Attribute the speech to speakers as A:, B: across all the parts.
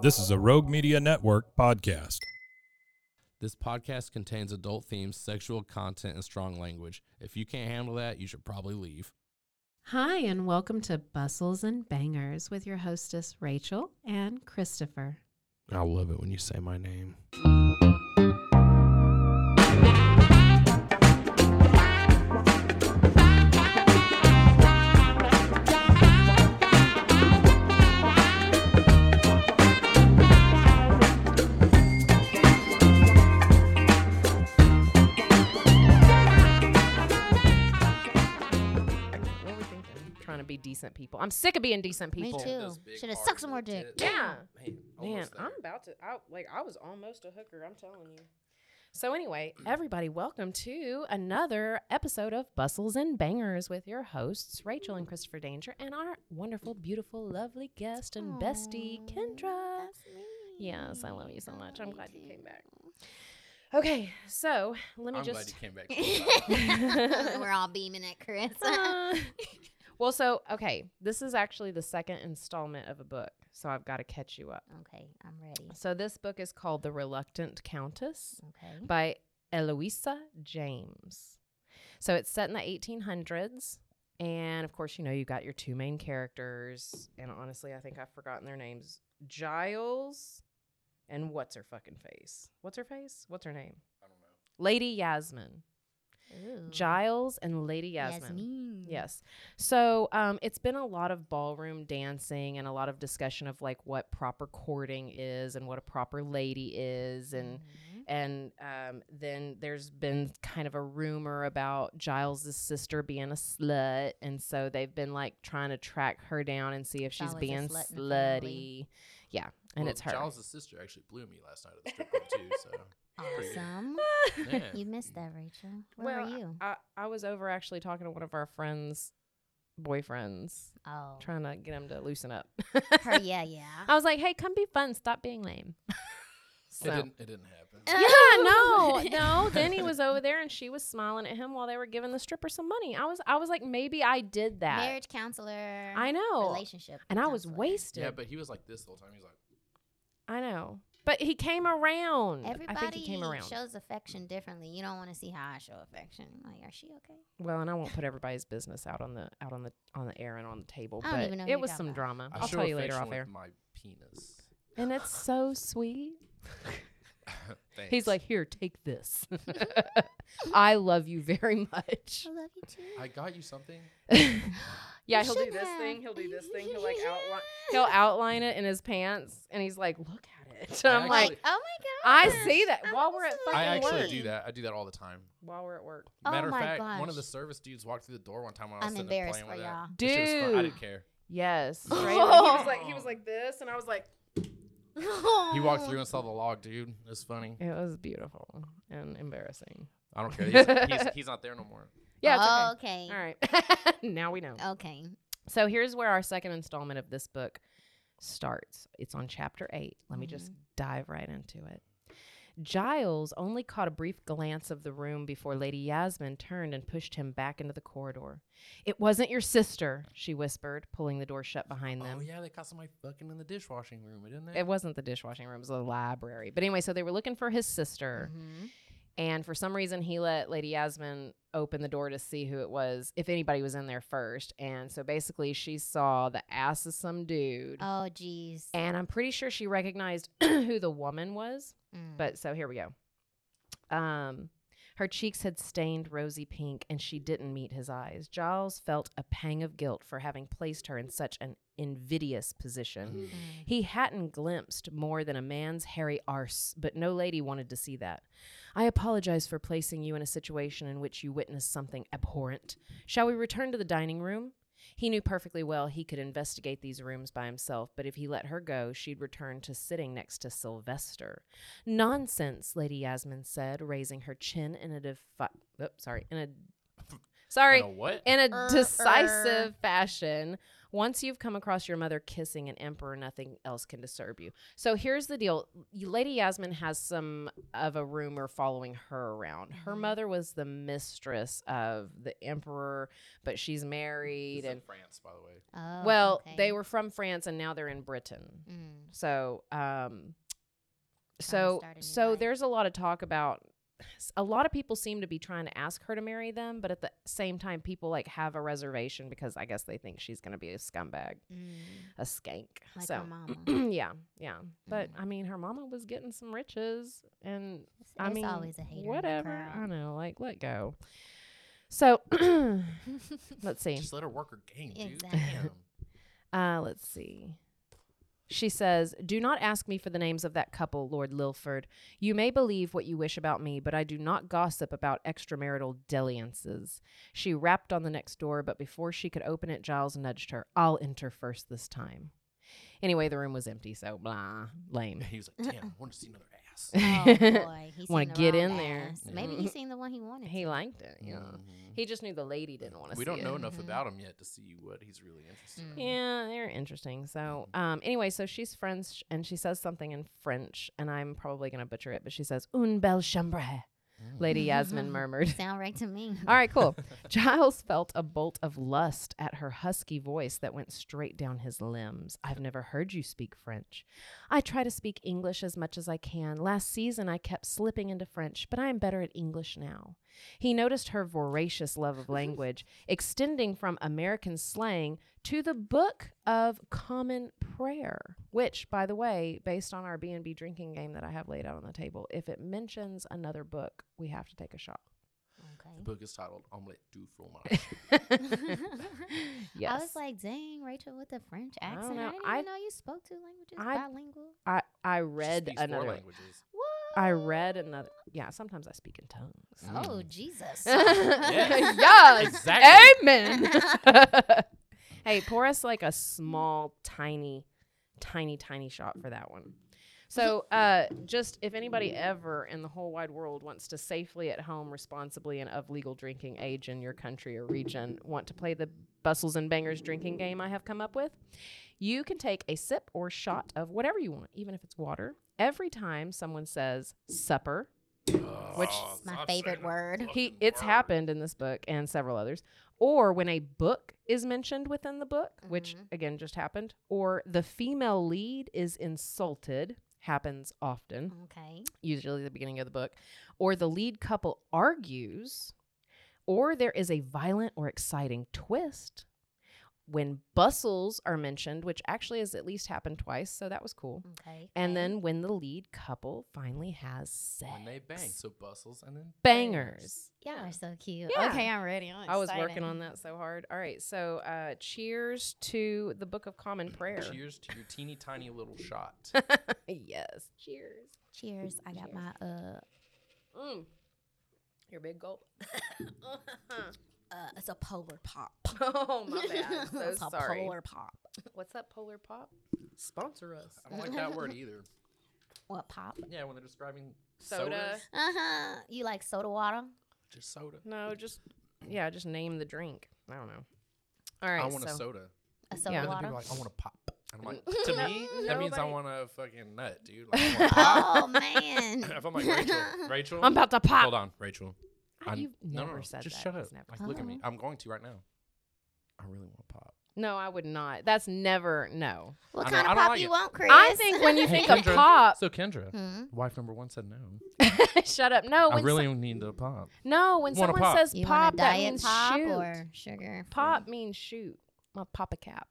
A: This is a Rogue Media Network podcast.
B: This podcast contains adult themes, sexual content, and strong language. If you can't handle that, you should probably leave.
C: Hi, and welcome to Bustles and Bangers with your hostess, Rachel and Christopher.
B: I love it when you say my name.
D: What were we thinking? Trying to be decent people. I'm sick of being decent people.
E: Me too. Should have sucked some more dick.
D: Yeah.
B: Man,
D: Man, I'm about to. I like. I was almost a hooker. I'm telling you. So anyway, everybody, welcome to another episode of Bustles and Bangers with your hosts Rachel and Christopher Danger, and our wonderful, beautiful, lovely guest and bestie Kendra. Yes, I love you so much. I'm glad you came back. Okay, so let me
B: I'm glad
D: just.
B: you came back.
E: We're all beaming at Chris.
D: Uh, well, so okay, this is actually the second installment of a book, so I've got to catch you up.
E: okay, I'm ready.
D: So this book is called The Reluctant Countess
E: Okay.
D: by Eloisa James. So it's set in the 1800s. And of course, you know, you got your two main characters. And honestly, I think I've forgotten their names Giles and what's her fucking face? What's her face? What's her name? I don't know. Lady Yasmin.
E: Ooh.
D: Giles and Lady Mm. Yasmin.
E: Yasmin.
D: Yes. So um, it's been a lot of ballroom dancing and a lot of discussion of like what proper courting is and what a proper lady is and
E: Mhm.
D: and um, then there's been kind of a rumor about Giles's sister being a slut and so they've been like trying to track her down and see if
E: There's
D: she's
E: always a
D: being
E: slut in the
D: slutty.
E: family.
D: Yeah, and it's her.
B: Giles' sister actually blew me last night at the strip club too. So pretty good.
E: Awesome.
B: Yeah.
E: You missed that, Rachel. Where
D: well,
E: were you?
D: I, I was over actually talking to one of our friends' boyfriends,
E: Oh.
D: trying to get him to loosen up.
E: Her, yeah, yeah.
D: I was like, hey, come be fun. Stop being lame.
B: It
D: so.
B: didn't. It didn't happen.
D: Yeah,
E: Uh,
D: no,
E: Oh.
D: no. Then he was over there, and she was smiling at him while they were giving the stripper some money. I was, I was like, maybe I did that.
E: Marriage counselor.
D: I know,
E: Relationship.
D: and I was
E: counselor.
D: wasted.
B: yeah, but he was like this the whole time. He was like,
D: I know, but he came around.
E: Everybody
D: I think he came around.
E: shows affection differently. You don't want to see how I show affection. Like, are she okay?
D: well, and I won't put everybody's business out on the out on the on the air and on the table.
E: I
D: but
E: don't even know who
D: it
E: you're
D: was
E: talking
D: some
E: about.
D: drama.
B: I
D: I'll
B: show
D: tell you later
B: affection
D: off air.
B: with My penis.
D: And it's so sweet.
B: Thanks.
D: He's like, here, take this. I love you very much.
E: I love you too.
B: I got you something.
D: Yeah,
E: You
D: he'll do
E: should
D: this
E: have.
D: thing. He'll do this thing. He'll like outline. He'll outline it in his pants, and he's like, "Look at it."
B: I
D: I'm like,
B: actually-
E: oh my
D: I
E: gosh.
D: see that while we're at
E: almost
D: fucking
B: I
E: did that.
B: actually
D: work.
B: do that. I do that all the time.
D: while we're at work,
E: Oh
B: Matter of
E: my
B: fact, one of
E: gosh.
B: the service dudes walked through the door one time when I was
E: I'm
B: sitting there
E: embarrassed
B: playing with
E: for
B: that.
E: y'all.
D: dude.
B: That shit was fun. I didn't care.
D: Yes,
E: Oh.
D: right. Like, he was like, he was like this, and I was like,
B: He walked through and saw the log, dude. It's funny.
D: it was beautiful and embarrassing.
B: I don't care. He's, he's, he's not there no more.
D: Yeah, it's
E: oh,
D: okay.
E: okay.
D: All right, now we know.
E: Okay.
D: So here's where our second installment of this book starts. It's on chapter eight. Let me
B: Mm-hmm.
D: just dive right into it. Giles only caught a brief glance of the room before Lady Yasmin turned and pushed him back into the corridor. It wasn't your sister, she whispered, pulling the door shut behind them.
B: Oh yeah, they caught somebody fucking in the dishwashing room, didn't they?
D: It wasn't the dishwashing room, it was the library. But anyway, so they were looking for his
B: Mm-hmm.
D: sister.
E: Mm-hmm.
D: And for some reason, he let Lady Yasmin open the door to see who it was, if anybody was in there first. And so basically, she saw the ass of some dude.
E: Oh, jeez.
D: And I'm pretty sure she recognized who the woman was.
E: Mm.
D: But so here we go. Um, her cheeks had stained rosy pink, and she didn't meet his eyes. Giles felt a pang of guilt for having placed her in such an invidious position.
E: Mm.
D: He hadn't glimpsed more than a man's hairy arse, but no lady wanted to see that. I apologize for placing you in a situation in which you witnessed something abhorrent. Shall we return to the dining room? He knew perfectly well he could investigate these rooms by himself, but if he let her go, she'd return to sitting next to Sylvester. Nonsense, Lady Yasmin said, raising her chin in a defi- oops, sorry, in a sorry,
B: You know what?
D: in a
E: Er,
D: decisive fashion. Once you've come across your mother kissing an emperor, nothing else can disturb you. So here's the deal Y- Lady Yasmin has some of a rumor following her around. Her
E: Mm-hmm.
D: mother was the mistress of the emperor, but she's married.
B: It's in
D: And
B: France, by the way.
E: Oh,
D: well,
E: okay.
D: they were from France and now they're in Britain.
E: Mm.
D: So, um, so
E: start a new
D: so
E: life.
D: there's a lot of talk about. s- A lot of people seem to be trying to ask her to marry them, but at the same time, people like have a reservation because I guess they think she's going to be a scumbag,
E: Mm.
D: a skank.
E: Like
D: so,
E: her mama.
D: yeah, yeah. But
E: Mm.
D: I mean, her mama was getting some riches, and
E: It's,
D: I
E: it's
D: mean,
E: always a hater. in the
D: Whatever. I
E: crowd.
D: know. Like, let go. So, let's see.
B: Just let her work her game, dude.
E: Exactly.
B: Damn.
D: Uh, let's see. She says, Do not ask me for the names of that couple, Lord Lilford. You may believe what you wish about me, but I do not gossip about extramarital dalliances. She rapped on the next door, but before she could open it, Giles nudged her. I'll enter first this time. Anyway, the room was empty, so blah, lame.
B: He was like, damn, I want to see another ass.
E: oh boy, he's
D: Wanna
E: want to
D: get in there.
E: Maybe he's seen the one he wanted.
D: He
E: to.
D: liked it, yeah.
B: Mhm.
D: He just knew the lady didn't want to
B: We
D: see
B: don't
D: it. Mm-hmm.
B: know enough
E: Mhm.
B: about him yet to see what he's really interested in.
D: Yeah, they're interesting. So, um, anyway, so she's French and she says something in French, and I'm probably gonna butcher it, but she says "un bel chambre." Lady Yasmin murmured.
E: sound right to me.
D: All right, cool. Giles felt a bolt of lust at her husky voice that went straight down his limbs. I've never heard you speak French. I try to speak English as much as I can. Last season, I kept slipping into French, but I am better at English now. He noticed her voracious love of language, extending from American slang to the Book of Common Prayer, which, by the way, based on our B&B drinking game that I have laid out on the table, if it mentions another book, we have to take a shot. Mm.
B: The
E: Okay.
B: book is titled Omelette du Fromage.
D: yes.
E: I was like, dang, Rachel with the French
D: I don't
E: accent. I,
D: know.
E: didn't
D: I-
E: even know you spoke two languages,
D: I-
E: bilingual.
D: I, I
B: She
D: read
B: speaks four
D: another.
B: languages.
E: What?
D: I read another. Yeah, sometimes I speak in tongues.
E: Oh Jesus.
B: Exactly.
D: Amen. hey, pour us like a small, tiny, tiny, tiny shot for that one. So, uh, just if anybody ever in the whole wide world wants to safely at home, responsibly, and of legal drinking age in your country or region want to play the Bustles and Bangers drinking game I have come up with, you can take a sip or shot of whatever you want, even if it's water, every time someone says supper, which
B: Oh,
E: It's my favorite word.
D: he it's happened in this book and several others or when a book is mentioned within the book which
E: Mhm.
D: again just happened or the female lead is insulted happens
E: Mm-hmm.
D: often
E: Okay.
D: usually the beginning of the book or the lead couple argues or there is a violent or exciting twist when bustles are mentioned which actually has at least happened twice so that was cool
E: Okay.
D: and
E: okay.
D: then when the lead couple finally has sex
B: When they bang, so bustles and then
D: bangers
E: y'all are so cute.
D: Yeah.
E: Okay, I'm ready. I'm
D: I was working
E: excited.
D: on that so hard. All right, so uh, cheers to the Book of Common Prayer.
B: Cheers to your teeny tiny little shot.
D: yes, cheers.
E: Cheers. I got my uh
D: Mm. Your big gulp.
E: uh it's a polar pop.
D: oh my bad. So
E: it's a
D: sorry.
E: polar pop.
D: What's up, Polar Pop? Sponsor us.
B: I don't like that word either.
E: What pop?
B: Yeah, when they're describing
D: Soda.
B: soda,
E: Uh-huh. You like soda water?
B: just soda.
D: No, just yeah, just name the drink. I don't know. All right,
B: I want
D: so
B: a soda.
E: A soda
D: Yeah.
B: And then
E: water.
B: people are like, I want a pop. And I'm like, to me, that means I
D: Nobody-
B: want a fucking nut, dude. Like, I want a pop.
E: oh man.
B: if I'm like Rachel, Rachel,
D: I'm about to pop.
B: hold on, Rachel.
D: Ah,
B: I'm-
D: You've
B: no, no,
D: never
B: no,
D: said
B: just shut
D: that. It's
B: up.
D: never-
B: Like, look at me. I'm going to right now. I really want a pop.
D: No, I would not. That's never no.
E: What
B: I know,
E: kind
B: I
E: of
B: don't
E: pop
B: like
E: you
B: it.
E: want, Chris?
D: I think when you
B: Hey,
D: think of
B: Kendra.
D: pop,
B: So Kendra,
E: Hmm?
B: wife number one said no.
D: shut up. No,
B: I
D: Oh, when
B: really need a pop.
D: No, when
B: Want a
D: someone
B: pop?
D: says
E: You
D: pop,
E: want a
D: that
E: diet
D: means
E: pop
D: shoot.
E: or sugar? free?
D: Pop means shoot. My papa cap.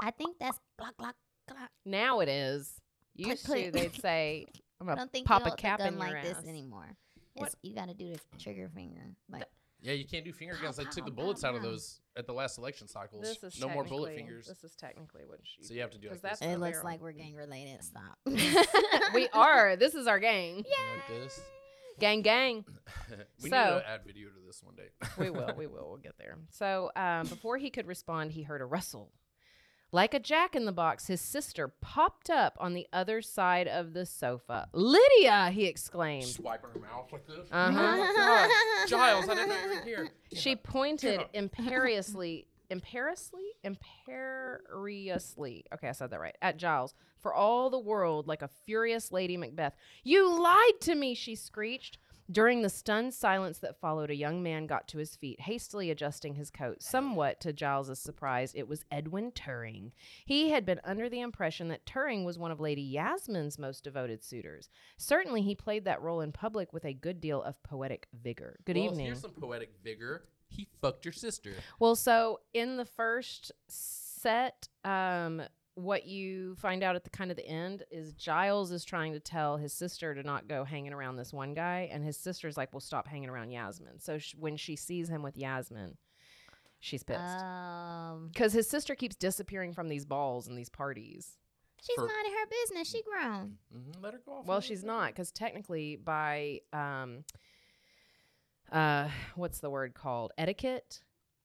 E: I think that's glock glock glock.
D: Now it is.
E: Click,
D: Used to,
E: click.
D: they'd say, I'm
E: I
D: going
E: don't
D: to
E: think
D: pop a
E: we hold the
D: cap in
E: gun
D: your
E: like
D: ass.
E: this anymore.
D: What?
E: It's, you got to do the trigger finger. Like
B: Yeah, you can't do finger guns. They took the
E: Pow,
B: bullets
E: pow,
B: out of
E: pow.
B: those at the last election cycles.
D: This is
B: no more bullet
D: technically-
B: fingers.
D: This is technically what she
B: So you have to do
D: because
B: like this.
D: that's
E: it
D: the
E: looks
D: barrel.
E: like we're gang related. Stop.
D: we are. This is our gang.
B: You know, like this.
D: Gang, gang.
B: we
D: So-
B: need to add video to this one day.
D: We will. We will. We'll get there. So um, before he could respond, he heard a rustle. Like a jack in the box, his sister popped up on the other side of the sofa. Lydia, he exclaimed.
B: Swiping her mouth like this.
D: Uh-huh.
B: Oh, God. Giles, I didn't know you were here.
D: She pointed imperiously, imperiously, imperiously. Okay, I said that right. At Giles, for all the world, like a furious Lady Macbeth. You lied to me, she screeched. During the stunned silence that followed, a young man got to his feet, hastily adjusting his coat. Somewhat to Giles's surprise, it was Edwin Turing. He had been under the impression that Turing was one of Lady Yasmin's most devoted suitors. Certainly, he played that role in public with a good deal of poetic vigor. Good
B: well,
D: evening.
B: Here's some poetic vigor. He fucked your sister.
D: Well, so in the first set, um, what you find out at the kind of the end is Giles is trying to tell his sister to not go hanging around this one guy, and his sister's like, "Well, stop hanging around Yasmin." So sh- when she sees him with Yasmin, she's pissed
E: Um,
D: because his sister keeps disappearing from these balls and these parties.
E: she's
B: For-
E: minding her business. She grown.
B: Mhm, Let her go off.
D: Well,
B: on a
D: she's
B: bit.
D: not because technically, by um, uh, what's the word called etiquette?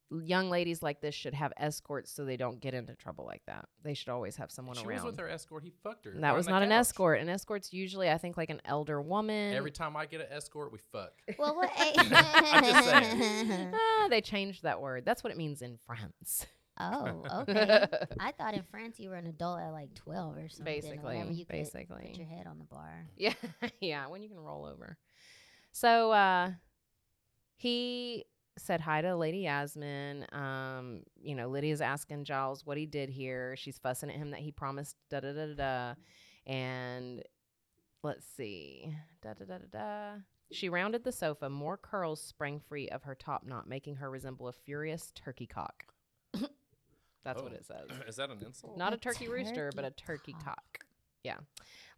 D: Young ladies like this should have escorts so they don't get into trouble like that. They should always have someone
B: She was
D: around.
B: with her escort. He fucked her.
D: that
B: on
D: was
B: the
D: not an
B: couch.
D: escort. An escort's usually, I think, like an elder woman.
B: Every time I get an escort, we fuck.
E: Well, what?
B: I'm just saying.
D: ah, they changed that word. That's what it means in France.
E: oh, okay. I thought in France you were an adult at like twelve or something. or whatever.
D: basically,
E: Oh, you could
D: basically.
E: put your head on the bar.
D: Yeah, yeah, when you can roll over. So uh he said hi to Lady Yasmin. Um, you know, Lydia's asking Giles what he did here. She's fussing at him that he promised da da da da da. And let's see. Da da da da da. She rounded the sofa. More curls sprang free of her top knot, making her resemble a furious turkey cock. That's what
B: Oh.
D: it says.
B: Is that an insult?
D: Not
E: A
D: a turkey, rooster, but a
E: turkey
D: turkey cock. Yeah.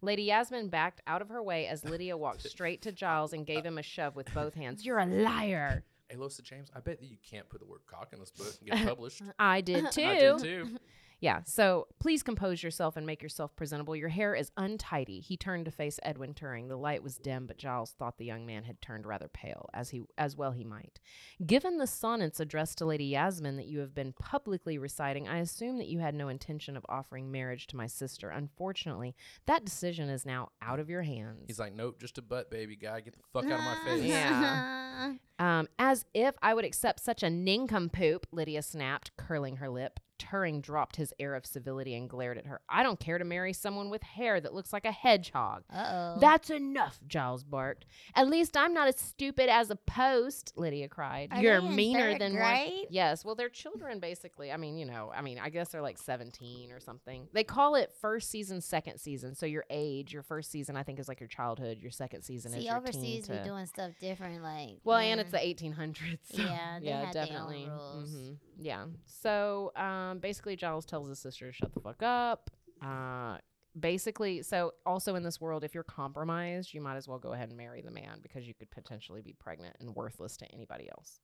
D: Lady Yasmin backed out of her way as Lydia walked straight to Giles and gave him a shove with both hands. You're a liar.
B: Hey, Losa James, I bet that you can't put the word cock in this book and get published.
D: I did too.
B: I did too.
D: Yeah. So please compose yourself and make yourself presentable. Your hair is untidy. He turned to face Edwin Turing. The light was dim, but Giles thought the young man had turned rather pale, as he as well he might. Given the sonnets addressed to Lady Yasmin that you have been publicly reciting, I assume that you had no intention of offering marriage to my sister. Unfortunately, that decision is now out of your hands.
B: He's like, nope, just a butt, baby guy. Get the fuck out of my face.
D: Yeah. Um, as if I would accept such a nincompoop, Lydia snapped, curling her lip. Turing dropped his air of civility and glared at her. I don't care to marry someone with hair that looks like a hedgehog.
E: Uh oh.
D: That's enough, Giles barked. At least I'm not as stupid as a post, Lydia cried.
E: Are
D: You're
E: they in
D: meaner
E: third
D: than one.
E: grade?
D: Yes, well, they're children, basically. I mean, you know, I mean, I guess they're like 17 or something. They call it first season, second season. So your age, your first season, I think, is like your childhood. Your second season is
E: See,
D: your
E: overseas
D: teen
E: we
D: to-
E: doing stuff different. Like
D: well, and it's
E: mm.
D: the 1800s. so-
E: Yeah, they had their own rules.
D: Mhm. Yeah. So um, basically, Giles tells his sister to shut the fuck up. Uh, basically, so also in this world, if you're compromised, you might as well go ahead and marry the man because you could potentially be pregnant and worthless to anybody else.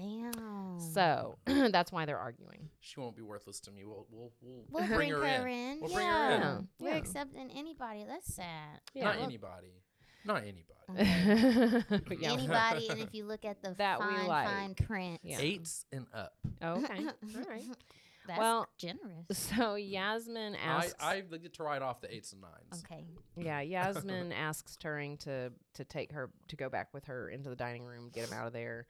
E: damn.
D: So that's why they're arguing.
B: She won't be worthless to me. We'll, we'll, we'll,
E: We'll bring her in.
B: We'll
E: yeah.
B: bring her in.
D: Yeah.
E: We're
D: Yeah.
E: accepting anybody. That's sad.
B: Not
D: well- Oh,
B: anybody. Not anybody.
D: But yeah.
E: Anybody, and if you look at the
D: That we
E: fine,
D: like.
E: fine print,
D: Yeah.
B: Eights and up.
D: Oh, Okay. All right.
E: That's
D: Well,
E: generous.
D: So Yasmin
B: I,
D: asks.
B: I get to write off the eights and nines.
E: Okay.
D: Yeah, Yasmin asks Turing to to take her to go back with her into the dining room, get him out of there.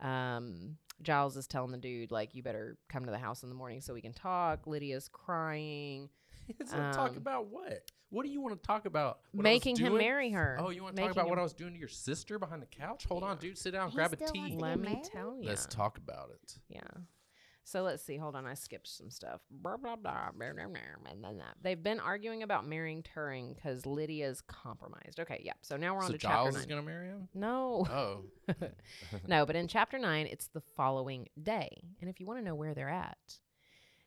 D: Um, Giles is telling the dude like, "You better come to the house in the morning so we can talk." Lydia's crying,
B: It's gonna talk
D: Um,
B: about what? What do you want to talk about? What I was
D: making him
B: doing?
D: marry her.
B: Oh, you want to talk
D: Making
B: about what
D: him-
B: I was doing to your sister behind the couch? Hold on,
D: Yeah.
B: dude. Sit down.
E: He
B: grab a
E: still
B: tea.
E: wants to
D: Let
E: get
D: me
E: married?
D: tell you.
B: Let's talk about it.
D: Yeah. So let's see. Hold on, I skipped some stuff. Blah blah blah, blah, blah, blah, and then that they've been arguing about marrying Turing because Lydia's compromised. Okay, yeah. So now we're on
B: so
D: to
B: Giles
D: chapter
B: is
D: nine.
B: gonna marry him.
D: no.
B: Oh,
D: no, but in chapter nine, it's the following day. And if you want to know where they're at,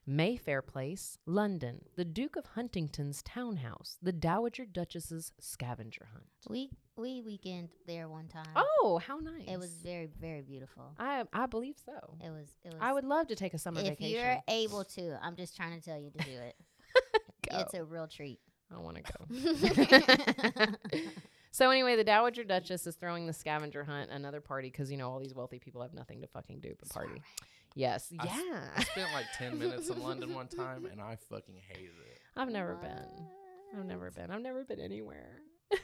D: Mayfair Place, London, the Duke of Huntington's townhouse, the Dowager Duchess's scavenger hunt.
E: We we weekend there one time.
D: Oh, how nice.
E: It was very very beautiful.
D: I I believe so.
E: It was it was.
D: I would love to take a summer
E: If
D: vacation.
E: you're able to, I'm just trying to tell you to do it.
D: Go.
E: It's a real treat.
D: I want to go. So anyway, the Dowager Duchess is throwing the scavenger hunt, another party, because you know all these wealthy people have nothing to fucking do but party. Yes,
B: I s- I
D: yeah.
B: spent like 10 minutes in London one time and I fucking hated it.
D: I've never been. I've never been. I've never been anywhere.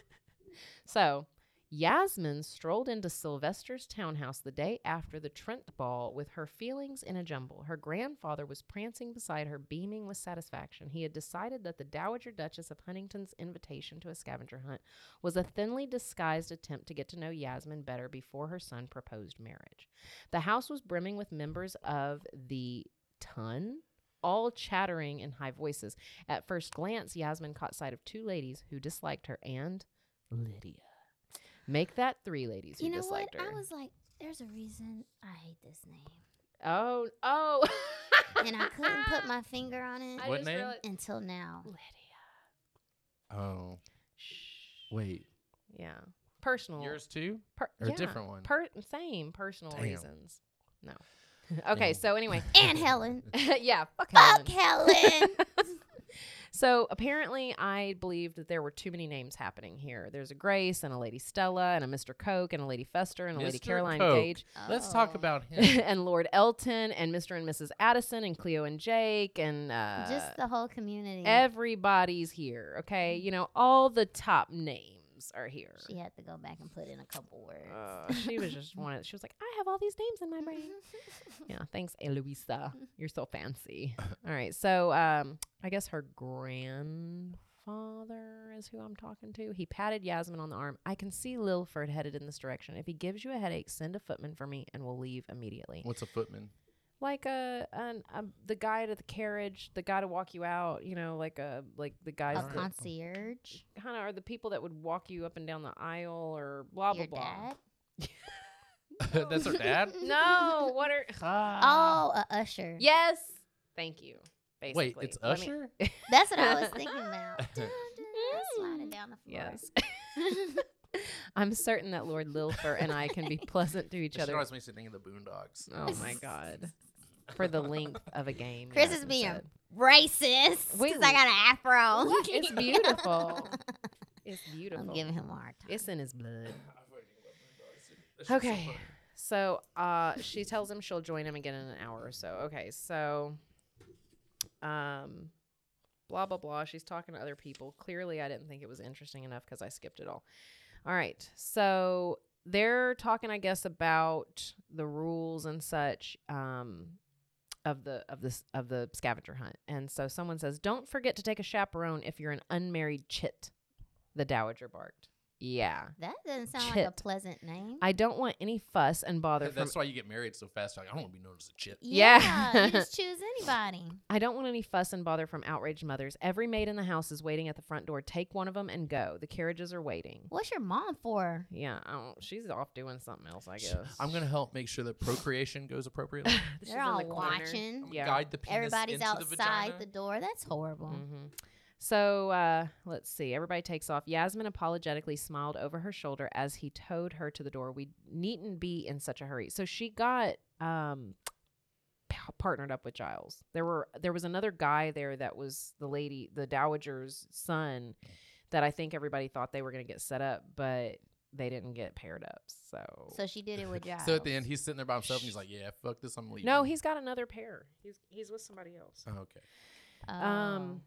D: so, Yasmin strolled into Sylvester's townhouse the day after the Trent ball with her feelings in a jumble. Her grandfather was prancing beside her, beaming with satisfaction. He had decided that the Dowager Duchess of Huntington's invitation to a scavenger hunt was a thinly disguised attempt to get to know Yasmin better before her son proposed marriage. The house was brimming with members of the ton, all chattering in high voices. At first glance, Yasmin caught sight of two ladies who disliked her and Lydia. Make that three ladies
E: You
D: who
E: know what?
D: disliked her.
E: I was like, there's a reason I hate this name,
D: oh, oh.
E: and I couldn't put my finger on it
D: I
B: What
D: just
B: name?
D: realized-
E: until now.
D: Lydia.
B: Oh,
D: Shh.
B: wait.
D: Yeah. Personal.
B: Yours too?
D: per-
B: or a
D: Oh. yeah.
B: different one?
D: Per- same personal
B: Damn.
D: reasons. No. okay,
B: Damn.
D: so anyway.
E: And Helen.
D: yeah, fuck Helen.
E: Fuck Helen.
D: so apparently, I believed that there were too many names happening here. There's a Grace and a Lady Stella and a Mr. Coke and a Lady Fester and a Lady
B: Mr.
D: Caroline
B: Coke.
D: Gage
B: Let's talk
E: Oh.
B: about him.
D: and Lord Elton and Mr. and Mrs. Addison and Cleo and Jake and uh,
E: just the whole community.
D: everybody's here. Okay, you know all the top names are here.
E: she had to go back and put in a couple words.
D: Uh, she was just one. of- She was like, I have all these names in my brain. Yeah, thanks, Eloisa. You're so fancy. All right, so um, I guess her grandfather is who I'm talking to. He patted Yasmin on the arm. I can see Lilford headed in this direction. If he gives you a headache, send a footman for me, and we'll leave immediately.
B: What's a footman?
D: Like a, an, a the guy to the carriage, the guy to walk you out. You know, like a like the guys
E: a
B: Alright.
D: that
E: concierge.
D: kind of are the people that would walk you up and down the aisle or blah blah
E: Your
D: blah.
E: dad.
B: That's her dad? Ah.
D: No, what are
E: Oh, a usher.
D: Yes. Thank you. Basically.
B: Wait, it's
D: Let me-
B: Usher?
E: That's what I was thinking about. Dun, dun, dun,
B: Mm.
E: Sliding down the floor.
D: Mm. yes. I'm certain that Lord Lilfer and I can be pleasant to each
B: She
D: other.
B: always makes me think of the Boondocks.
D: Oh my god. For the length of a game.
E: Chris
D: yes,
E: is being
D: instead.
E: racist
D: We-
E: because I got an afro.
D: It's beautiful. It's
E: I'm
D: beautiful.
E: giving him a hard time.
D: It's in his blood. Okay. So uh she tells him she'll join him again in an hour or so. Okay, so um blah blah blah. She's talking to other people. Clearly I didn't think it was interesting enough because I skipped it all. All right. So they're talking, I guess, about the rules and such. Um of the of this of the scavenger hunt. And so someone says, "Don't forget to take a chaperone if you're an unmarried chit." The dowager barked. Yeah.
E: that doesn't sound like a
D: Chit.
E: pleasant name.
D: I don't want any fuss and bother from
B: That's why you get married so fast. Like, I don't want to be known as a chit.
D: Yeah.
E: yeah. you just choose anybody.
D: I don't want any fuss and bother from outraged mothers. Every maid in the house is waiting at the front door. Take one of them and go. The carriages are waiting.
E: What's your mom for?
D: Yeah, I don't, she's off doing something else, I
B: Sh-
D: guess.
B: I'm gonna help make sure that procreation goes appropriately.
D: She's
E: They're
D: in
E: all
D: the corner.
E: watching.
B: I'm gonna
D: Yeah.
B: Guide the penis
E: Everybody's
B: into the
E: outside
B: vagina.
E: the, door. That's horrible.
D: Mhm. So uh, let's see. Everybody takes off. Yasmin apologetically smiled over her shoulder as he towed her to the door. We needn't be in such a hurry. So she got um, p- partnered up with Giles. There were there was another guy there that was the lady, the dowager's son, that I think everybody thought they were going to get set up, but they didn't get paired up. So,
E: So she did it with Giles.
B: So at the end, he's sitting there by himself, and he's like, "Yeah, fuck this, I'm leaving."
D: no, he's got another pair. He's he's with somebody else.
B: Oh, okay.
E: Oh.
D: Um,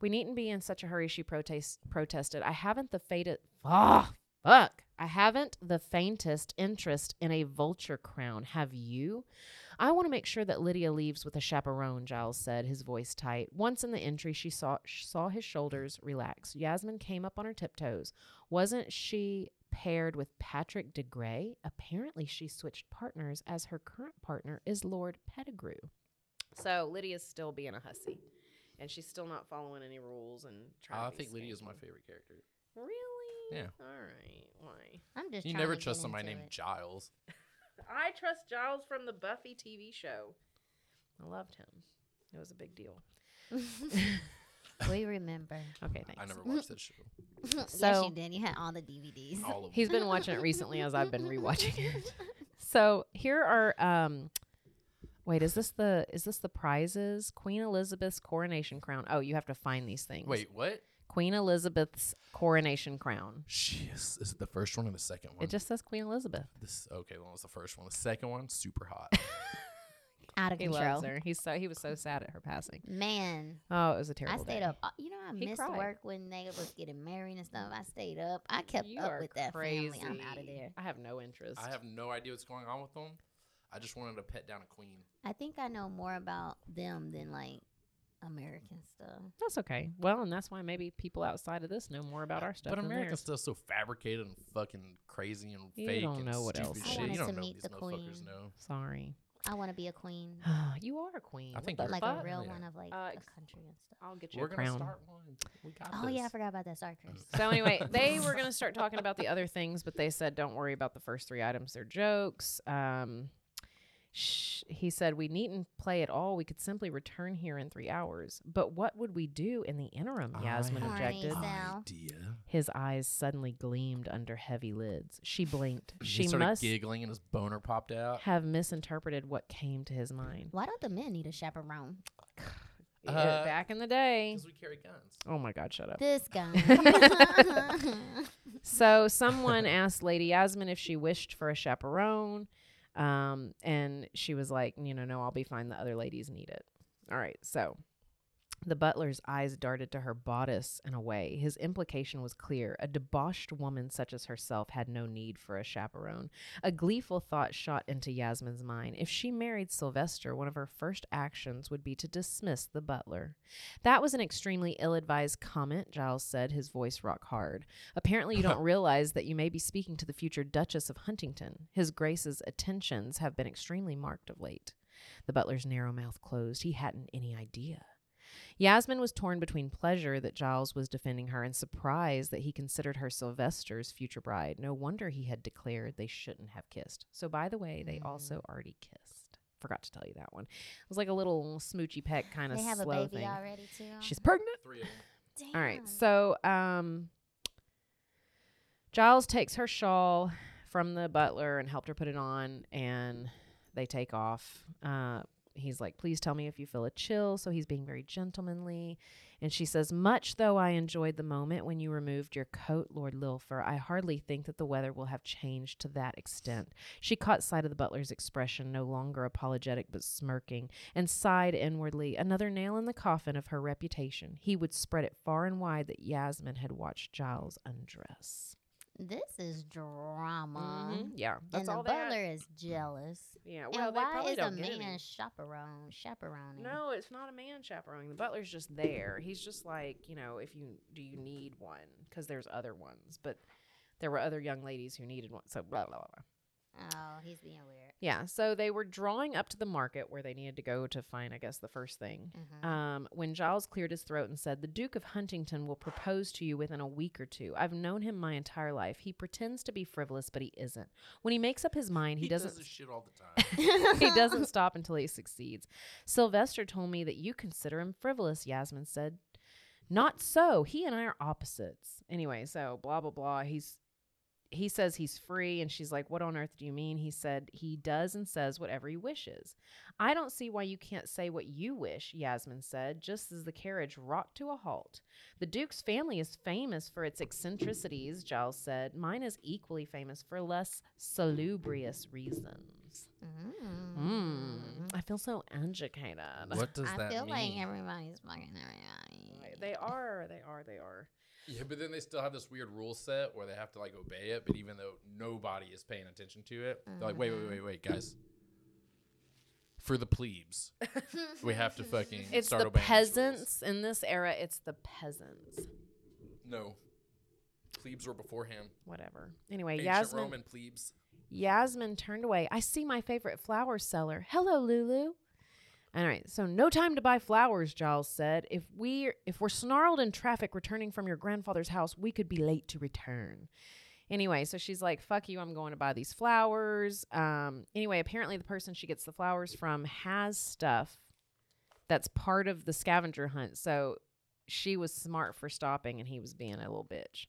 D: we needn't be in such a hurry. She protest- protested. I haven't the faintest. Oh, fuck. I haven't the faintest interest in a vulture crown. Have you? I want to make sure that Lydia leaves with a chaperone. Giles said, his voice tight. Once in the entry, she saw sh- saw his shoulders relax. Yasmin came up on her tiptoes. Wasn't she? Paired with Patrick de Grey, apparently she switched partners as her current partner is Lord Pettigrew. So Lydia's still being a hussy and she's still not following any rules and
B: I
D: trying. to be
B: think Lydia's my
D: skanky.
B: favorite character.
D: Really?
B: Yeah.
D: All right. Why?
E: I'm just
B: You
E: trying
B: never
E: to
B: trust
E: get
B: somebody
E: into
B: named
E: it.
B: Giles.
D: I trust Giles from the Buffy TV show. I loved him. It was a big deal.
E: we remember.
D: Okay,
B: I
D: thanks.
B: never watched that show.
E: yes,
D: So- Oh,
E: you did. You had all the DVDs.
B: All of
D: He's been watching it recently as I've been rewatching it. So here are um wait, is this the is this the prizes? Queen Elizabeth's coronation crown. Oh, you have to find these things.
B: them. Wait, what?
D: Queen Elizabeth's coronation crown.
B: She is, is it the first one or the second one?
D: It just says Queen Elizabeth.
B: this okay. Well, it's the first one. The second one, super hot.
E: Out of
D: He
E: control.
D: loves her. He's so he was so sad at her passing.
E: Man,
D: Oh, it was a terrible.
E: I stayed
D: day.
E: up. uh, You know, I
D: He
E: missed
D: cried.
E: work when they was getting married and stuff. I stayed up. I kept
D: You
E: up
D: are
E: with that family. I'm out of
D: crazy.
E: there.
D: I have no interest.
B: I have no idea what's going on with them. I just wanted to pet down a queen.
E: I think I know more about them than like American stuff.
D: That's okay. Well, and that's why maybe people outside of this know more about our stuff.
B: But
D: than
B: American
D: theirs.
B: stuff's so fabricated and fucking crazy and
D: You
B: fake.
D: don't
B: and
D: know what
B: stupid
D: else. I
B: Shit.
E: wanted
B: You don't
E: to
B: know
E: meet
B: what
E: the
B: these motherfuckers
E: queen.
B: know.
D: Sorry.
E: I want to be a queen,
D: you are a queen.
B: I
D: What
B: think
D: the
B: you're
E: like
D: fuck?
E: a real
B: Yeah.
E: one of like
D: Uh,
E: a
D: ex-
E: country and stuff.
D: I'll get you
B: We're
D: a
B: gonna
D: crown.
B: start one. We got
E: Oh
B: this.
E: yeah, I forgot about that. Sorry, Chris.
D: So anyway, they were going to start talking about the other things, but they said don't worry about the first three items. They're jokes. Um, sh- he said we needn't play at all. We could simply return here in three hours. But what would we do in the interim?
B: I
D: Yasmin
B: have
D: objected.
E: Horny.
B: Idea.
D: His eyes suddenly gleamed under heavy lids. She blinked.
B: And he
D: She
B: started
D: must
B: giggling and his boner popped out.
D: have misinterpreted what came to his mind.
E: Why don't the men need a chaperone?
D: Yeah,
B: Uh,
D: back in the day.
B: Because we carry guns.
D: Oh my God, shut up.
E: This guy.
D: So someone asked Lady Yasmin if she wished for a chaperone. Um, and she was like, you know, no, I'll be fine. The other ladies need it. All right. So the butler's eyes darted to her bodice and away. His implication was clear. A debauched woman such as herself had no need for a chaperone. A gleeful thought shot into Yasmin's mind. If she married Sylvester, one of her first actions would be to dismiss the butler. That was an extremely ill advised comment, Giles said, his voice rock hard. Apparently, you don't realize that you may be speaking to the future Duchess of Huntington. His Grace's attentions have been extremely marked of late. The butler's narrow mouth closed. He hadn't any idea. Yasmin was torn between pleasure that Giles was defending her and surprise that he considered her Sylvester's future bride. No wonder he had declared they shouldn't have kissed. So, by the way, they also already kissed. Forgot to tell you that one. It was like a little smoochy peck kind of
E: they have a
D: slow
E: baby
D: thing.
E: already too.
D: She's pregnant.
B: Three of them.
E: Damn.
D: All right. So, um, Giles takes her shawl from the butler and helped her put it on, and they take off. Uh, he's like, "Please tell me if you feel a chill." So he's being very gentlemanly, and she says, "Much though I enjoyed the moment when you removed your coat, Lord Lilfer, I hardly think that the weather will have changed to that extent." She caught sight of the butler's expression, no longer apologetic but smirking and sighed inwardly, another nail in the coffin of her reputation. He would spread it far and wide that Yasmin had watched Giles undress.
E: this is drama.
D: Mm-hmm. Yeah, that's
E: and the
D: all that.
E: butler is jealous.
D: Yeah,
E: And
D: well, they
E: why
D: probably
E: is
D: don't
E: a
D: get
E: man
D: any.
E: chaperone chaperoning?
D: No, it's not a man chaperoning. The butler's just there. He's just like, you know, if you do you need one? Because there's other ones, but there were other young ladies who needed one. So blah blah blah. blah.
E: Oh, he's being weird.
D: Yeah, so they were drawing up to the market where they needed to go to find, I guess, the first thing.
E: Mhm.
D: um, when Giles cleared his throat and said, The Duke of Huntington will propose to you within a week or two. I've known him my entire life. He pretends to be frivolous, but he isn't. When he makes up his mind, he, doesn't.
B: does this shit all the time.
E: Mm-hmm.
D: he doesn't stop until he succeeds. Sylvester told me that you consider him frivolous, Yasmin said. Not so. He and I are opposites. Anyway, so blah blah blah. He's he says he's free and she's like, "What on earth do you mean?" He said he does and says whatever he wishes. I don't see why you can't say what you wish, Yasmin said, just as the carriage rocked to a halt. The Duke's family is famous for its eccentricities, Giles said. Mine is equally famous for less salubrious reasons. Mm,
E: Mm.
D: I feel so educated.
B: what does
E: I
B: that
E: feel
B: mean?
E: like everybody's fucking everybody.
D: They are, they are, they are.
B: Yeah, but then they still have this weird rule set where they have to like obey it, but even though nobody is paying attention to it, they're like, wait, wait, wait, wait, guys. For the plebes, we have to fucking
D: It's
B: start
D: the
B: obeying these rules."
D: peasants in this era. It's the peasants.
B: No, plebes were before him.
D: Whatever. Anyway,
B: Ancient
D: Yasmin.
B: Roman plebes.
D: Yasmin turned away. I see my favorite flower seller. Hello, Lulu. All right, so no time to buy flowers, Giles said. If we if we're snarled in traffic returning from your grandfather's house, we could be late to return. Anyway, so she's like, "Fuck you! I'm going to buy these flowers." Um, anyway, apparently the person she gets the flowers from has stuff that's part of the scavenger hunt. So she was smart for stopping, and he was being a little bitch.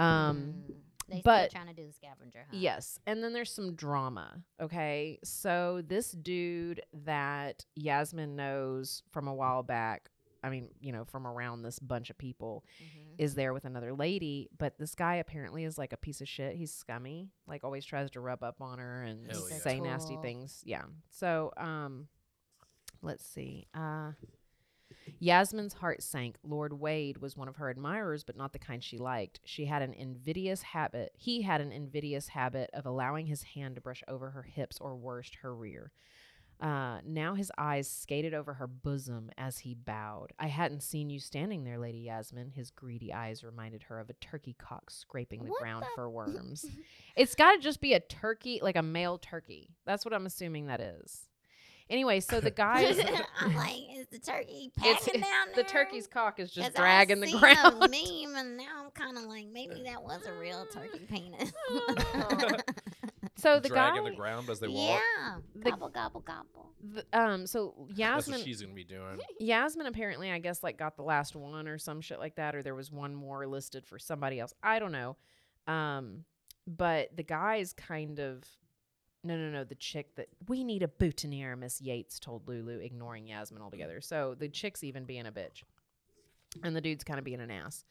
D: Um,
E: Mm. They
D: but-
E: still trying to do the scavenger hunt.
D: Yes. And then there's some drama. Okay. So this dude that Yasmin knows from a while back I mean, you know, from around this bunch of people,
E: Mhm.
D: is there with another lady. But this guy apparently is like a piece of shit. He's scummy. Like always tries to rub up on her and
B: Hell yeah.
D: say nasty
E: Cool.
D: things. Yeah. So, um, let's see. Uh, Yasmin's heart sank. Lord Wade was one of her admirers, but not the kind she liked. She had an invidious habit. He had an invidious habit of allowing his hand to brush over her hips or worst, her rear. Uh, now his eyes skated over her bosom as he bowed. I hadn't seen you standing there, Lady Yasmin. His greedy eyes reminded her of a turkey cock scraping the
E: What
D: ground
E: the-
D: for worms. it's got to just be a turkey, like a male turkey. That's what I'm assuming that is. Anyway, so the guys.
E: I'm like, is the turkey
D: It's-
E: packing down
D: The
E: there?
D: turkey's cock is just
E: 'Cause I
D: dragging the
E: seen
D: ground.
E: A meme, and now I'm kind of like, maybe that was a real turkey penis.
D: So the
B: dragging
D: guy,
B: the ground as they walk.
E: yeah,
D: The-
E: gobble gobble gobble.
D: th- um, so
B: That's what
D: Yasmin,
B: she's gonna be doing.
D: Yasmin apparently, I guess, like got the last one or some shit like that, or there was one more listed for somebody else. I don't know. Um, but the guy's kind of, no, no, no, the chick that we need a boutonniere, Miss Yates told Lulu, ignoring Yasmin altogether. So the chick's even being a bitch, and the dude's kind of being an ass.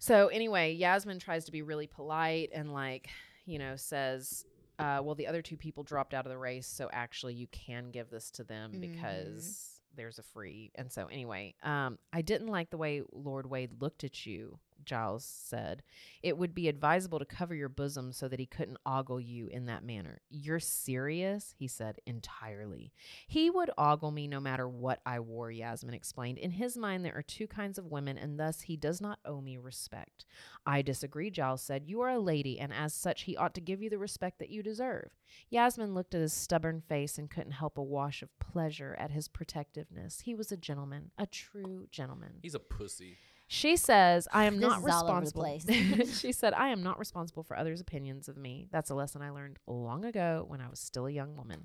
D: So anyway, Yasmin tries to be really polite and like, you know, says, uh, well, the other two people dropped out of the race, so actually you can give this to them
E: Mhm.
D: because there's a free. And so anyway, um, I didn't like the way Lord Wade looked at you. Giles said, "It would be advisable to cover your bosom so that he couldn't ogle you in that manner." You're serious, he said entirely. He would ogle me no matter what I wore, Yasmin explained. In his mind, there are two kinds of women, and thus he does not owe me respect. I disagree, Giles said. You are a lady, and as such, he ought to give you the respect that you deserve. Yasmin looked at his stubborn face and couldn't help a wash of pleasure at his protectiveness. He was a gentleman, a true gentleman.
B: He's a pussy.
D: She says, I am
E: This
D: not
E: is all over the
D: responsible.
E: place.
D: she said, I am not responsible for others' opinions of me. That's a lesson I learned long ago when I was still a young woman.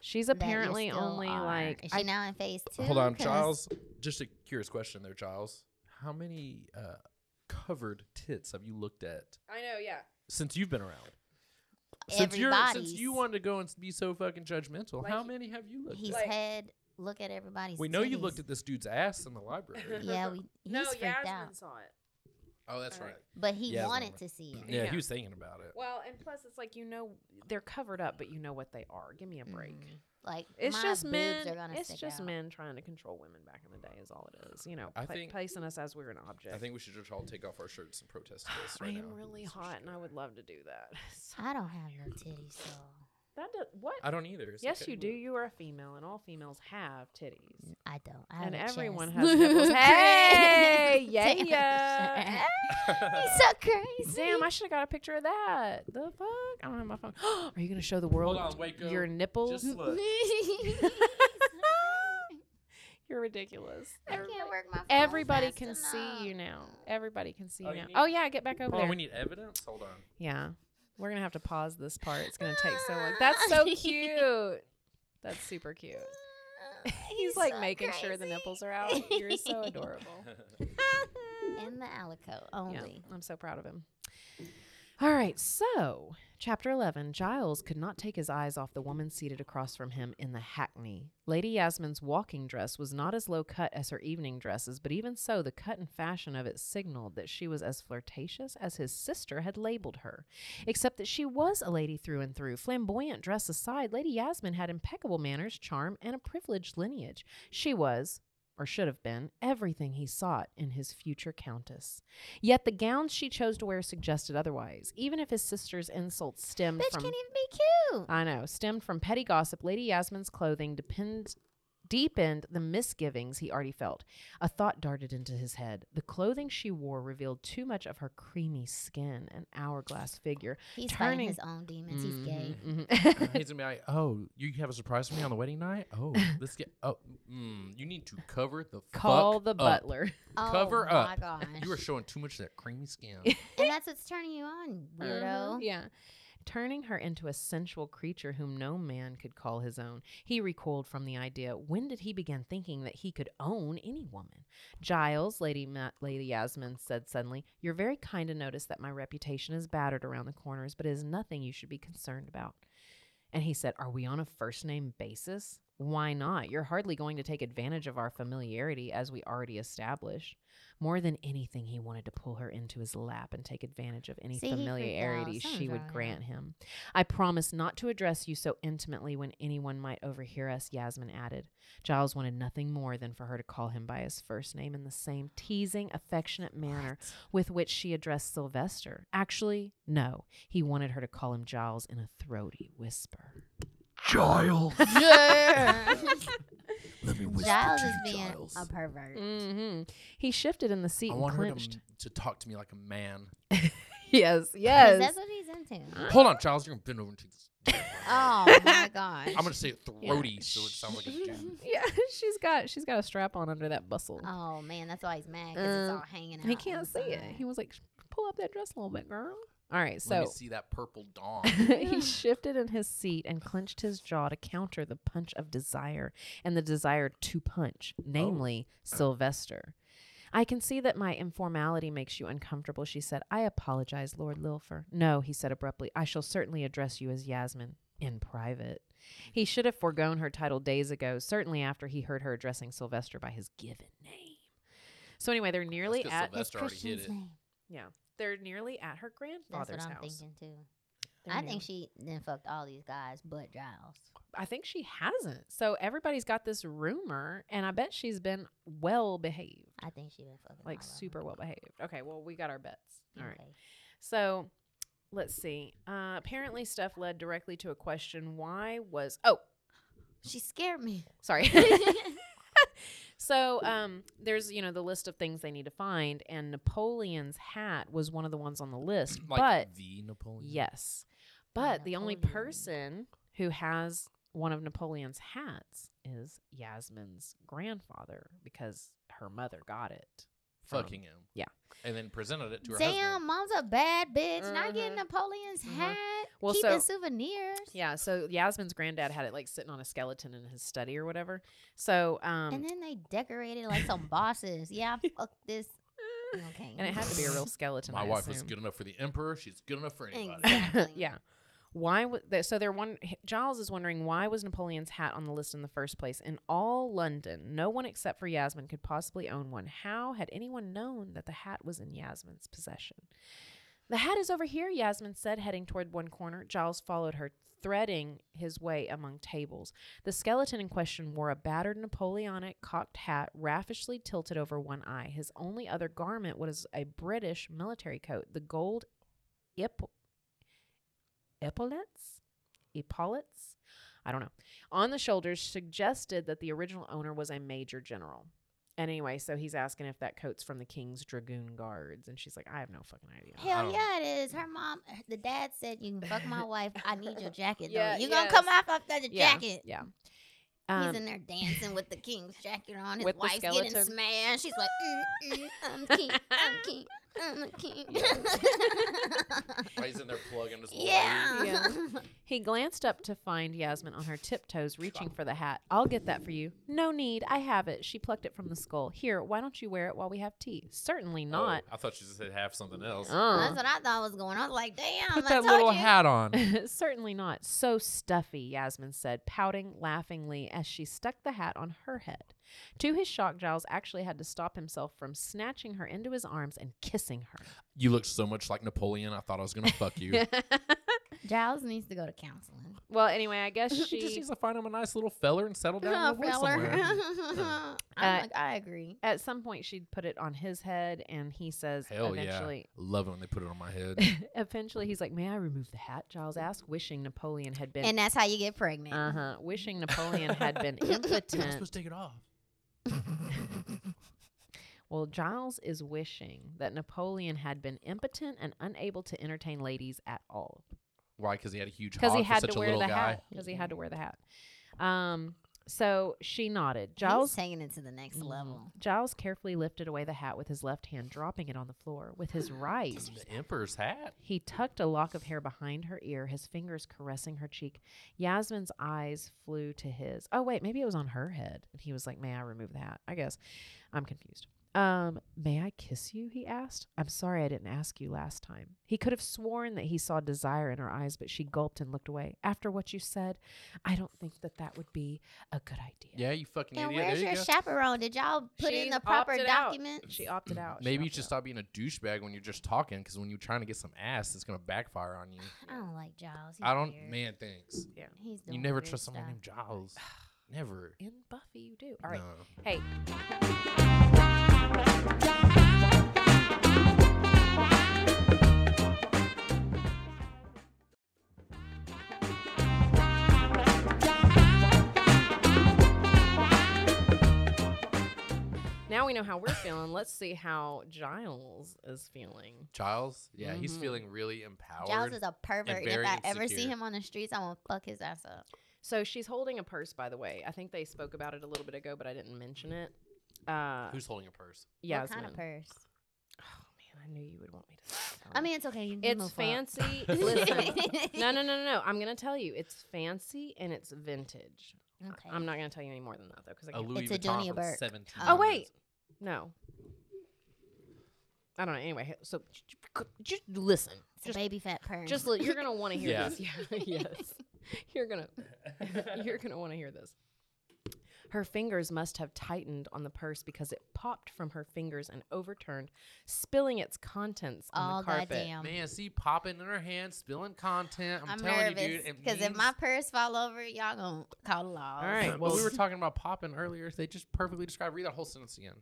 D: She's
E: That you
D: apparently
E: still
D: only
E: are.
D: like
E: Is she
D: I,
E: now in phase two?
B: Hold on,
E: 'Cause
B: Giles. Just a curious question there, Giles. How many uh, covered tits have you looked at
D: I know, yeah.
B: since you've been around? Since you're since you
E: Everybody's-
B: wanted to go and be so fucking judgmental,
D: Like
B: how
D: he-
B: many have you looked
E: He's
B: at?
E: had look at everybody's.
B: We know you
E: titties.
B: looked at this dude's ass in the library.
E: Yeah, we. He's
D: no,
E: freaked
D: Yasmin
E: out,
D: saw it.
B: oh, that's
D: All
B: right.
D: right.
E: but he
B: Yeah, I
E: wanted
B: remember.
E: to see it.
B: Yeah,
D: Yeah.
B: he was thinking about it.
D: Well, and plus it's like you know they're covered up, but you know what they are. Give me a break.
E: Mhm. Like
D: It's
E: my
D: just
E: boobs
D: men.
E: Are gonna
D: It's
E: stick
D: just
E: out.
D: men trying to control women back in the day is all it is. You know,
B: I
D: pla-
B: think-
D: placing us as we're an object.
B: I think we should just all take off our shirts and protest this
D: I
B: right now.
D: am really
B: Let's just
D: hot,
B: do
D: and I
B: that.
D: would love to do that. So-
E: I don't have no titties, so
D: that does, what?
B: I don't either. It's
D: yes,
B: okay.
D: you do. You are a female, and all females have
B: Mm.
D: titties,
E: I don't. I have
D: and
E: a
D: everyone
E: chest.
D: has nipples. Hey, yeah,
E: Damn.
D: yeah.
E: He's so crazy.
D: Damn, I should have got a picture of that. The fuck? I don't have my phone. Are you gonna show the world
B: on, wake
D: your
B: up.
D: nipples?
B: Just look.
D: You're ridiculous.
E: I can't work my phone
D: Everybody
E: fast
D: can
E: enough.
D: see you now. Everybody can see
B: Oh,
D: you
B: you
D: now.
B: need-
D: Oh yeah, get back over
B: Hold on,
D: there.
B: we need evidence. Hold on.
D: Yeah. We're going to have to pause this part. It's going to take so long. That's so cute. That's super cute.
E: He's,
D: He's like
E: so
D: making sure the
E: crazy.
D: nipples are out. You're so adorable.
E: In the alico
D: Yeah,
E: only.
D: I'm so proud of him. All right, so chapter 11 Giles could not take his eyes off the woman seated across from him in the hackney. Lady Yasmin's walking dress was not as low cut as her evening dresses, but even so, the cut and fashion of it signaled that she was as flirtatious as his sister had labeled her. Except that she was a lady through and through. Flamboyant dress aside, Lady Yasmin had impeccable manners, charm, and a privileged lineage. She was, or should have been, everything he sought in his future countess. Yet the gowns she chose to wear suggested otherwise. Even if his sister's insults stemmed
E: Bitch
D: from
E: can't even be cute.
D: I know, stemmed from petty gossip, Lady Yasmin's clothing depends deepened the misgivings he already felt. A thought darted into his head. The clothing she wore revealed too much of her creamy skin and hourglass figure.
E: He's
D: turning-
E: fighting his own demons. He's
B: Mm-hmm.
E: gay.
D: Mhm,
B: He's
D: mhm.
B: gonna be like, "Oh, you have a surprise for me on the wedding night? Oh, let's get. Oh, mm, you need to cover the
D: Call
B: fuck
D: the
B: up.
D: butler.
E: Oh
B: Cover
E: my
B: up.
E: gosh.
B: You are showing too much of that creamy skin.
E: and that's what's turning you on, weirdo.
D: Mhm, Yeah. Turning her into a sensual creature whom no man could call his own, he recoiled from the idea. When did he begin thinking that he could own any woman? Giles, Lady, Ma- Lady Yasmin said suddenly, You're very kind to notice that my reputation is battered around the corners, but it is nothing you should be concerned about. And he said, Are we on a first name basis? Why not? You're hardly going to take advantage of our familiarity as we already established. More than anything, he wanted to pull her into his lap and take advantage of any
E: See, he freaked out.
D: familiarity she
E: Something's
D: would
E: wrong, yeah.
D: grant him. I promise not to address you so intimately when anyone might overhear us, Yasmin added. Giles wanted nothing more than for her to call him by his first name in the same teasing, affectionate manner with which she addressed Sylvester. Actually, no. He wanted her to call him Giles in a throaty whisper.
F: Giles.
B: Mm-hmm.
F: Let me whisper
E: Giles
F: to
E: is
F: you,
E: being
F: Giles.
E: a pervert.
D: Mm-hmm. He shifted in the seat
B: I
D: and
B: want her to,
D: clenched.
B: m- to talk to me like a man.
D: Yes,
E: 'Cause
D: yes.
E: That's what he's into.
B: Hold on, Charles. You're gonna bend over and take this.
E: Oh my gosh.
B: I'm gonna say it throaty, so it sounds like a dude.
D: Yeah, she's got she's got a strap on under that bustle.
E: Oh man, that's why he's mad because it's
D: Um,
E: all hanging out.
D: he
E: on the
D: can't see it.
E: side.
D: He was like, "Pull up that dress a little bit, girl." All right,
B: Let me
D: so
B: see that purple dawn.
D: he shifted in his seat and clenched his jaw to counter the punch of desire and the desire to punch,
B: Oh.
D: namely
B: Uh.
D: Sylvester. I can see that my informality makes you uncomfortable, she said. I apologize, Lord Lilfer. No, he said abruptly, I shall certainly address you as Yasmin in private. He should have foregone her title days ago, certainly after he heard her addressing Sylvester by his given name. So anyway, they're nearly
B: That's 'cause
D: at
B: Sylvester already hit
E: Christian's
B: it.
E: name.
D: yeah, they're nearly at her
E: That's
D: grandfather's
E: what I'm
D: house.
E: thinking too.
D: They're
E: I
D: nearly-
E: think she then fucked all these guys but Giles.
D: I think she hasn't. So everybody's got this rumor, and I bet she's been well behaved,
E: I think she been fucking
D: like
E: all of 'em.
D: super well behaved. Okay, well, we got our bets. All right.
E: Oh, Okay.
D: So let's see. Uh, apparently, stuff led directly to a question why was. Oh,
E: She scared me.
D: sorry.
E: That's
D: So um, there's you know the list of things they need to find, and Napoleon's hat was one of the ones on the list.
B: Like
D: but
B: the Napoleon.
D: Yes. But the only
E: Napoleon.
D: person who has one of Napoleon's hats is Yasmin's grandfather because her mother got it. from-
B: Fucking him.
D: Yeah.
B: And then presented it to her
E: Damn,
B: husband.
E: mom's a bad bitch. Not
D: Mhm.
E: getting Napoleon's
D: Mhm.
E: hat.
D: Well,
E: keeping
D: so-
E: souvenirs.
D: Yeah, so Yasmin's granddad had it like sitting on a skeleton in his study or whatever. So um
E: and then they decorated like some bosses. Yeah, fuck this. Okay.
D: and it had to be a real skeleton.
B: My
D: I
B: wife was
D: assume.
B: good enough for the emperor. She's good enough for anybody.
E: Exactly.
D: yeah. Why was th- so? They're one. Giles is wondering why was Napoleon's hat on the list in the first place? In all London, no one except for Yasmin could possibly own one. How had anyone known that the hat was in Yasmin's possession? The hat is over here, Yasmin said, heading toward one corner. Giles followed her, threading his way among tables. The skeleton in question wore a battered Napoleonic cocked hat, raffishly tilted over one eye. His only other garment was a British military coat, the gold epau- epaulets? Epaulets? I don't know. On the shoulders suggested that the original owner was a major general. And anyway, so he's asking if that coat's from the king's dragoon guards, and she's like, "I have no fucking idea."
B: I
E: Hell
B: don't-
E: yeah, it is. Her mom, the dad said, "You can fuck my wife. I need your jacket.
D: Yeah,
E: though. You gonna come
D: yes.
E: off after the
D: Yeah,
E: jacket?"
D: Yeah.
E: He's
D: Um,
E: in there dancing with the king's jacket on. His
D: with the
E: wife's getting
D: skeleton.
E: smashed. She's like, mm, mm, "I'm king. I'm king. I'm the king."
B: Why he's in there plugging his little
E: yeah.
B: lady.
D: he glanced up to find Yasmin on her tiptoes, reaching for the hat. "I'll get that for you." "No need. I have it." She plucked it from the skull. "Here, why don't you wear it while we have tea?" "Certainly
B: Oh,
D: not."
B: I thought she just said have something else.
D: Uh.
E: That's what I thought was going on. I was like, "Damn,
B: Put
E: Oh, I
B: that
E: told
B: little
E: you."
B: hat on.
D: Certainly not. So stuffy, Yasmin said, pouting laughingly as she stuck the hat on her head. To his shock, Giles actually had to stop himself from snatching her into his arms and kissing her.
B: You look so much like Napoleon. I thought I was gonna fuck you.
E: Giles needs to go to counseling.
D: well, anyway, I guess
B: she just
D: she.
B: needs to find him a nice little feller and settle down
E: Oh,
B: with her
E: feller.
B: somewhere.
E: I'm
D: Uh,
E: like, I agree.
D: At some point, she'd put it on his head, and he says,
B: Hell
D: eventually.
B: yeah. Love it when they put it on my head.
D: eventually, he's like, May I remove the hat? Giles asked, wishing Napoleon had been.
E: And that's how you get pregnant.
D: uh huh. Wishing Napoleon had been impotent.
B: take it off.
D: Well, Giles is wishing that Napoleon had been impotent and unable to entertain ladies at all
B: Why? Because he had a huge hog
D: because he
B: for
D: had
B: such
D: to
B: a
D: wear
B: little
D: the
B: guy.
D: hat. Because he had to wear the hat. Um, so she nodded. Giles
E: He's taking it to the next
D: Mhm.
E: level.
D: Giles carefully lifted away the hat with his left hand, dropping it on the floor. With his right,
B: This is the emperor's hat.
D: he tucked a lock of hair behind her ear, his fingers caressing her cheek. Yasmin's eyes flew to his. Oh, wait, maybe it was on her head. And he was like, May I remove the hat? I guess. I'm confused. Um, may I kiss you? He asked. I'm sorry I didn't ask you last time. He could have sworn that he saw desire in her eyes, but she gulped and looked away. After what you said, I don't think that that would be a good idea.
B: Yeah, you fucking
E: And
B: idiot.
E: where's
B: there
E: your
B: you go.
E: chaperone? Did y'all put
D: She
E: in the proper
D: opted out.
E: documents?
D: She opted out. She
B: Maybe you
D: opted
B: should
D: out.
B: stop being a douchebag when you're just talking, because when you're trying to get some ass, it's gonna backfire on you.
E: I don't like Giles. He's
B: I don't,
E: weird.
B: man. Thanks.
E: He's
B: You
E: doing
B: never
E: weird
B: trust someone
E: stuff.
B: named Giles. Never.
D: In Buffy, you do. All right.
B: No.
D: Hey, Now we know how we're feeling. Let's see how Giles is feeling.
B: Giles. Yeah, he's
D: Mhm.
B: feeling really empowered.
E: Giles is a pervert. And if
B: very
E: I ever see
B: insecure.
E: him on the streets, I'm gonna fuck his ass up.
D: So she's holding a purse, by the way. I think they spoke about it a little bit ago, but I didn't mention it. Uh,
B: Who's holding a purse?
E: What
D: Yasmin.
E: kind of purse?
D: Oh man, I knew you would want me to. Say that.
E: I mean, it's okay. You can
D: it's
E: move up.
D: fancy. Listen, no, no, no, no, no. I'm gonna tell you, it's fancy and it's vintage.
E: Okay.
D: I'm not gonna tell you any more than that though, because I
B: A
D: can't.
B: Louis
E: It's a
B: Vuitton
E: Johnny
B: from
E: Burke.
B: 1700s.
D: Oh wait, no. I don't know. Anyway, so j- j- just listen.
E: It's
D: Just
E: a baby fat perm.
D: Just li- you're gonna want to hear
B: Yeah.
D: this. Yeah, yes, you're gonna you're gonna want to hear this. Her fingers must have tightened on the purse because it popped from her fingers and overturned, spilling its contents on
E: all
D: the carpet.
E: goddamn.
B: Man, see popping in her hand, spilling content. I'm,
E: Um, I'm,
B: telling you,
E: nervous
B: dude. it
E: because if
B: means-
E: my purse fall over, y'all gonna call the law.
D: All right,
B: well,
D: well,
B: we were talking about popping earlier. They just perfectly described. Read that whole sentence again.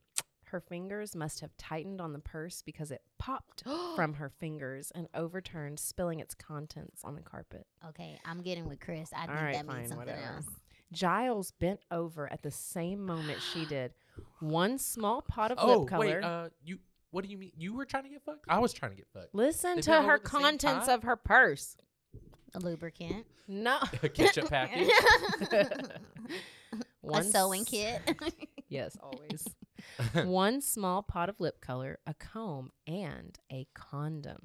D: her fingers must have tightened on the purse because it popped from her fingers and overturned, spilling its contents on the carpet.
E: Okay, I'm getting with Chris. I
D: All
E: think
D: right,
E: that
D: fine,
E: means something
D: whatever.
E: else.
D: Giles bent over at the same moment she did. One small pot of
B: oh
D: lip color.
B: wait, uh, you. What do you mean? You were trying to get fucked? I was trying to get fucked.
D: Listen
B: They
D: to
B: bent over
D: her
B: at the same
D: contents
B: time?
D: of her purse.
E: A lubricant,
D: No.
B: A ketchup package.
E: a
D: One
E: sewing
D: s-
E: kit.
D: Yes, always. One small pot of lip color, a comb, and a condom.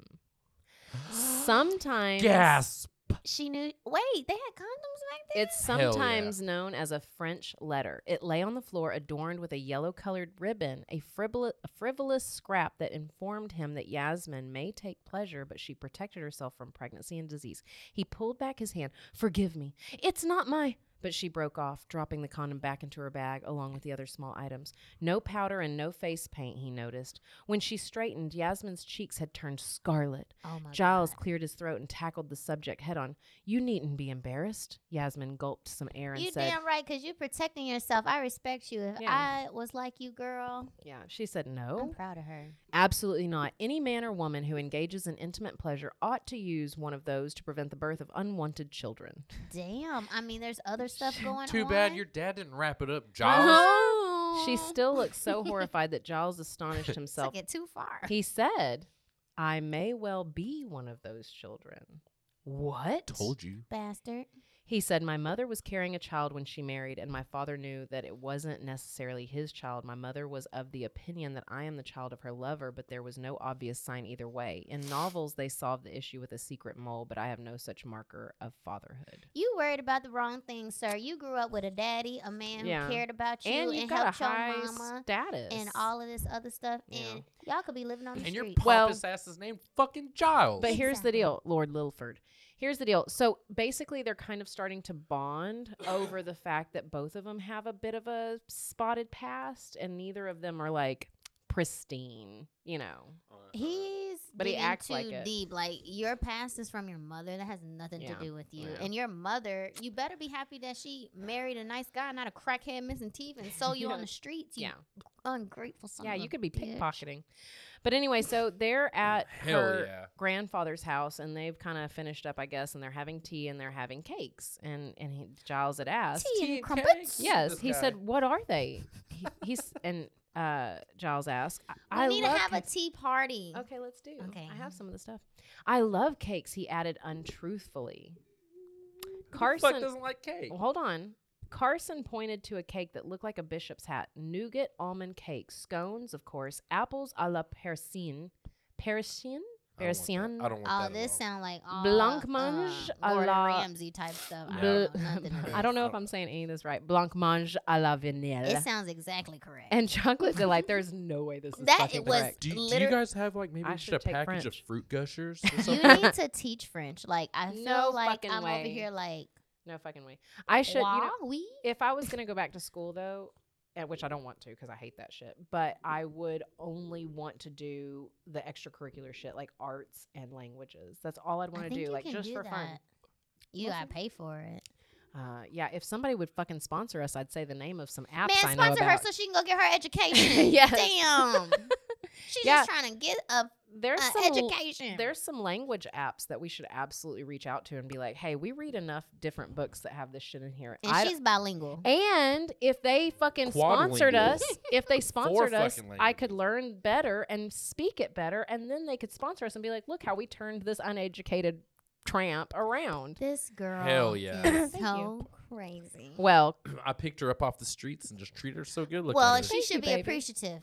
D: Sometimes
B: Gasp.
E: she knew. Wait, they had condoms back then.
D: It's
B: Hell yeah.
D: sometimes known as a French letter. It lay on the floor adorned with a yellow colored ribbon, a frivolous, a frivolous scrap that informed him that Yasmin may take pleasure, but she protected herself from pregnancy and disease. He pulled back his hand. Forgive me. It's not my. But she broke off, dropping the condom back into her bag along with the other small items. No powder and no face paint, he noticed. When she straightened, Yasmin's cheeks had turned scarlet.
E: oh my
D: Giles cleared his throat and tackled the subject head on. You needn't be embarrassed. Yasmin gulped some air
E: God.
D: and
E: You
D: said,
E: damn right, cause you're protecting yourself. I respect you. If
D: Yeah. Oh.
E: I was like you, girl,
D: Yeah, she said,
E: I'm
D: No,
E: proud of her.
D: absolutely not. Any man or woman who engages in intimate pleasure ought to use one of those to prevent the birth of unwanted children.
E: Damn, I mean, there's other stuff going on.
B: Too bad your dad didn't wrap it
E: Uh-huh.
B: up, Giles.
E: Oh.
D: She still looked so horrified that Giles astonished himself.
E: took it too far.
D: He said, I may well be one of those children. What?
B: you.
E: Bastard.
D: He said, My mother was carrying a child when she married, and my father knew that it wasn't necessarily his child. My mother was of the opinion that I am the child of her lover, but there was no obvious sign either way. In novels, they solve the issue with a secret mole, but I have no such marker of fatherhood.
E: You worried about the wrong thing, sir. You grew up with a daddy, a man
D: Yeah.
E: who cared about you
D: and
E: and,
D: you've got a
E: helped your
D: high
E: mama
D: status.
E: and all of this other stuff.
D: Yeah.
E: And y'all could be living on the
B: And your
E: street.
B: pompous
D: Well-
B: ass is named fucking Giles.
D: But here's the
E: Exactly.
D: deal, Lord Lilford. Here's the deal. So basically, they're kind of starting to bond over the fact that both of them have a bit of a spotted past, and neither of them are like pristine, you know.
E: He's
D: Uh, But he
E: getting
D: acts
E: too
D: like it.
E: deep. Like your past is from your mother. That has nothing
D: Yeah.
E: to do with you.
D: Yeah.
E: And your mother, you better be happy that she married a nice guy, not a crackhead missing teeth, and sold you
D: Yeah.
E: on the streets. You
D: Yeah,
E: ungrateful son.
D: yeah.
E: of
D: You
E: a
D: could be
E: bitch.
D: pickpocketing, but anyway. So they're at
B: Oh, Hell
D: her
B: yeah.
D: grandfather's house, and they've kind of finished up, I guess. And they're having tea and they're having cakes. And and he, Giles had asked,
E: Tea
B: Tea
E: and
B: and
E: crumpets.
B: cakes.
D: yes.
B: This
D: He
B: guy.
D: said, "What are they?" He, he's and uh, Giles asked,
E: We
D: "I, I
E: need to
D: love
E: have a
D: cakes."
E: tea party.
D: Okay, let's do.
E: Okay.
D: I have some of the stuff. I love cakes, he added untruthfully. Carson
B: doesn't like cake.
D: well, hold on. Carson pointed to a cake that looked like a bishop's hat. Nougat almond cake, scones, of course, apples a la persine. Persine?
B: Persian. I don't want
E: Oh,
B: that.
E: this
B: at all.
E: sound like all,
D: Blancmange
E: uh,
D: à
E: Gordon
D: la-
E: Ramsay type stuff. I
D: Bl-
E: don't know nothing about
D: I don't know if I'm saying any of this right. Blancmange à la vanille.
E: it. It sounds exactly correct.
D: and chocolate delight. There's no way this is
E: That
D: fucking
E: it was
D: correct.
B: do, you, do you
E: liter-
B: guys have like maybe
D: I
B: just
D: should
B: a
D: take
B: package of
D: French.
B: fruit gushers? Or
E: you
B: something?
E: need to teach French. Like I feel
D: No
E: like
D: fucking
E: I'm over
D: way.
E: here like
D: No fucking way. I should. You know,
E: we
D: if I was gonna go back to school though, and which I don't want to because I hate that shit, but
E: Mm-hmm.
D: I would only want to do the extracurricular shit like arts and languages. That's all I'd want to do, like just for fun.
E: You
D: Well,
E: gotta pay for it.
D: Uh, yeah, if somebody would fucking sponsor us, I'd say the name of some apps I
E: Man,
D: know
E: sponsor her
D: about.
E: so she can go get her education.
D: Yes.
E: Damn. She's
D: Yeah.
E: just trying to get a,
D: there's
E: a
D: some l-
E: uh, education.
D: There's some language apps that we should absolutely reach out to and be like, "Hey, we read enough different books that have this shit in here."
E: and
D: I d-
E: she's bilingual.
D: And if they fucking sponsored
B: Quadlingual.
D: us, if they sponsored us,
B: fucking
D: I could learn better and speak it better, and then they could sponsor us and be like, "Look how we turned this uneducated tramp around."
E: this girl
B: Hell yeah.
E: is
D: Thank you.
E: so crazy.
D: Well,
B: I picked her up off the streets and just treated her so good. Looking
E: Well,
B: at
E: and
B: her.
E: she
D: Thank you,
E: should be
D: baby.
E: appreciative.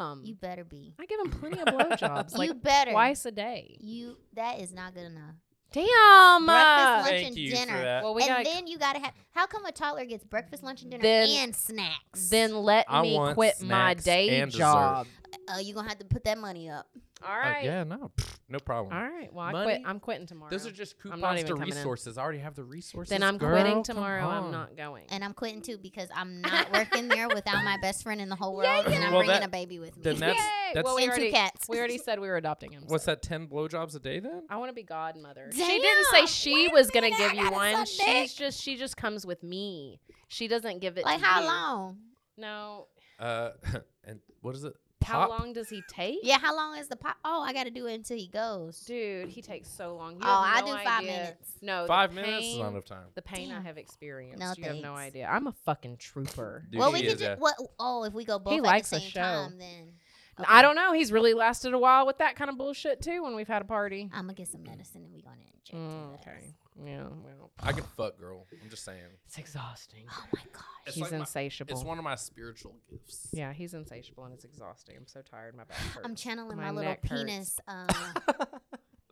D: um,
E: You better be.
D: I give them plenty of blowjobs, like
E: you better.
D: twice a day.
E: You that is not good enough.
D: Damn.
E: Breakfast,
D: uh,
E: lunch, and dinner.
D: well, we
E: and
D: got
E: then you gotta have. How come a toddler gets breakfast, lunch, and dinner
D: Then-
E: and snacks?
D: then let
B: I
D: me
B: want
D: quit my
B: snacks
D: day
B: and dessert.
D: job.
E: oh, you gonna have to put that money up.
D: All
B: Like,
D: right.
B: Uh, yeah, no, pff, no problem.
D: All right. Well, I quit.
B: Money?
D: I'm quitting tomorrow.
B: Those are just
D: I'm not
B: coupons
D: even
B: to
D: coming in.
B: resources. I already have the resources.
D: then I'm
B: girl,
D: quitting
B: come
D: tomorrow. I'm
B: on.
D: not going.
E: And I'm quitting too because I'm not working there without my best friend in the whole world, and I'm
B: Well,
E: bringing
B: that-
E: a baby with me.
B: then that's-
D: Yay!
B: that's-
D: well, we
E: And two
D: already,
E: cats.
D: We already said we were adopting him.
B: What's
D: so-
B: that? Ten blowjobs a day then?
D: I want to be godmother. she didn't say
E: Damn!
D: she
E: Wait a
D: was gonna
E: minute,
D: give
E: I
D: you
E: gotta
D: one.
E: suck
D: She's
E: dick.
D: just she just comes with me. She doesn't give it.
E: like
D: to
E: how
D: you.
E: long?
D: No.
B: Uh, and what is it?
D: How
B: Pop?
D: long does he take?
E: Yeah, how long is the pop? Oh, I gotta do it until he goes.
D: Dude, he takes so long. You
E: oh, I
D: have
E: do
D: no
E: five
D: idea.
E: minutes.
D: No, the
B: Five minutes is
D: pain-
B: not enough time.
D: The pain I
E: Damn.
D: have experienced.
E: No,
D: you have no
E: thanks.
D: idea. I'm a fucking trooper.
B: Dude,
E: well, we
B: she
E: could
B: is a-
E: just what? Oh, if we go both at
D: likes
E: the
D: a
E: same
D: show.
E: time, then
D: I don't know. He's really lasted a while with that kind of bullshit too. When we've had a party.
E: I'm gonna get some medicine and we gonna inject.
D: Mm,
E: his
D: okay.
E: ass.
D: Yeah. Well,
B: I can fuck, girl. I'm just saying.
D: it's exhausting.
E: Oh my god.
B: It's
D: He's
B: like my-
D: insatiable.
B: It's one of my spiritual gifts.
D: Yeah, he's insatiable and it's exhausting. I'm so tired. My back hurts.
E: I'm channeling my,
D: My
E: little
D: neck hurts.
E: penis. Um,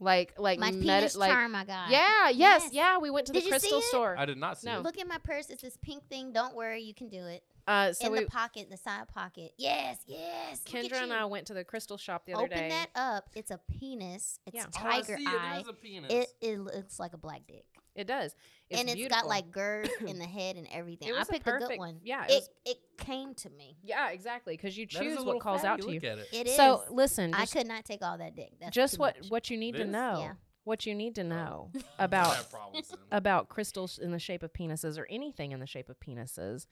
D: like like
E: my
D: medi-
E: penis
D: like
E: charm I got.
D: yeah yes,
E: Yes.
D: yeah we went to
E: Did
D: the
E: you see
D: crystal
E: it?
D: store
B: I did not see.
D: No.
B: it.
E: Look in my purse. It's this pink thing. Don't worry, you can do it.
D: uh so
E: in
D: we
E: the pocket, the side pocket. Yes, yes. look at
D: kendra and
E: you.
D: i went to the crystal shop the other
E: Open
D: day
E: that up. It's a penis. It's
D: Yeah.
B: Oh, I
E: tiger
B: see It
E: eye.
B: is a penis.
E: It, it looks like a black dick,
D: it does it's
E: and it's
D: beautiful.
E: got like girth in the head and everything.
D: It was a
E: I picked a,
D: perfect-
E: good one.
D: yeah, it
E: it
D: was-
E: it came to me.
D: yeah exactly because you
B: That is a
D: choose what
B: little
D: calls
B: fatty.
D: out to you
B: Look at it.
E: It is.
D: so listen
E: I
D: just,
E: could not take all that dick. That's
D: just
E: too
D: what
E: much.
D: what you need to
B: This? Oh.
D: know
E: Yeah.
D: what you need to know
B: I
D: about
B: have problems then.
D: about crystals in the shape of penises or anything in the shape of penises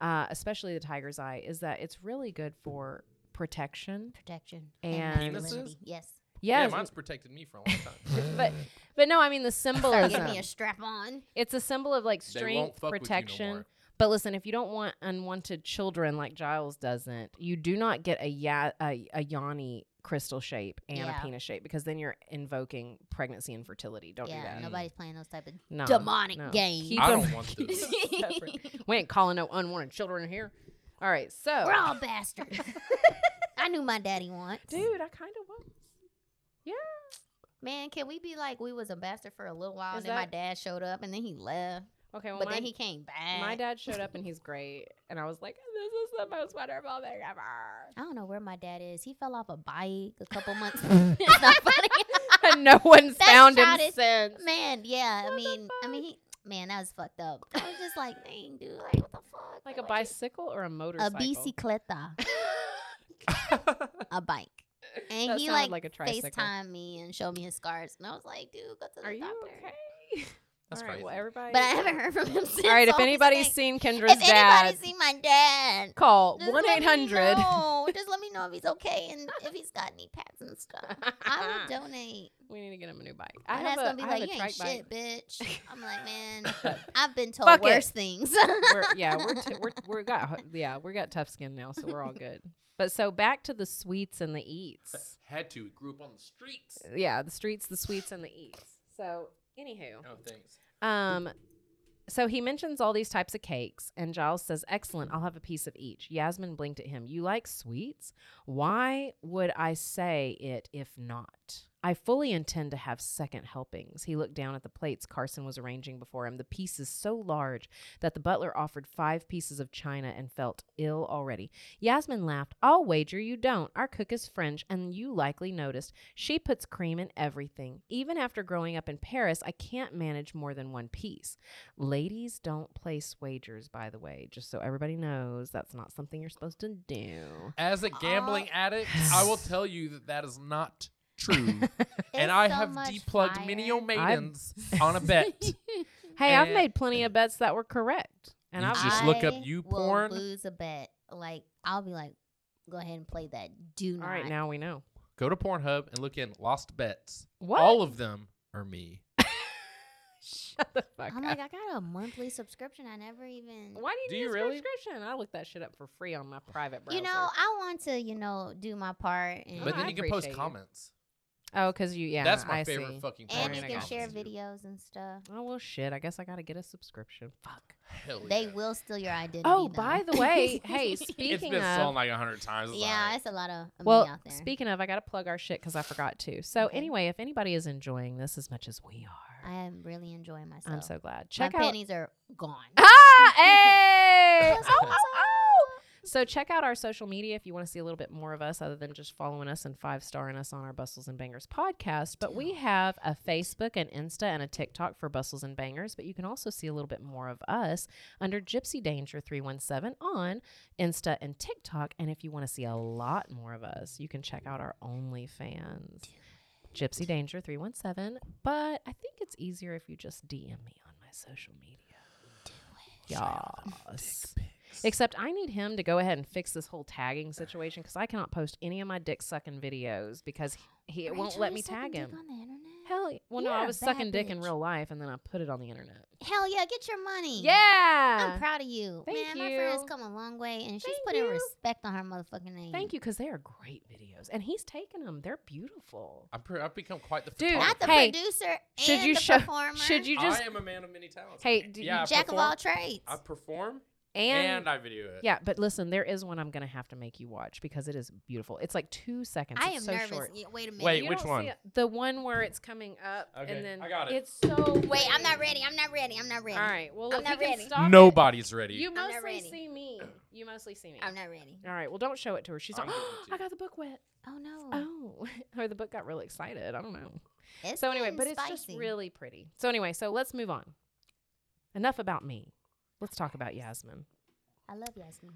D: uh, especially the tiger's eye is that it's really good for protection
E: protection
D: And-
E: masculinity. yes.
B: yeah,
D: yes
B: mine's protected me for a long time.
D: but but no i mean the
E: Sorry,
D: symbolism
E: give me a strap on.
D: It's a symbol of like
B: They won't
D: strength,
B: fuck with you no
D: protection.
B: more.
D: But listen, if you don't want unwanted children like Giles doesn't, you do not get a ya- a, a yoni crystal shape and
E: Yeah.
D: a penis shape because then you're invoking pregnancy and fertility. Don't do
E: yeah,
D: that.
E: nobody's playing those type of.
D: No,
E: demonic
D: no.
E: games.
D: Keep
B: I
D: 'em-
B: don't want this.
D: we ain't calling no unwanted children here. All right, so
E: We're all bastards. I knew my daddy once.
D: dude, I kind of was. Yeah,
E: Man, can we be like we was a bastard for a little while
D: Is
E: and then my
D: that-
E: dad showed up and then he left,
D: okay. Well,
E: but
D: my,
E: then he came back.
D: my dad showed up and he's great, and I was like, this is the most wonderful thing ever.
E: I don't know where my dad is. He fell off a bike a couple months. it's not funny.
D: and no one's
E: That's
D: found him
E: childish.
D: since.
E: man, yeah. I
D: What the
E: mean, I
D: fuck?
E: mean, he, man, that was fucked up. I was just like, dang, dude, like what the fuck?
D: Like a
E: what you-
D: bicycle or a
E: a
D: motorcycle?
E: bicicleta, a bike. And
D: That
E: he
D: sounded
E: like,
D: like a tricycle.
E: FaceTime me and showed me his scars, and I was like, dude, go to the
D: Are you
E: doctor.
D: okay?
B: That's
D: All right, well,
B: crazy.
D: everybody.
E: But I haven't heard from him since.
D: All right,
E: so
D: if
E: I'm just
D: anybody's
E: like,
D: seen Kendra's
E: if
D: dad,
E: anybody's seen my dad,
D: call
E: just
D: one
E: let
D: eight
E: me
D: hundred.
E: know. just let me know if he's okay and if he's got any pats and stuff. I would donate.
D: We need to get him a new bike. I
E: My dad's
D: have a,
E: gonna be
D: I
E: like,
D: have a
E: "You ain't
D: trike bike.
E: shit, bitch." I'm like, man, I've been told
D: Fuck it.
E: worse things.
D: we're, yeah, we're, t- we're we're got yeah, we got tough skin now, so we're all good. But so back to the sweets and the eats.
B: Had to. It grew up on the streets.
D: Yeah, the streets, the sweets, and the eats. So anywho,
B: No thanks.
D: Um, so he mentions all these types of cakes, and Giles says, Excellent, I'll have a piece of each. Yasmin blinked at him. You like sweets? Why would I say it if not? I fully intend to have second helpings. He looked down at the plates Carson was arranging before him, the pieces so large that the butler offered five pieces of china and felt ill already. Yasmin laughed. I'll wager you don't. Our cook is French, and you likely noticed. She puts cream in everything. Even after growing up in Paris, I can't manage more than one piece. Ladies don't place wagers, by the way, just so everybody knows that's not something you're supposed to do.
B: As a gambling
E: Uh,
B: addict, I will tell you that that is not true. and
E: It's
B: I
E: so
B: have
E: much
B: deplugged many
E: fire.
B: old maidens on a bet.
D: Hey, I've
B: And-
D: made plenty of bets that were correct. And
B: You
D: I've
B: just look up
E: I
B: you
E: will
B: porn.
E: Lose a bet. Like I'll be like, go ahead and play that. Do not.
D: All right, now we know.
B: Go to Pornhub and look in lost bets.
D: What?
B: All of them are me.
D: Shut the fuck
E: I'm
D: up.
E: like, I got a monthly subscription. I never even.
D: Why do
B: Do
D: you need
B: you
D: a
B: really?
D: subscription? I look that shit up for free on my private browser.
E: You know, I want to, you know, do my part. And,
B: But
D: Oh,
B: then
D: I
B: you can post
D: appreciate you.
B: comments.
D: oh, because you, yeah,
B: That's my
D: I
B: favorite
D: see.
B: fucking part.
E: and
D: porn
E: you
D: I
E: can
D: got
E: share
D: you.
E: videos and stuff.
D: Oh well, shit. I guess I gotta get a subscription. Fuck.
B: Hell
E: They
B: Oh, yeah.
E: will steal your identity.
D: Oh,
E: though.
D: by the way, hey,
B: It's
D: speaking
B: been
D: of,
B: sold like a hundred times. It's
E: yeah,
B: alright.
E: it's a lot of me
D: well,
E: out there.
D: speaking of, I gotta plug our shit because I forgot to. So
E: Okay.
D: anyway, if anybody is enjoying this as much as we are,
E: I am really enjoying myself.
D: I'm so glad. Check
E: my
D: out
E: panties are gone.
D: Ah, hey!
E: That's awesome.
D: So check out our social media if you want to see a little bit more of us other than just following us and five starring us on our Bustles and Bangers podcast. But we have a Facebook, an Insta, and a TikTok for Bustles and Bangers. But you can also see a little bit more of us under Gypsy Danger 317 on Insta and TikTok. And if you want to see a lot more of us, you can check out our OnlyFans. Gypsy Danger 317. But I think it's easier if you just DM me on my social media. Yes. Except I need him to go ahead and fix this whole tagging situation because I cannot post any of my dick sucking videos because he, it won't
E: Rachel,
D: let
E: you
D: me
E: sucking
D: tag
E: dick
D: him.
E: on the internet?
D: Hell, y- well, no,
E: You're
D: I
E: a
D: was
E: bad
D: sucking dick in
E: bitch.
D: real life and then I put it on the internet.
E: Hell yeah, get your money.
D: Yeah.
E: I'm proud of you.
D: Thank
E: Man, my friend
D: you.
E: has come a long way and she's
D: Thank
E: putting
D: you.
E: respect on her motherfucking name.
D: Thank you because they are great videos and he's taking them. They're beautiful.
B: I'm pre- I've become quite the
D: Dude,
E: Not the
B: photographer.
D: Hey,
E: producer
D: should
E: and
D: you
E: the
D: show?
E: performer.
D: Should you just
B: I am a man of many talents.
D: Hey, do
B: yeah, I
E: Jack
B: perform,
E: of all trades.
B: I perform and,
D: and,
B: I video it.
D: yeah? But listen, there is one I'm gonna have to make you watch because it is beautiful. It's like two seconds.
E: I
D: It's
E: am
D: so
E: nervous.
D: Short.
E: Yeah, wait a minute.
B: Wait,
D: You
B: which
D: don't see
B: one?
D: it- The one where it's coming up
B: Okay,
D: and then
B: I got it.
D: It's so
E: Wait, I'm not ready. I'm not ready. I'm not ready.
D: All right. Well,
E: I'm
D: look,
E: not
D: you can
E: ready.
D: stop it.
B: Nobody's ready.
D: You
E: not
D: mostly
E: ready.
D: see me. You mostly see me.
E: I'm not ready.
D: All right. Well, don't show it to her. She's like,
B: I'm
D: "Oh,
B: going to."
D: I got the book wet.
E: Oh no.
D: Oh, or the book got really excited. I don't know.
E: It's
D: so anyway,
E: getting
D: but it's just
E: spicy.
D: really pretty. So anyway, so let's move on. Enough about me. Let's talk about Yasmin.
E: I love Yasmin.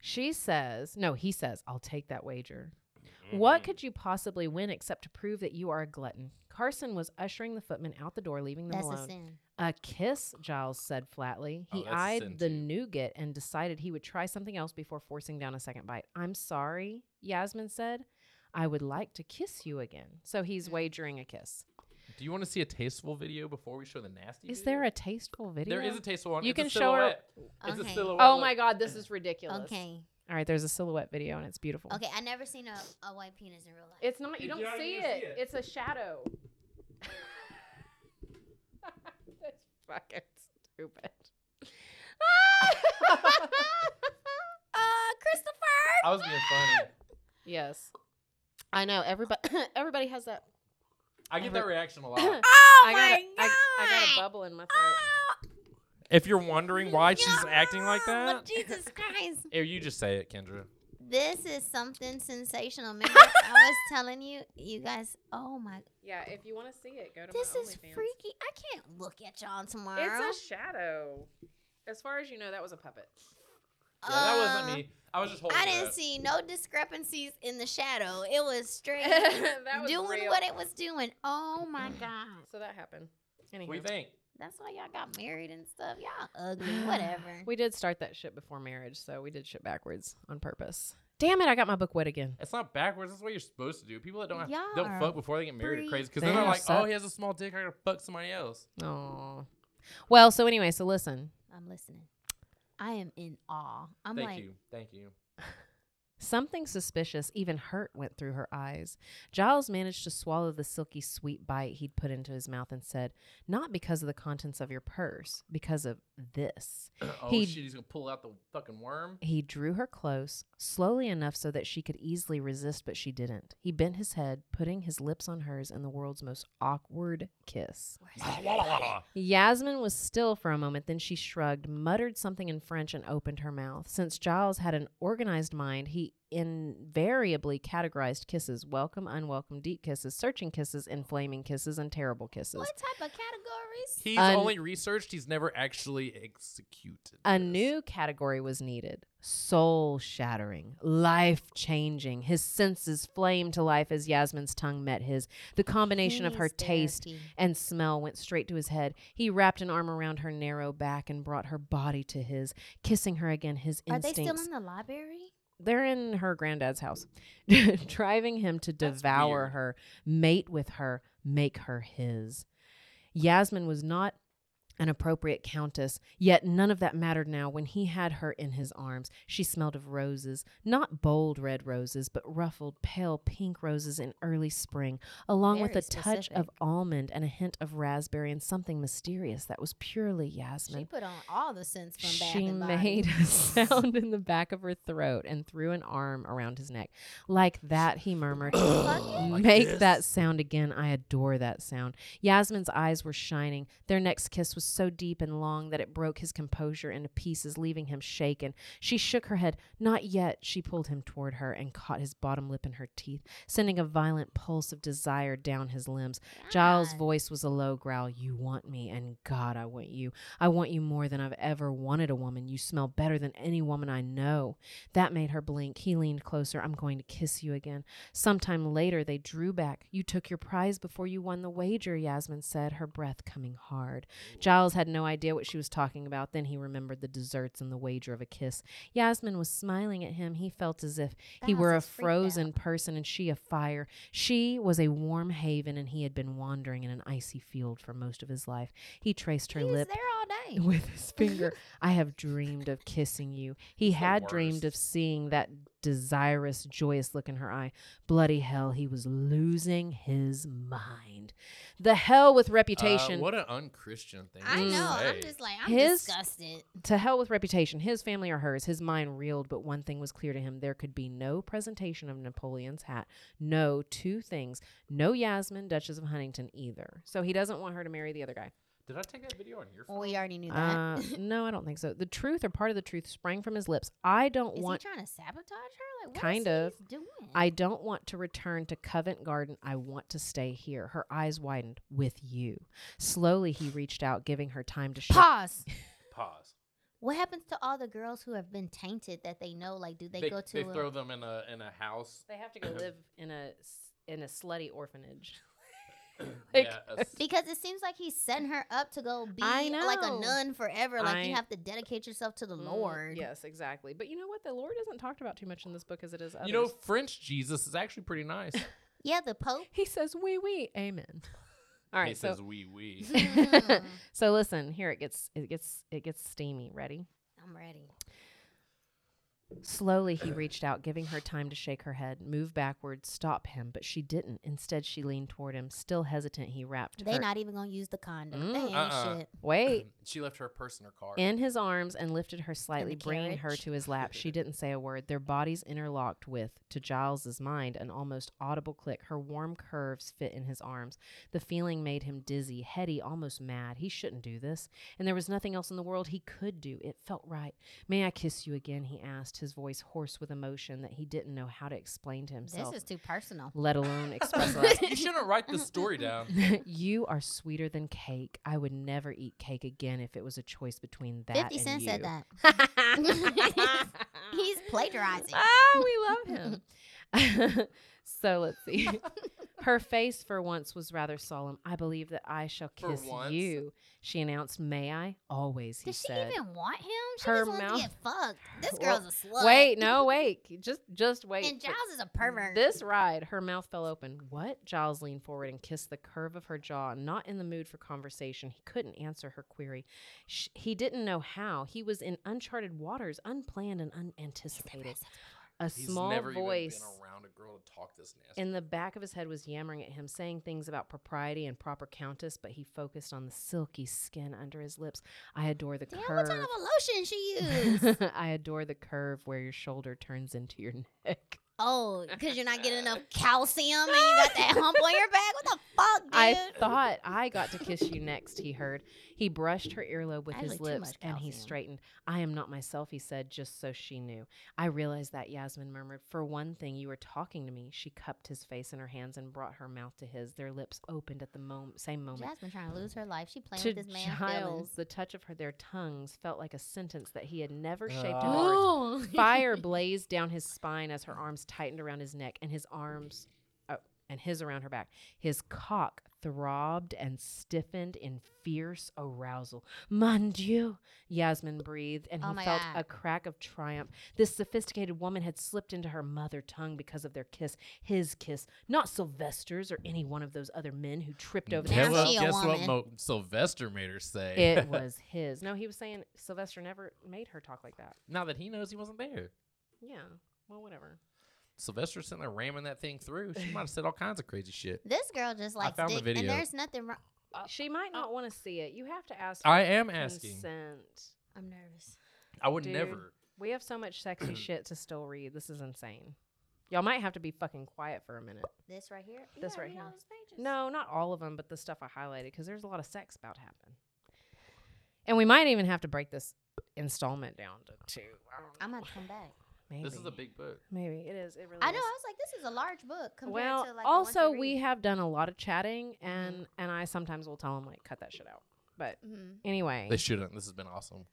D: She says, no, he says, I'll take that wager.
B: Mm-hmm.
D: What could you possibly win except to prove that you are a glutton? Carson was ushering the footman out the door, leaving them
E: That's
D: alone.
E: a sin.
D: A kiss, Giles said flatly.
B: Oh,
D: He
B: that's sin
D: eyed the
B: too.
D: nougat and decided he would try something else before forcing down a second bite. I'm sorry, Yasmin said. I would like to kiss you again. So he's wagering a kiss.
B: Do you want to see a tasteful video before we show the nasty?
D: Is there a tasteful video?
B: There is a tasteful one.
D: You
B: It's
D: can
B: a
D: show her-
B: silhouette. It's
E: Okay.
B: a silhouette.
D: Oh
B: Look.
D: my God, this is ridiculous.
E: Okay.
D: All right, there's a silhouette video and it's beautiful.
E: Okay. I never seen a, a white penis in real life.
D: It's not, you
B: You
D: don't
B: don't
D: see,
B: even
D: it.
B: see it.
D: It's a shadow. That's fucking stupid.
E: uh, Christopher.
B: I was being funny.
D: Yes. I know everybody everybody has that
B: I get
D: Every-
B: that reaction a lot.
E: Oh
D: I got,
E: my
D: a, I, I got a
E: God.
D: bubble in my throat.
B: if you're wondering why she's acting like
E: No,
B: that,
E: Jesus Christ.
B: or you just say it, Kendra.
E: This is something sensational. Remember, I was telling you, you guys. Oh my,
D: Yeah, if you want to see it, go to
E: this
D: my
E: is
D: OnlyFans.
E: freaky. I can't look at y'all tomorrow.
D: It's a shadow. As far as you know, that was a puppet.
B: Yeah, that
E: Uh,
B: wasn't me. I was just holding.
E: I
B: it
E: didn't
B: up.
E: see no discrepancies in the shadow. It was straight
D: That was
E: doing
D: real.
E: what it was doing. Oh my
B: Mm.
E: god,
D: So that happened. Anyhow.
B: What do you think?
E: that's why y'all got married and stuff. Y'all ugly, whatever.
D: We did start that shit before marriage, so we did shit backwards on purpose. Damn it, I got my book wet again.
B: It's not backwards. That's what you're supposed to do. People that don't have,
E: Y'all
B: don't
E: are
B: fuck before they get married are
E: free-
B: crazy because then
D: They
B: they're
D: are
B: like,
D: so-
B: oh, he has a small dick. I gotta fuck somebody else.
D: Oh. Well, so anyway, so listen.
E: I'm listening. I am in awe. I'm
B: Thank
E: like,
B: you. Thank you.
D: Something suspicious, even hurt, went through her eyes. Giles managed to swallow the silky sweet bite he'd put into his mouth and said, Not because of the contents of your purse, because of this.
B: oh
D: He-
B: shit, he's gonna pull out the fucking worm.
D: He drew her close, slowly enough so that she could easily resist, but she didn't. He bent his head, putting his lips on hers in the world's most awkward kiss. Yasmin was still for a moment, then she shrugged, muttered something in French, and opened her mouth. Since Giles had an organized mind, he invariably categorized kisses welcome, unwelcome, deep kisses, searching kisses, inflaming kisses, and terrible kisses.
E: What type of categories?
B: He's
D: Un-
B: only researched. He's never actually executed.
D: A
B: this.
D: new category was needed soul shattering, life changing. His senses flamed to life as Yasmin's tongue met his. The combination of her
E: He's
D: taste
E: therapy.
D: and smell went straight to his head. He wrapped an arm around her narrow back and brought her body to his, kissing her again. His
E: Are
D: instincts.
E: they still in the library?
D: They're in her granddad's house, driving him to devour
B: weird.
D: her, mate with her, make her his. Yasmin was not an appropriate countess, yet none of that mattered now when he had her in his arms. She smelled of roses, not bold red roses, but ruffled, pale pink roses in early spring, along with
E: Very
D: a touch of
E: specific.
D: almond and a hint of raspberry and something mysterious that was purely Yasmin.
E: She put on all the scents from Bath
D: She
E: and Body.
D: made a sound in the back of her throat and threw an arm around his neck. Like that, he murmured. Make that sound again. I adore that sound. Yasmin's eyes were shining. Their next kiss was so deep and long that it broke his composure into pieces, leaving him shaken. She shook her head. Not yet. She pulled him toward her and caught his bottom lip in her teeth, sending a violent pulse of desire down his limbs. Giles'
E: God.
D: voice was a low growl. You want me, and God, I want you. I want you more than I've ever wanted a woman. You smell better than any woman I know. That made her blink. He leaned closer. I'm going to kiss you again. Sometime later, they drew back. You took your prize before you won the wager, Yasmin said, her breath coming hard. Giles had no idea what she was talking about. Then he remembered the desserts and the wager of a kiss. Yasmin was smiling at him. He felt as if he were a
E: Giles is freaked out.
D: frozen person and she a fire. She was a warm haven and he had been wandering in an icy field for most of his life. He traced her
E: He was
D: lip
E: there all day.
D: with his finger. I have dreamed of kissing you. He had dreamed of seeing that desirous, joyous look in her eye. Bloody hell, he was losing his mind. The hell with
B: Uh,
D: reputation.
B: what an unchristian thing.
E: I
B: to
E: know.
B: say.
E: I'm just like I'm
D: Mm. His-
E: disgusted.
D: to hell with reputation, his family or hers. His mind reeled, but one thing was clear to him there could be no presentation of Napoleon's hat. No two things. No Yasmin, Duchess of Huntington either. So he doesn't want her to marry the other guy.
B: Did I take that video on your phone?
E: Well, we already knew that.
D: Uh,
E: Is
D: no, I don't think so. The truth or part of the truth sprang from his lips. I don't
E: he
D: want
E: trying to sabotage her? Like what is
D: Kind
E: he
D: of.
E: doing?
D: I don't want to return to Covent Garden. I want to stay here. Her eyes widened with you. Slowly he reached out, giving her time to shake.
E: pause.
B: Pause.
E: What happens to all the girls who have been tainted that they know? Like, do they, go to?
B: they
E: a-
B: throw them in a in a house.
D: They have to go live in a s- in a slutty orphanage. Like-
B: yeah, a s-
E: because it seems like he's setting her up to go be
D: I
E: like
D: know.
E: a nun forever. Like
D: I-
E: you have to dedicate yourself to the
D: Mm,
E: Lord.
D: yes, exactly. But you know what? The Lord isn't talked about too much in this book as it is. Others.
B: you know, French Jesus is actually pretty nice.
E: Yeah, the Pope.
D: he says, "We, we, amen." All
B: he
D: right, so
B: says we we.
E: Mm,
D: so listen here. It gets it gets it gets steamy. Ready?
E: I'm ready.
D: Slowly, he reached out, giving her time to shake her head, move backward, stop him, but she didn't. Instead, she leaned toward him. Still hesitant, he wrapped
E: They
D: her
E: not even gonna use the condom.
D: Mm,
E: they ain't
B: uh-uh.
E: shit.
D: wait
B: she left her purse in her car.
D: in his arms and lifted her slightly, bringing her
E: carriage.
D: to his lap. She didn't say a word. Their bodies interlocked with, to Giles's mind, an almost audible click. Her warm curves fit in his arms. The feeling made him dizzy, heady, almost mad. He shouldn't do this, and there was nothing else in the world he could do. It felt right. "May I kiss you again?" he asked, his voice hoarse with emotion that he didn't know how to explain to himself.
E: This is too personal.
D: let alone express aloud.
B: you shouldn't write this story down.
D: you are sweeter than cake. I would never eat cake again if it was a choice between that.
E: Fifty
D: and
E: Cent
D: you.
E: said that.
D: that.
E: He's plagiarizing.
D: Ah, we love him. so let's see. Her face for once was rather solemn. I believe that I shall
B: For
D: kiss
B: once?
D: you. She announced, May I? Always, he
E: Does she
D: said.
E: even want him? She
D: Her
E: just wants to get fucked. This
D: Well,
E: girl's a slut.
D: Wait, no, wait. Just just wait.
E: And
D: for-
E: Giles is a pervert.
D: This ride, her mouth fell open. What? Giles leaned forward and kissed the curve of her jaw, not in the mood for conversation. He couldn't answer her query. Sh- he didn't know how. He was in uncharted waters, unplanned and unanticipated. A
B: He's
D: small
B: never
D: voice
B: even been around a girl to talk this nasty.
D: in the back of his head was yammering at him, saying things about propriety and proper countess, but he focused on the silky skin under his lips. I adore the
E: Damn, what
D: curve.
E: type of lotion she used?
D: I adore the curve where your shoulder turns into your neck.
E: oh, because you're not getting enough calcium and you got that hump on your back? What the fuck, dude?
D: I thought I got to kiss you next, he heard. He brushed her earlobe with his
E: Actually, too
D: lips
E: much
D: and he
E: calcium.
D: straightened. I am not myself, he said, just so she knew. I realized that, Yasmin murmured. For one thing, you were talking to me. She cupped his face in her hands and brought her mouth to his. Their lips opened at the mom- same moment.
E: Jasmine trying to lose her life. She playing
D: oh to
E: with this man.
D: Giles, the touch of her, their tongues felt like a sentence that he had never shaped in
B: Ah.
D: words.
E: Oh,
D: Fire blazed down his spine as her arms tightened around his neck and his arms oh, and his around her back. His cock throbbed and stiffened in fierce arousal. Mon Dieu, Yasmin breathed, and he
E: Oh my
D: felt
E: God.
D: a crack of triumph. This sophisticated woman had slipped into her mother tongue because of their kiss, his kiss, not Sylvester's or any one of those other men who tripped over
E: Now
B: guess
D: themselves.
B: what,
E: she a
B: guess what
E: woman.
B: Mo- Sylvester made her say.
D: It was his. No, he was saying Sylvester never made her talk like that.
B: now that he knows he wasn't there.
D: Yeah. Well, whatever.
B: Sylvester's sitting there ramming that thing through. She might have said all kinds of crazy shit.
E: This girl just likes
B: found the
E: dick, and
B: video.
E: there's nothing wrong.
D: She might
E: oh.
D: not want to see it. You have to ask.
B: I
D: for
B: am asking.
D: Consent.
E: I'm nervous.
B: I would
D: Dude.
B: never.
D: We have so much sexy shit to still read. This is insane. Y'all might have to be fucking quiet for a minute.
E: This right here. You
D: This
E: gotta
D: right
E: read all
D: here.
E: these pages.
D: No, not all of them, but the stuff I highlighted because there's a lot of sex about to happen. And we might even have to break this installment down to two. I don't know.
E: I'm gonna have to come back.
D: Maybe.
B: This is a big book.
D: Maybe it is. It really.
E: I
D: Is.
E: know. I was like, this is a large book compared
D: well,
E: to like. the ones
D: also
E: we, Mm-hmm.
D: we have done a lot of chatting, and and I sometimes will tell them like cut that shit out. But
E: hmm
D: anyway,
B: They shouldn't. This has been awesome.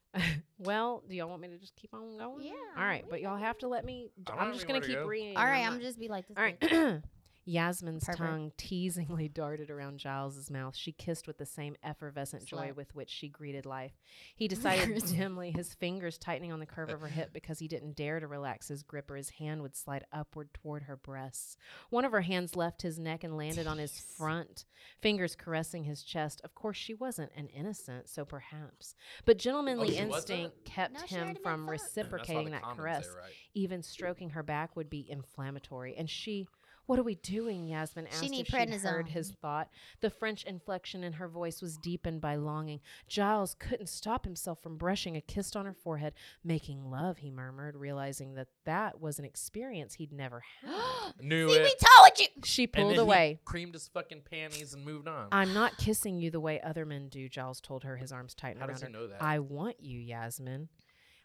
D: well, do y'all want me to just keep on going?
E: Yeah,
D: All right,
E: we
D: but y'all
E: can.
D: have to let me.
B: I don't
D: I'm
B: have
D: just gonna
B: anywhere to
D: keep
B: go.
D: reading.
E: All right, I'm
D: not-
E: just be like this.
D: All
E: big.
D: right. Yasmin's
E: Pervert.
D: tongue teasingly darted around Giles's mouth. She kissed with the same effervescent joy
E: Slut.
D: with which she greeted life. He decided dimly, his fingers tightening on the curve of her hip because he didn't dare to relax his grip or his hand would slide upward toward her breasts. One of her hands left his neck and landed on his front, fingers caressing his chest. Of course, she wasn't an innocent, so perhaps. But gentlemanly
B: Oh, she wasn't?
D: instinct kept
E: No, she
D: him
E: already been
D: from
E: fucked.
D: reciprocating that caress. Even stroking her back would be inflammatory. And she, what are we doing? Yasmin asked.
E: need
D: if she heard
E: prednisone.
D: his thought. The French inflection in her voice was deepened by longing. Giles couldn't stop himself from brushing a kiss on her forehead. Making love, he murmured, realizing that that was an experience he'd never had.
B: Knew
E: See,
B: it.
E: we told you.
D: she
B: And
D: pulled
B: then he
D: away.
B: creamed his fucking panties and moved on.
D: I'm not kissing you the way other men do, Giles told her, his arms tightened
B: How
D: around
B: does
D: her.
B: he know that?
D: I want you, Yasmin.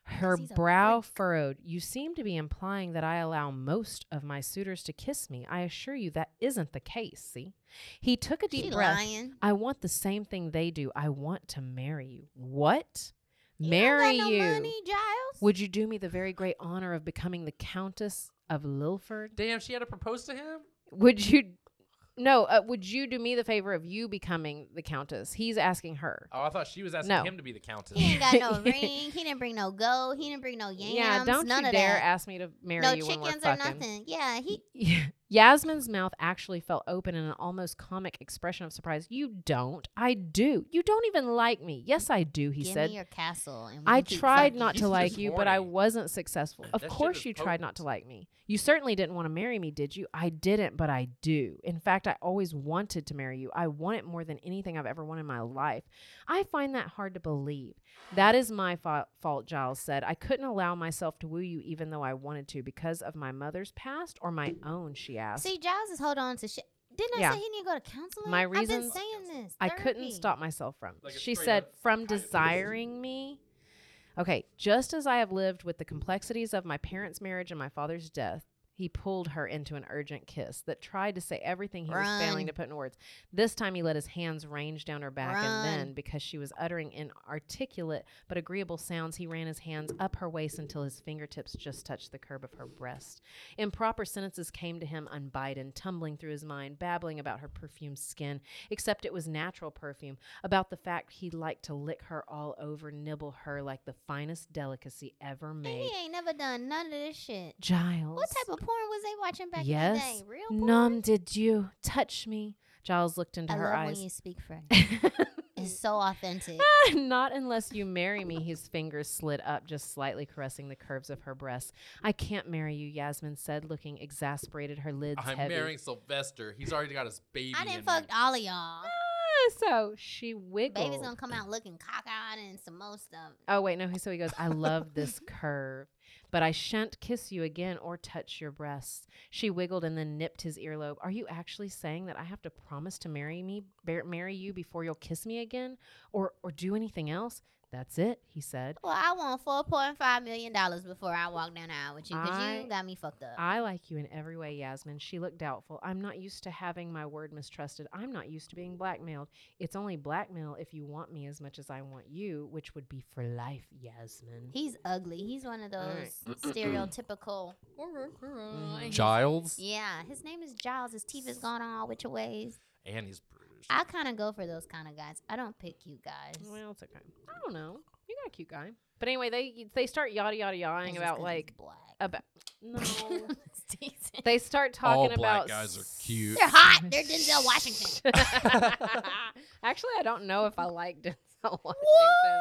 D: Her
E: he's a
D: brow furrowed. You seem to be implying that I allow most of my suitors to kiss me. I assure you that isn't the case. See? He took a deep
E: She
D: breath.
E: lying.
D: I want the same thing they do. I want to marry you. What?
E: You don't got
D: marry
E: no
D: you.
E: money, Giles.
D: Would you do me the very great honor of becoming the Countess of Lilford?
B: Damn, she had to propose to him?
D: Would you No, uh, would you do me the favor of you becoming the Countess? He's asking her.
B: Oh, I thought she was asking
D: No.
B: him to be the countess.
E: He ain't got no ring. He didn't bring no gold. He didn't bring no yams.
D: yeah, don't
E: none
D: you
E: of
D: dare
E: that.
D: ask me to marry
E: No
D: you when we're
E: chickens or
D: fucking.
E: nothing. Yeah, he.
D: Yasmin's mouth actually fell open in an almost comic expression of surprise. You don't. I do. You don't even like me. Yes, I do, he
E: give
D: said.
E: me your castle. And we
D: I
E: can keep
D: tried
E: fucking."
D: not
B: He's
D: to
B: just
D: like you, but I
B: horny.
D: wasn't successful. Of
B: That shit
D: course
B: is
D: you tried not to
B: potent.
D: like me. You certainly didn't want to marry me, did you? I didn't, but I do. In fact, I always wanted to marry you. I want it more than anything I've ever wanted in my life. I find that hard to believe. That is my fa- fault, Giles said. I couldn't allow myself to woo you even though I wanted to because of my mother's past or my own, she asked.
E: See, Giles is hold on to shit. Didn't I
D: Yeah.
E: say he need to go to counseling?
D: My
E: I've been
D: reasons-
E: saying this.
D: I couldn't
E: therapy.
D: stop myself from.
B: Like a
D: she
B: straight
D: said,
B: up
D: from
B: psychiatrist.
D: desiring me. Okay, just as I have lived with the complexities of my parents' marriage and my father's death, he pulled her into an urgent kiss that tried to say everything he was failing
E: Run.
D: to put in words. This time he let his hands range down her back, and then,
E: Run.
D: because she was uttering inarticulate but agreeable sounds, he ran his hands up her waist until his fingertips just touched the curve of her breast. Improper sentences came to him unbidden, tumbling through his mind, babbling about her perfumed skin, except it was natural perfume, about the fact he liked to lick her all over, nibble her like the finest delicacy ever
E: And
D: made.
E: he ain't never done none of this shit.
D: Giles.
E: What type of porn was they watching back
D: yes,
E: in the day? Real porn.
D: Nom did you touch me? Giles looked into
E: I
D: her
E: love
D: eyes.
E: when you speak French. is so authentic.
D: Not unless you marry me, his fingers slid up, just slightly caressing the curves of her breasts. I can't marry you, Yasmin said, looking exasperated, her lids
B: I'm
D: heavy.
B: marrying Sylvester. He's already got his baby.
E: I
B: in
E: didn't fuck
B: me.
E: all of y'all.
D: Ah, so she
E: Baby's
D: wiggled.
E: gonna come out looking cockeyed and some more stuff.
D: Oh wait, no. he- So he goes, "I love this curve, but I shan't kiss you again or touch your breasts." She wiggled and then nipped his earlobe. Are you actually saying that I have to promise to marry me, bar- marry you before you'll kiss me again, or or do anything else? That's it, he said.
E: Well, I want four point five million dollars before I walk down the aisle with you, cause
D: I-
E: you got me fucked up.
D: I like you in every way, Yasmin. She looked doubtful. I'm not used to having my word mistrusted. I'm not used to being blackmailed. It's only blackmail if you want me as much as I want you, which would be for life, Yasmin.
E: He's ugly. He's one of
D: right.
E: those stereotypical.
B: Giles,
E: Yeah, his name is Giles. His teeth is gone all which ways.
B: and he's bruised.
E: I kind of go for those kind of guys. I don't pick cute guys.
D: Well, it's okay. I don't know. You got a cute guy. But anyway, they they start yada yada yadaing
E: It's just
D: about
E: 'cause
D: like
E: he's black.
D: about no.
E: It's decent.
D: they start
B: All
D: talking
B: black
D: about
B: guys are cute.
E: They're hot.
D: Oh,
E: They're Denzel Washington.
D: Actually, I don't know if I like Denzel Washington.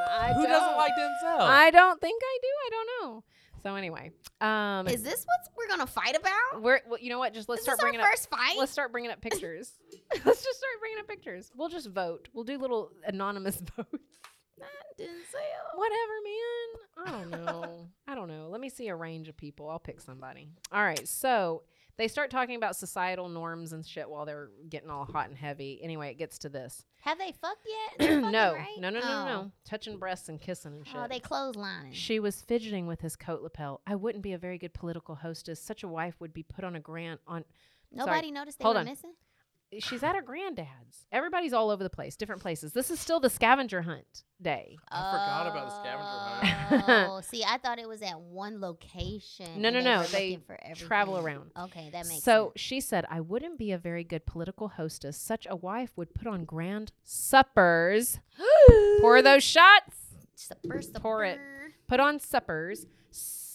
D: I
B: Who
D: don't.
B: doesn't like Denzel?
D: I don't think I do. I don't know. So anyway, um,
E: Is this what we're gonna fight about?
D: we're well, you know what? Just let's
E: Is
D: start
E: this our
D: bringing up.
E: first fight?
D: Let's start bringing up pictures. let's just start bringing up pictures. We'll just vote. We'll do little anonymous votes.
E: Not Denzel.
D: Whatever,
E: Oh.
D: man. I don't know. I don't know. Let me see a range of people. I'll pick somebody. All right. So they start talking about societal norms and shit while they're getting all hot and heavy. Anyway, it gets to this.
E: Have they fucked yet? They're
D: no,
E: fucking,
D: no,
E: right?
D: no, no, no,
E: Oh.
D: no. Touching breasts and kissing and shit.
E: Oh, they clotheslining.
D: She was fidgeting with his coat lapel. I wouldn't be a very good political hostess. Such a wife would be put on a grand on.
E: Nobody
D: Sorry.
E: noticed they
D: Hold
E: were
D: on.
E: missing.
D: She's at her granddad's. Everybody's all over the place, different places. This is still the scavenger hunt day.
B: I forgot about the scavenger hunt.
D: hunt.
E: Oh, see, I thought it was at one location.
D: No,
E: and
D: no, no,
E: were
D: they
E: looking for
D: travel
E: everything.
D: around.
E: Okay, that makes
D: so
E: sense.
D: she said, I wouldn't be a very good political hostess. Such a wife would put on grand suppers. Pour those shots.
E: Supper,
D: pour it.
E: supper.
D: Put on suppers. S-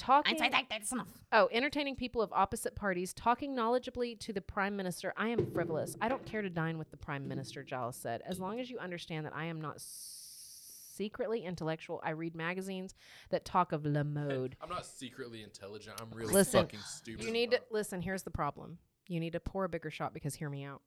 E: I
D: Talking,
E: think that- that's enough.
D: oh, entertaining people of opposite parties, talking knowledgeably to the prime minister. I am frivolous. I don't care to dine with the prime minister, Giles said. As long as you understand that I am not s- secretly intellectual, I read magazines that talk of la mode.
B: I'm not secretly intelligent. I'm really
D: Listen,
B: fucking stupid.
D: You need to listen. Here's the problem. You need to pour a bigger shot because hear me out.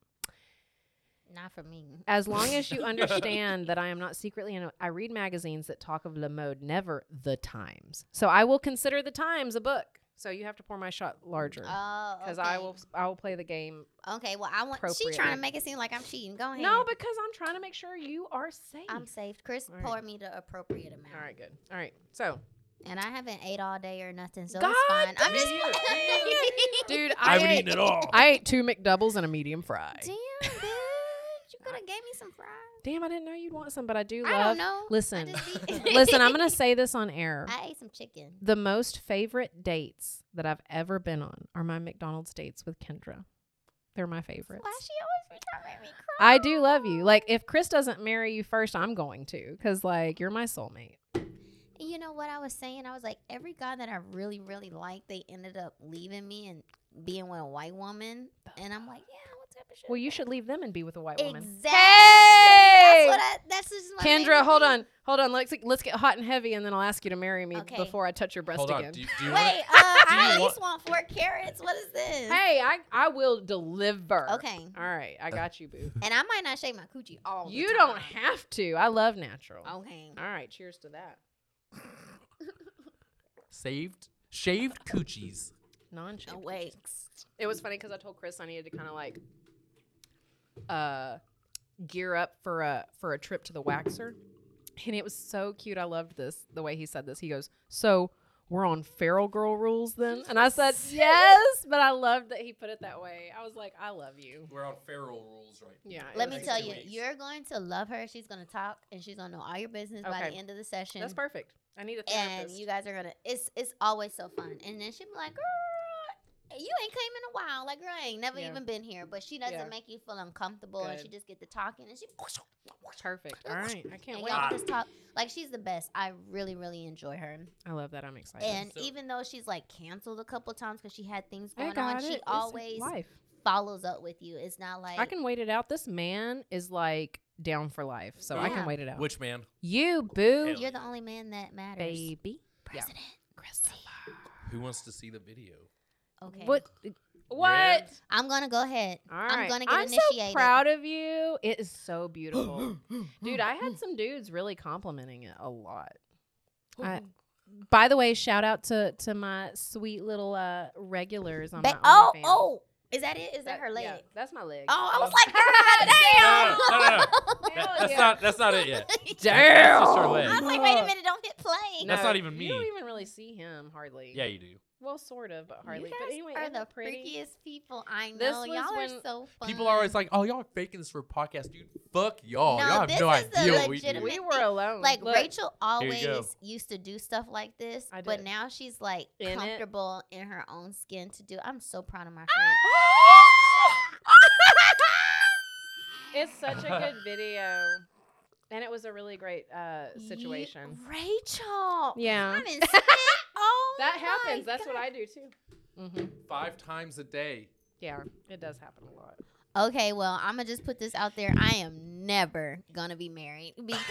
E: Not for me.
D: As long as you understand that I am not secretly, in I read magazines that talk of La Mode, never the Times. So I will consider the Times a book. So you have to pour my shot larger
E: Oh,
D: because
E: okay.
D: I will. I will play the game.
E: Okay, well, I want. She's trying
D: appropriately.
E: to make it seem like I'm cheating. Go ahead.
D: No, because I'm trying to make sure you are safe.
E: I'm saved. Chris
D: All right.
E: poured me the appropriate amount.
D: All right, good. All right. So,
E: And I haven't ate all day or nothing, so
D: God
E: it's fine. I'm just.
D: dude,
A: I
D: I,
A: haven't
D: ate,
A: eaten at all.
D: I ate two McDoubles and a medium fry.
E: Damn, bitch. You could have gave me some fries.
D: Damn, I didn't know you'd want some, but I do love.
E: I don't know. I
D: Listen,
E: just eat-
D: listen. I'm gonna say this on air.
E: I ate some chicken.
D: The most favorite dates that I've ever been on are my McDonald's dates with Kendra. They're my favorites.
E: Why she always be trying to make me cry?
D: I do love you. Like if Chris doesn't marry you first, I'm going to cuz like you're my soulmate.
E: You know what I was saying? I was like, every guy that I really, really liked, they ended up leaving me and being with a white woman. And I'm like, yeah, what type of shit?
D: Well, you
E: is
D: should leave them and be with a white
E: that?
D: woman.
E: Exactly.
D: Hey!
E: That's what I, that's just what made
D: Kendra,
E: me
D: hold
E: think.
D: on. Hold on. Let's let's get hot and heavy and then I'll ask you to marry me
E: Okay.
D: before I touch your breast
B: Hold on.
D: again.
B: Do, you- do you
E: Wait,
B: want?
E: uh, I
B: you
E: at
B: want-
E: least want four carrots. What is this?
D: hey, I I will deliver.
E: Okay.
D: All right. I got you, boo.
E: And I might not shave my coochie all the
D: you
E: time.
D: don't have to. I love natural.
E: Okay.
D: All right. Cheers to that.
B: Saved, shaved coochies.
D: Non-shaved.
E: Awakes.
D: It was funny because I told Chris I needed to kind of like uh gear up for a for a trip to the waxer, and it was so cute. I loved this the way he said this. He goes, "So we're on feral girl rules then?" And I said, "Yes," but I loved that he put it that way. I was like, "I love you."
B: We're on feral rules right
D: Yeah. it
E: Let
D: was
E: me
D: so
E: tell
D: cute.
E: you, you're going to love her. She's going to talk and she's going to know all your business by
D: Okay.
E: the end of the session.
D: That's perfect. I need a
E: and
D: therapist.
E: you guys are gonna it's it's always so fun and then she'd be like girl you ain't came in a while like girl I ain't never
D: Yeah.
E: even been here but she doesn't
D: Yeah.
E: make you feel uncomfortable and she
D: Good.
E: just get to talking and she
D: perfect. All right. I can't
E: and
D: wait.
E: y'all just talk like she's the best I really really enjoy her
D: I love that. I'm excited.
E: and
B: So-
E: even though she's like canceled a couple times because she had things
D: I
E: going on
D: got
E: she
D: it. It's
E: always
D: life.
E: follows up with you. It's not like
D: I can wait it out. This man is like down for life, so I
E: Yeah.
D: can wait it out.
B: Which man?
D: you boo,
E: You're the only man that matters.
D: baby. Yeah.
E: President.
D: Christopher.
B: Who wants to see the video?
E: Okay.
D: What? uh, What?
B: Yeah.
E: I'm gonna go ahead.
D: All
E: I'm
D: right.
E: gonna get
D: I'm
E: initiated.
D: so proud of you. It is so beautiful, dude. I had some dudes really complimenting it a lot. I- By the way, shout out to to my sweet little uh regulars on
E: Ba-
D: my
E: oh,
D: OnlyFans.
E: oh, is that it? Is that, her leg?
D: yeah, that's my leg.
E: Oh, I was like, God damn.
D: Hell
B: That- that's
D: yeah.
B: not. That's not it yet.
D: Damn.
B: That's just her leg.
E: I was like, wait a minute, don't hit play.
B: That's
D: No,
B: not even
D: You don't
B: me.
D: even really see him hardly.
B: Yeah, you do.
D: Well, sort of, but hardly.
E: You guys
D: but anyway,
E: are
D: isn't
E: the
D: it pretty?
E: freakiest people I know.
D: This was
E: y'all are
D: when
E: so fun.
B: People are always like, "Oh, y'all are faking this for a podcast, dude." Fuck y'all.
E: No,
B: y'all have
E: this
B: no
E: is the
B: idea what we do.
E: legitimate-
D: We were alone.
E: like
D: Look,
E: Rachel
B: Here you go.
E: always used to do stuff like this,
D: I
E: but
D: did.
E: now she's like
D: In it.
E: comfortable in her own skin to do. I'm so proud of my friend.
D: It's such a good video, and it was a really great uh,
E: Ye-
D: situation.
E: Rachel.
D: Yeah.
E: I haven't seen it. Oh,
D: That
E: my
D: happens. That's what
E: God.
D: I do too. hmm
B: Five times a day.
D: Yeah, it does happen a lot.
E: Okay, well, I'm gonna just put this out there. I am never gonna be married because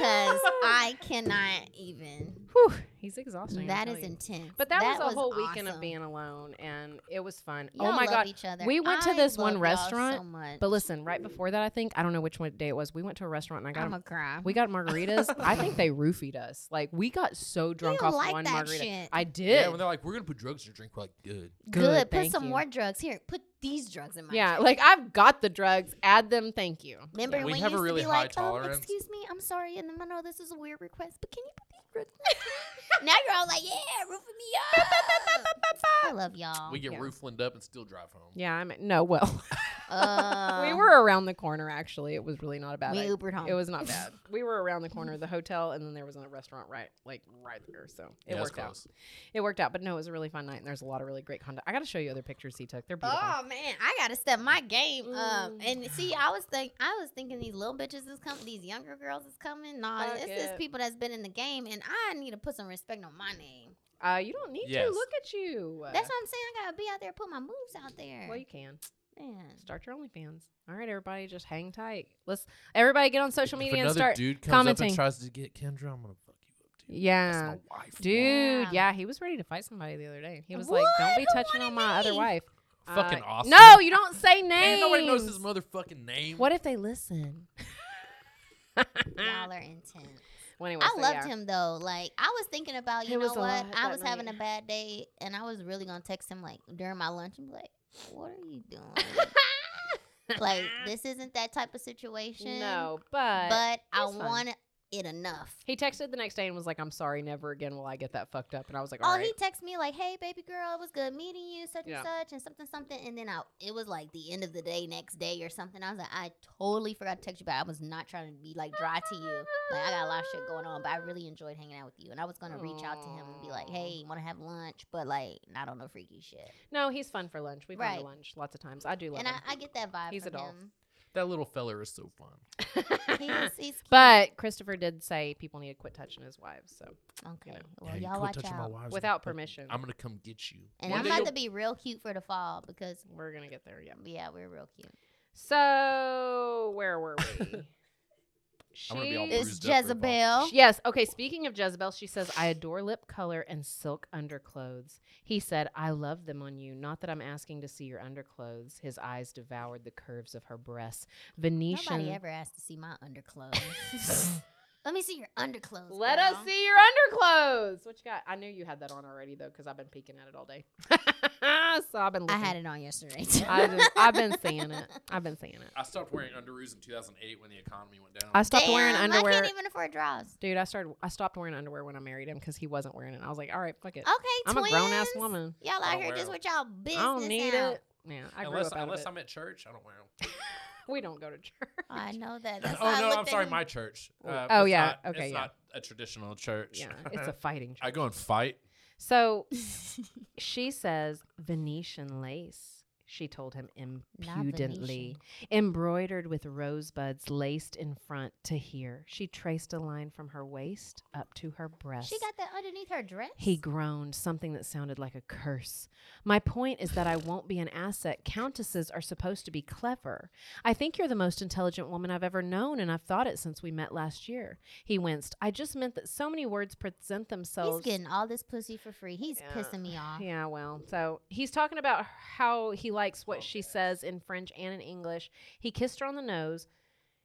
E: I cannot even.
D: Whew, he's exhausting. I'm
E: That is
D: telling you.
E: intense.
D: But that, was a whole weekend
E: awesome.
D: of being alone, and it was fun.
E: Y'all
D: oh my
E: love
D: god,
E: each other.
D: we went to
E: I
D: this one
E: love y'all
D: restaurant,
E: So much.
D: But listen, right before that, I think I don't know which one day it was. We went to a restaurant and I got
E: I'm
D: a-
E: a cry.
D: we got margaritas. I think they roofied us. Like we got so drunk
E: don't
D: off
E: like
D: one
E: that
D: margarita.
E: shit.
D: I
B: Yeah.
D: did.
B: When they're like, "We're gonna put drugs in your drink," we're like, "Good."
E: good. Put
D: thank
E: some
D: you.
E: more drugs here. Put these drugs in my.
D: Yeah,
E: drink.
D: like I've got the drugs. Add them. Thank you.
E: Remember
B: Yeah, we
E: when you
B: have a
E: used
B: really
E: to be
B: high
E: like, Um,
B: tolerance.
E: excuse me, I'm sorry, and I know this is a weird request, but can you put these drugs? in my drink?" now you're all like, yeah, roofing me up. I love y'all.
B: We get
D: Yeah.
B: rooflined up and still drive home.
D: Yeah, I'm no. Well, we
E: Um,
D: were around the corner. Actually, it was really not a bad.
E: We
D: idea.
E: Ubered home.
D: It was not bad. we were around the corner of the hotel, and then there was a restaurant right, like right there. So it
B: Yeah, that's
D: worked out.
B: close.
D: It worked out. But no, it was a really fun night, and there's a lot of really great content. I got to show you other pictures he took. They're beautiful.
E: Oh man, I gotta step my game up.
D: Mm.
E: And see, I was think I was thinking these little bitches is coming, these younger girls is coming. Nah,
D: Fuck
E: it's just
D: it.
E: people that's been in the game, and I need to put some respect on my name.
D: Uh, you don't need
B: Yes.
D: to. Look at you.
E: Oh. That's what I'm saying. I gotta be out there, put my moves out there.
D: Well, you can
E: man.
D: start your OnlyFans. All right, everybody, just hang tight. Let's everybody get on social media and start.
B: dude
D: commenting.
B: tries to get Kendra, I'm gonna fuck you up, dude.
D: yeah,
B: wife.
D: dude.
E: Yeah.
D: Yeah. he was ready to fight somebody the other day. He was like,
E: What?
D: "Don't be
E: Who
D: touching on
E: wanted
D: my other
E: me?"
D: wife."
B: Fucking
D: Uh,
B: awesome.
D: No, you don't say names.
B: Man, nobody knows his motherfucking name.
D: What if they listen? well,
E: Y'all are intense.
D: anyway,
E: I
D: so
E: loved
D: yeah.
E: him though. Like I was thinking about, you
D: It
E: know
D: was a
E: what?
D: lot
E: I
D: that
E: was having a
D: night.
E: bad day, and I was really gonna text him like during my lunch and be like, "What are you doing? like this isn't that type of situation."
D: No, but,
E: but I
D: he's fine.
E: want it enough.
D: he texted the next day and was like, "I'm sorry, never again will I get that fucked up." And I was like,
E: Oh,
D: "All right."
E: he texted me like, "Hey, baby girl, it was good meeting you, such
D: Yeah.
E: and such, and something, something." And then I, it was like the end of the day, next day or something. I was like, "I totally forgot to text you, but I was not trying to be like dry to you. Like I got a lot of shit going on, but I really enjoyed hanging out with you, and I was gonna reach out to him and be like,
D: Aw.
E: "Hey, want to have lunch?" But like, I don't know freaky shit.
D: no, he's fun for lunch. We've gone
E: Right.
D: to lunch lots of times. I do love
E: and
D: him.
E: I, I get that vibe.
D: He's
E: from
D: a doll.
E: him.
B: that little feller is so fun.
E: He's, he's cute.
D: But Christopher did say people need to quit touching his wives. So
E: okay,
D: Yeah,
E: well,
B: you
E: y'all
B: quit
E: watch
B: touching my
E: out.
B: wives, I'm
D: without
B: gonna fucking-
D: permission,
B: I'm gonna come get you.
E: And
B: One
E: I'm
B: day
E: about
B: you'll-
E: to be real cute for the fall because
D: we're gonna get there. Yeah.
E: yeah, we're real cute.
D: So where were we? she,
B: I'm gonna be all
E: It's
B: bruised up for the fall.
E: Jezebel.
D: Yes. Okay. Speaking of Jezebel, she says, I adore lip color and silk underclothes. He said, I love them on you. Not that I'm asking to see your underclothes. His eyes devoured the curves of her breasts. Venetian.
E: Nobody ever asked to see my underclothes. Let me see your underclothes.
D: Let
E: girl.
D: us see your underclothes. What you got? I knew you had that on already, though, because I've been peeking at it all day. so I've been
E: I
D: looking.
E: had it on yesterday. too.
D: I just, I've been seeing it. I've been seeing it.
B: I stopped wearing underoos in 2008 when the economy went down.
D: I stopped wearing
E: Damn,
D: underwear.
E: I can't even afford draws.
D: Dude, I started. I stopped wearing underwear when I married him because he wasn't wearing it. I was like, all right, fuck it.
E: Okay,
D: I'm a grown ass
E: Oh, twins.
D: woman.
E: Y'all
B: I
E: out
B: don't
E: here
B: wear
E: just
B: 'em.
E: with y'all business.
D: I don't need
E: out.
D: it. Yeah, I grew
B: unless
D: up out
B: unless
D: of it.
B: I'm at church, I don't wear them.
D: We don't go to church.
E: I know that. That's
B: oh
E: why I
B: no,
E: looked
B: I'm
E: at
B: sorry,
E: him.
B: my church. Uh,
D: Oh,
B: it's
D: yeah,
B: not-
D: okay,
B: It's
D: yeah.
B: not a traditional church.
D: yeah, it's a fighting
B: I
D: church.
B: go and fight.
D: So she says Venetian lace. she told him
E: Not
D: impudently.
E: Venetian.
D: Embroidered with rosebuds laced in front to here, she traced a line from her waist up to her breast.
E: She got that underneath her dress.
D: He groaned, something that sounded like a curse. My point is that I won't be an asset. Countesses are supposed to be clever. I think you're the most intelligent woman I've ever known, and I've thought it since we met last year. He winced. I just meant that so many words present
E: He's
D: themselves.
E: getting all this pussy for free. He's
D: Yeah.
E: pissing me off.
D: yeah, well, so he's talking about how he likes what she says in French and in English. He kissed her on the nose.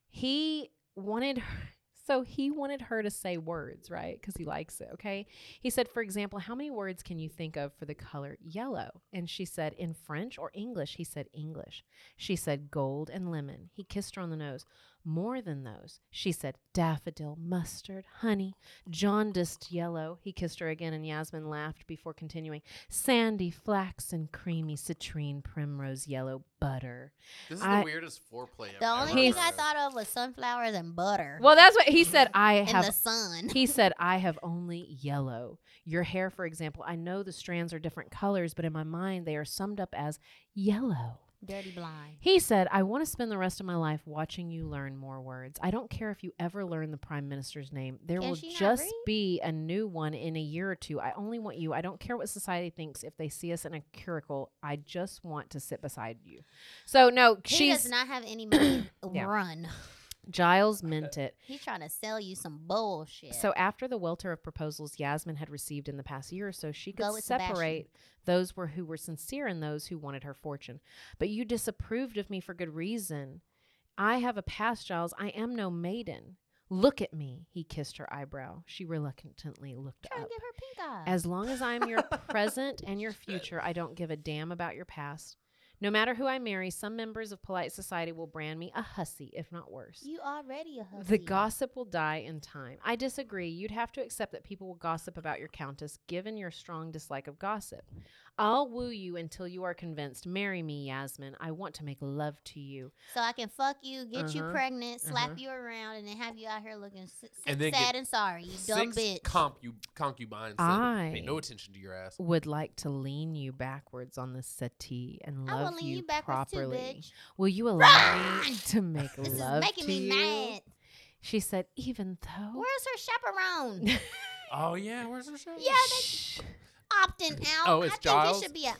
D: He wanted her, so he wanted her to say words, right? Because he likes it, okay? He said, for example, how many words can you think of for the color yellow? And she said, in French or English? He said, English. She said, gold and lemon. He kissed her on the nose. More than those, she said, daffodil, mustard, honey, jaundiced yellow. He kissed her again, and Yasmin laughed before continuing, sandy, flax, and creamy, citrine, primrose, yellow, butter.
B: This is
D: I-
B: the weirdest foreplay. I've
E: The only
B: ever
E: thing I
B: heard.
E: thought of was sunflowers and butter.
D: Well, that's what he said. I
E: in
D: have
E: the sun.
D: he said, I have only yellow. Your hair, for example, I know the strands are different colors, but in my mind, they are summed up as yellow.
E: Dirty blind.
D: He said, I want to spend the rest of my life watching you learn more words. I don't care if you ever learn the prime minister's name. There
E: Can
D: will
E: she not
D: just
E: read?
D: be a new one in a year or two. I only want you. I don't care what society thinks if they see us in a curricle. I just want to sit beside you. So, no,
E: he
D: she's.
E: does not have any money. Oh,
D: Yeah.
E: Run.
D: Giles meant it.
E: He's trying to sell you some bullshit.
D: So after the welter of proposals Yasmin had received in the past year or so, she could
E: Go with Sebastian.
D: separate those were who were sincere and those who wanted her fortune. But you disapproved of me for good reason. I have a past, Giles. I am no maiden. Look at me. He kissed her eyebrow. She reluctantly looked
E: trying
D: up.
E: to get her pink eye.
D: uh, As long as I'm your present and your future, I don't give a damn about your past. No matter who I marry, some members of polite society will brand me a hussy, if not worse.
E: you already a hussy.
D: The gossip will die in time. I disagree. You'd have to accept that people will gossip about your countess, given your strong dislike of gossip. I'll woo you until you are convinced. Marry me, Yasmin. I want to make love to you.
E: So I can fuck you, get you
D: Uh-huh,
E: pregnant, slap
D: uh-huh.
E: you around, and then have you out here looking s- s-
B: And then
E: sad
B: get
E: and sorry. You dumb
B: Six
E: bitch.
B: Comp, you concubines. that Pay no
D: I-
B: attention to your ass.
D: Would like to lean you backwards on the settee and
E: I
D: love
E: will lean you, backwards
D: properly.
E: too, bitch.
D: Will you allow
E: Run!
D: me to make
E: This is
D: love
E: making
D: to
E: me
D: you?
E: mad.
D: She said, even though.
E: Where's her chaperone?
B: Oh yeah, where's her show?
E: yeah, that's opting out.
B: Oh,
E: I
B: it's
E: think
B: Giles?
E: this should be a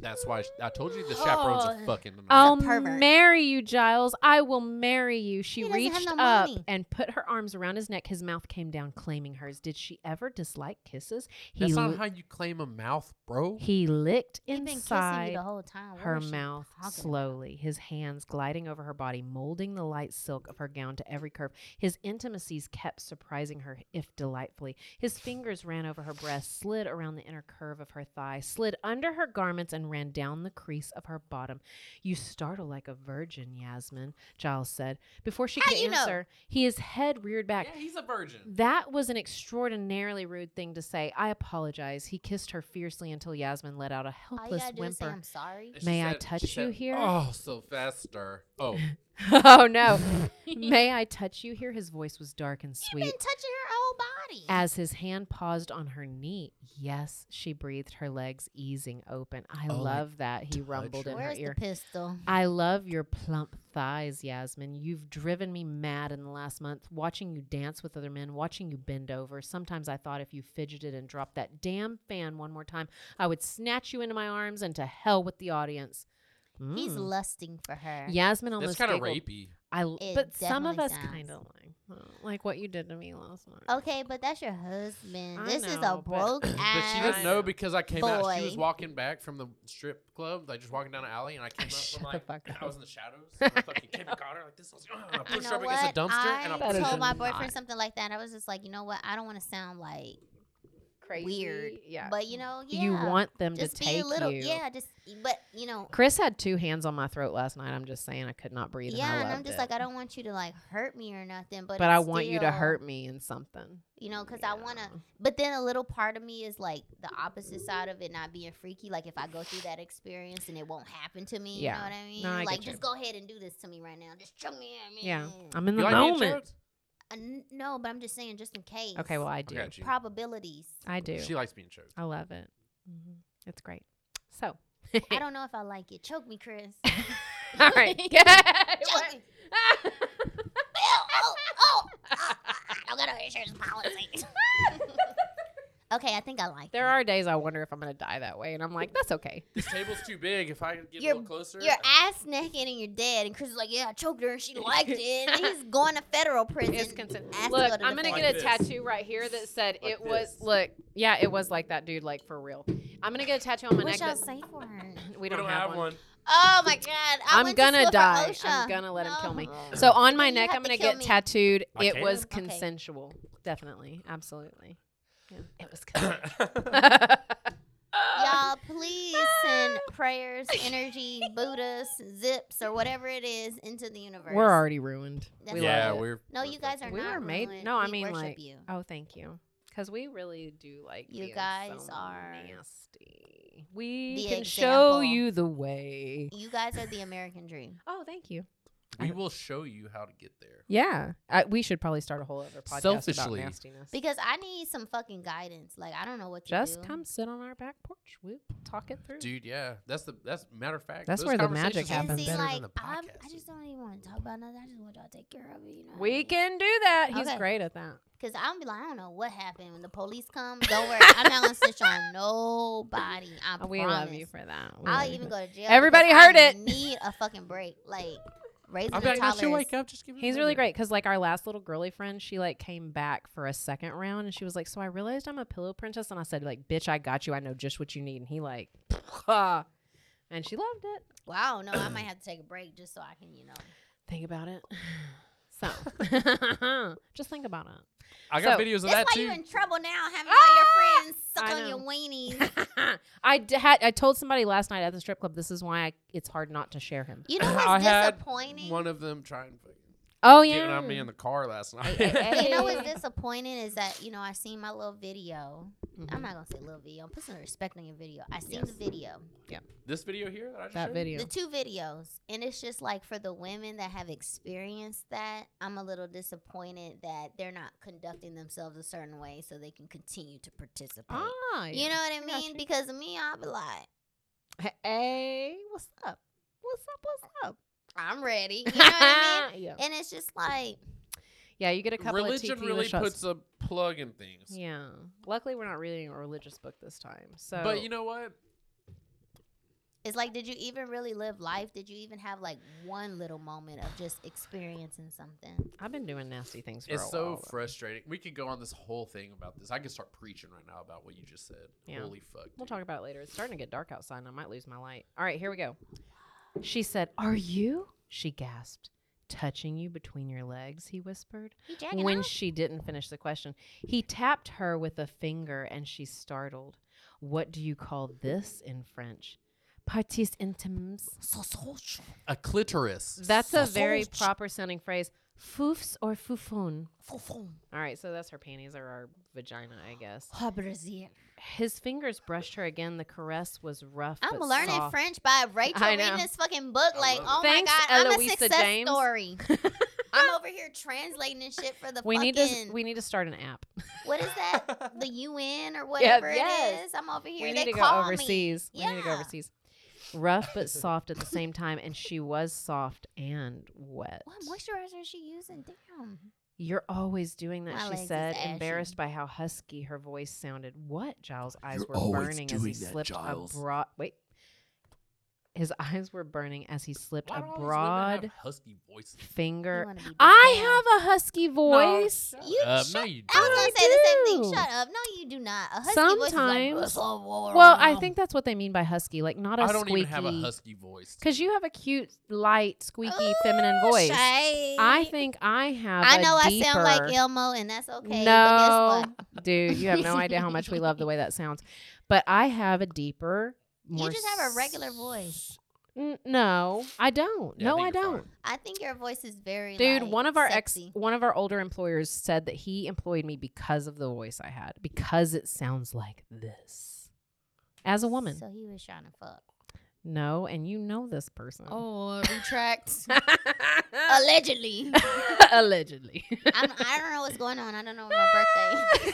B: That's why sh I told you the chaperones are
E: Oh.
B: fucking. annoying.
D: I'll
E: pervert.
D: marry you, Giles. I will marry you. She
E: He doesn't have
D: reached
E: no
D: up
E: money.
D: and put her arms around his neck. His mouth came down, claiming hers. Did she ever dislike kisses? He
B: That's not
D: li-
B: how you claim a mouth, bro.
D: he licked
E: he been kissing you
D: inside
E: the whole time. What
D: her
E: is she
D: mouth
E: talking about?
D: slowly, his hands gliding over her body, molding the light silk of her gown to every curve. His intimacies kept surprising her, if delightfully. His fingers ran over her breast, slid around the inner curve of her thigh, slid under her garments, and ran down the crease of her bottom. You startle like a virgin, Yasmin, Giles said. Before she
E: How
D: could
E: you know?
D: answer, he his head reared back.
B: Yeah, he's a virgin.
D: That was an extraordinarily rude thing to say. I apologize. He kissed her fiercely until Yasmin let out a
E: All you
D: helpless
E: gotta do is say
D: whimper.
E: I'm sorry.
B: And she
D: May I
B: said- she
D: touch you
B: said,
D: here?
B: Oh, so faster. Oh,
D: oh no. May I touch you here? His voice was dark and
E: You've been
D: sweet.
E: touching her whole body.
D: As his hand paused on her knee, yes, she breathed, her legs easing open. I
B: Oh, like,
D: love that, he rumbled in her
E: Where's the
D: ear.
E: pistol?
D: I love your plump thighs, Yasmin. You've driven me mad in the last month, watching you dance with other men, watching you bend over. Sometimes I thought if you fidgeted and dropped that damn fan one more time, I would snatch you into my arms and to hell with the audience.
E: He's
D: Mm.
E: lusting for her.
D: Jasmine
B: that's
D: almost
B: kind of
D: giggled.
B: rapey.
D: I l-
E: It
D: but some of us
E: definitely sounds.
D: kind of like uh, like what you did to me last night.
E: Okay, but that's your husband.
D: I
E: this is a
D: know, but-
E: broke
B: But
E: ass.
B: she didn't know because I came out. She was
E: Boy.
B: walking back from the strip club, like just walking down an alley, and I came up.
D: Shut
B: From,
D: the
B: like,
D: fuck up.
B: I was in the shadows. And I fucking came and got her like this. I was like, "Ugh," and I
E: You
B: pushed
E: know
B: her up against a
E: what?
B: dumpster, and I
D: That
B: pushed
D: is
E: I
B: her.
E: told my
D: not-
E: boyfriend something like that. I was just like, you know what? I don't want to sound like
D: Crazy.
E: weird,
D: Yeah.
E: but you know, yeah.
D: You want them
E: just
D: to
E: be
D: take
E: a little,
D: you.
E: yeah. Just, but you know,
D: Chris had two hands on my throat last night. I'm just saying I could not breathe. and, I
E: yeah. And I'm
D: loved
E: just
D: it.
E: like, I don't want you to like hurt me or nothing, but
D: But I
E: it's
D: want you to
E: still-
D: hurt me in something.
E: you know, because I want to.
D: Yeah.
E: But then a little part of me is like the opposite side of it not being freaky. Like if I go through that experience and it won't happen to me, you
D: Yeah.
E: know what I mean?
D: No, I
E: like
D: get you.
E: just go ahead and do this to me right now. Just chunk me at me.
D: Yeah. um I'm in
B: You
D: the
B: like being
D: moment.
B: choked?
E: Uh, n- no, but I'm just saying, just in case.
D: Okay, well I do.
B: got you.
E: probabilities.
D: I do.
B: She likes being choked.
D: I love it. hmm It's great. So
E: I don't know if I like it. Choke me, Chris.
D: All right.
E: Choke me. Bill, oh, oh, ah, I don't got no insurance policy. okay, I think I like
D: there
E: it.
D: are days I wonder if I'm going to die that way, and I'm like, that's okay.
B: This table's too big. If I could get
E: You're-
B: a little closer,
E: You're ass naked and you're dead. And Chris is like, yeah, I choked her and she liked it. And he's going to federal prison.
D: It's consent.
E: Asked to
D: Look,
E: go to
D: I'm
E: the
D: gonna
B: Like
D: get a
B: this.
D: tattoo right here that said
B: Like
D: it was.
B: this.
D: Look, yeah, it was like that dude, like for real. I'm gonna get a tattoo on my
E: What
D: neck.
E: shall I
D: That,
E: say for her?
D: we don't have, one.
E: Oh my god! I
D: I'm
E: went to
D: gonna
E: school for
D: die.
E: OSHA.
D: I'm gonna let him kill
E: No.
D: me. So on my
E: You
D: neck,
E: have
D: I'm
E: to
D: gonna
E: kill
D: get
E: me.
D: tattooed.
B: I
D: It
B: can?
D: was
E: Okay.
D: consensual, definitely, absolutely. Yeah, it was.
B: one.
D: consensual.
E: Y'all, please send prayers, energy, Buddhas, zips, or whatever it is into the universe.
D: We're already ruined.
E: That's
D: We
E: all.
B: yeah,
D: love it.
B: we're.
E: No, you guys are
D: we
E: not.
D: were made.
E: ruined.
D: No, I
E: We
D: mean
E: worship
D: like.
E: you.
D: Oh, thank you. Because we really do like
E: You
D: being so
E: guys are
D: nasty. We
E: the
D: can show
E: example.
D: you the way.
E: You guys are the American dream.
D: Oh, thank you.
B: We will show you how to get there.
D: Yeah, I, we should probably start a whole other podcast
B: Selfishly.
D: about nastiness.
E: Because I need some fucking guidance. Like I don't know what to
D: Just
E: do.
D: come sit on our back porch. We'll talk it through.
B: Dude, yeah, that's the that's matter of fact.
D: That's
B: those
D: where the magic
B: conversations are
E: and
D: happens.
E: see,
B: better
E: like
B: than the
E: I'm, I
B: podcasting.
E: just don't even want to talk about nothing. I just want y'all to take care of it. You know.
D: we can do that. He's
E: Okay.
D: great at that.
E: Because I'm be like, I don't know what happened when the police come. Don't worry, I'm not gonna snitch on nobody. I
D: we
E: promise.
D: love you for that. We love
E: I'll
D: you
E: even
D: for
E: go to jail.
D: Everybody
E: because
D: heard
E: I
D: it.
E: Need a fucking break. Like raising
B: I'm
E: the
B: like, no, she'll
E: toddlers.
B: wake up. Just give her
D: He's
B: a
D: really
B: minute.
D: great because like our last little girly friend, she like came back for a second round and she was like, "So I realized I'm a pillow princess," and I said, "Like, bitch, I got you. I know just what you need." And he like, and she loved it.
E: Wow, no, I might have to take a break just so I can, you know.
D: Think about it. So just think about
B: I got
D: So-
B: videos of
E: That's why
B: that too.
E: you're in trouble now, having all your friends suck
D: Ah! I
E: on your
D: know.
E: weenies.
D: it. I d- had I told somebody last night at the strip club. This is why I, it's hard not to share him.
E: You know
B: I
E: what's
B: had
E: disappointing?
B: One of them trying to
D: Oh
B: get
D: yeah,
B: on me in the car last night.
D: hey,
E: You know
D: Hey.
E: what's disappointing is that you know I seen my little video. I'm not gonna say little video. I'm putting some respect on your video. I seen the
D: Yes.
E: video.
B: this video here that I just
D: that
B: showed?
D: video.
E: the two videos and it's just like for the women that have experienced that i'm a little disappointed that they're not conducting themselves a certain way so they can continue to participate
D: Ah,
E: you know what i
D: got
E: mean
D: you.
E: because of me i'll be like
D: know, hey, what's up? What's up? What's up?
E: i'm ready you know what i
D: yeah.
E: mean and it's just like
D: Yeah, you get a couple
B: Religion
D: of tequila
B: really
D: shots.
B: puts a plug in things.
D: Yeah. Luckily, we're not reading a religious book this time. So,
B: But you know what?
E: it's like did you even really live life did you even have like one little moment of just experiencing something
D: I've been doing nasty things for a
B: It's so
D: while. though.
B: frustrating. We could go on this whole thing about this. I could start preaching right now about what you just said.
D: Yeah.
B: Holy fuck.
D: We'll
B: dude.
D: talk about it later. It's starting to get dark outside, and I might lose my light. All right, here we go. She said, "Are you?" She gasped. Touching you between your legs, he whispered.
E: you jacking
D: When
E: off?
D: she didn't finish the question, he tapped her with a finger, and she startled. What do you call this in French? Parties intimes.
B: a clitoris.
D: That's a very proper sounding phrase. Foofs or foofun. All right, so that's her panties or our vagina, I guess.
E: Ah, Brazil.
D: His fingers brushed her again. The caress was rough.
E: I'm
D: but
E: learning
D: soft.
E: French by Rachel
D: I
E: reading
D: know.
E: this fucking book.
B: I
E: Like,
B: love it.
E: oh
D: Thanks,
E: my god, I'm a
D: Eloisa
E: success
D: James.
E: story. I'm over here translating this shit for the
D: We
E: fucking.
D: need to s- we need to start an app.
E: what is that? The UN or whatever
D: yes.
E: it is. I'm over here.
D: we
E: they
D: need to go
E: call
D: overseas.
E: Me.
D: We need to go
E: Yeah.
D: overseas. Rough but soft at the same time, and she was soft and wet.
E: What moisturizer is she using? Damn.
D: You're always doing that,
E: My
D: she
E: legs is
D: said,
E: ashy.
D: embarrassed by how husky her voice sounded. What? Giles' eyes
F: You're
D: were
F: always
D: burning as he
F: doing that,
D: slipped
F: Giles.
D: a broad. Wait. His eyes were burning as he slipped
B: Why
D: a
B: do all these women have
D: broad
B: husky voices.
E: You
D: finger.
E: wanna be big down.
D: I have a husky voice.
B: No, shut
E: You
B: up.
E: shut-
B: No, you
E: I was
B: don't.
E: gonna
D: I
E: say the same
D: do.
E: thing. Shut up. No, you do not. A husky voice
D: Sometimes-
E: is like,
D: well, I think that's what they mean by husky, like not a
B: I don't
D: squeaky.
B: even have a husky voice.
D: Because you have a cute, light, squeaky, feminine voice. I think I have.
E: I
D: a
E: know I sound like
D: deeper-
E: Elmo, and that's
D: no,
E: okay. but guess what?
D: dude, you have no idea how much we love the way that sounds. But I have a deeper, more.
E: You just have a regular voice.
D: N- no, I don't.
B: Yeah,
D: no, I,
B: think you're
D: don't.
B: fine.
E: I think your voice is very
D: Dude,
E: like,
D: one of our
E: sexy.
D: ex, one of our older employers said that he employed me because of the voice I had, because it sounds like this. As a woman,
E: So he was trying to fuck.
D: no, and you know this person.
E: Oh, retract. Allegedly.
D: allegedly.
E: I'm, I don't know what's going on. I don't know my birthday.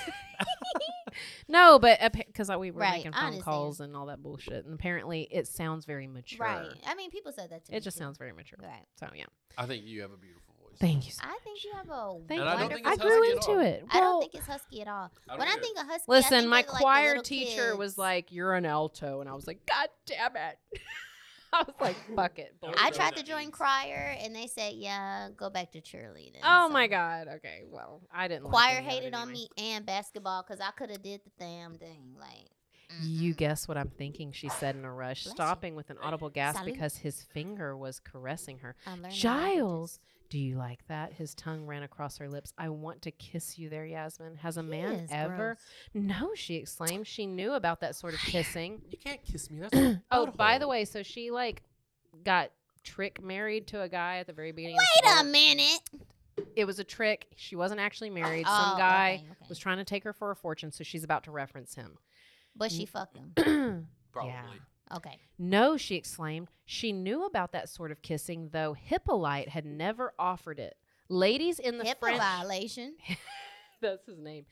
D: No, but because we were
E: Right,
D: making
E: I
D: phone calls
E: understand.
D: and all that bullshit, and apparently it sounds very mature.
E: Right. I mean, people said that to me.
D: It just
E: too.
D: sounds very mature.
E: Right.
D: So yeah.
B: I think you have a beautiful voice.
D: Thank you. So
E: I think you have a
B: And
D: Thank you.
B: I don't think
D: I
B: it's
D: grew
B: husky at
D: into
B: all.
D: it.
E: I don't
D: Well,
E: think it's husky at all.
B: I don't
E: when I
B: either.
E: think of husky, I
D: Listen,
E: think
D: my
E: of, like, the
D: choir
E: little
D: teacher was
E: kids.
D: like, "You're an alto," and I was like, "God damn it!" I was like, "Fuck it."
B: I
D: bull-
E: I
B: know
E: tried
B: what
E: to
B: that
E: join
B: means.
E: choir, and they said, "Yeah, go back to cheerleading."
D: Oh
E: So,
D: my god. Okay. Well, I didn't. like any
E: Choir
D: of it
E: hated on
D: anyway.
E: me and basketball because I could have did the damn thing. Like
D: You
E: mm-mm.
D: guess what I'm thinking? She said in a rush,
E: Bless you.
D: stopping with an audible gasp
E: Salud.
D: because his finger was caressing her.
E: I'm learning
D: Giles, do you like that? His tongue ran across her lips. I want to kiss you there, Yasmin. Has a
E: languages. He
D: man
E: is
D: ever? No, she exclaimed. She knew about that sort of kissing.
B: You can't kiss me. That's
D: Oh, by the way, so she like got trick married to a guy at the very beginning. of the
E: gross. Wait a
D: story.
E: minute.
D: It was a trick. She wasn't actually married.
E: Oh,
D: Some guy
E: okay, okay.
D: was trying to take her for a fortune, so she's about to reference him.
E: but she fucked him.
B: Probably.
E: Okay.
D: No, she exclaimed. She knew about that sort of kissing, though Hippolyte had never offered it. Ladies in the
E: HIPAA
D: French.
E: violation.
D: That's his name.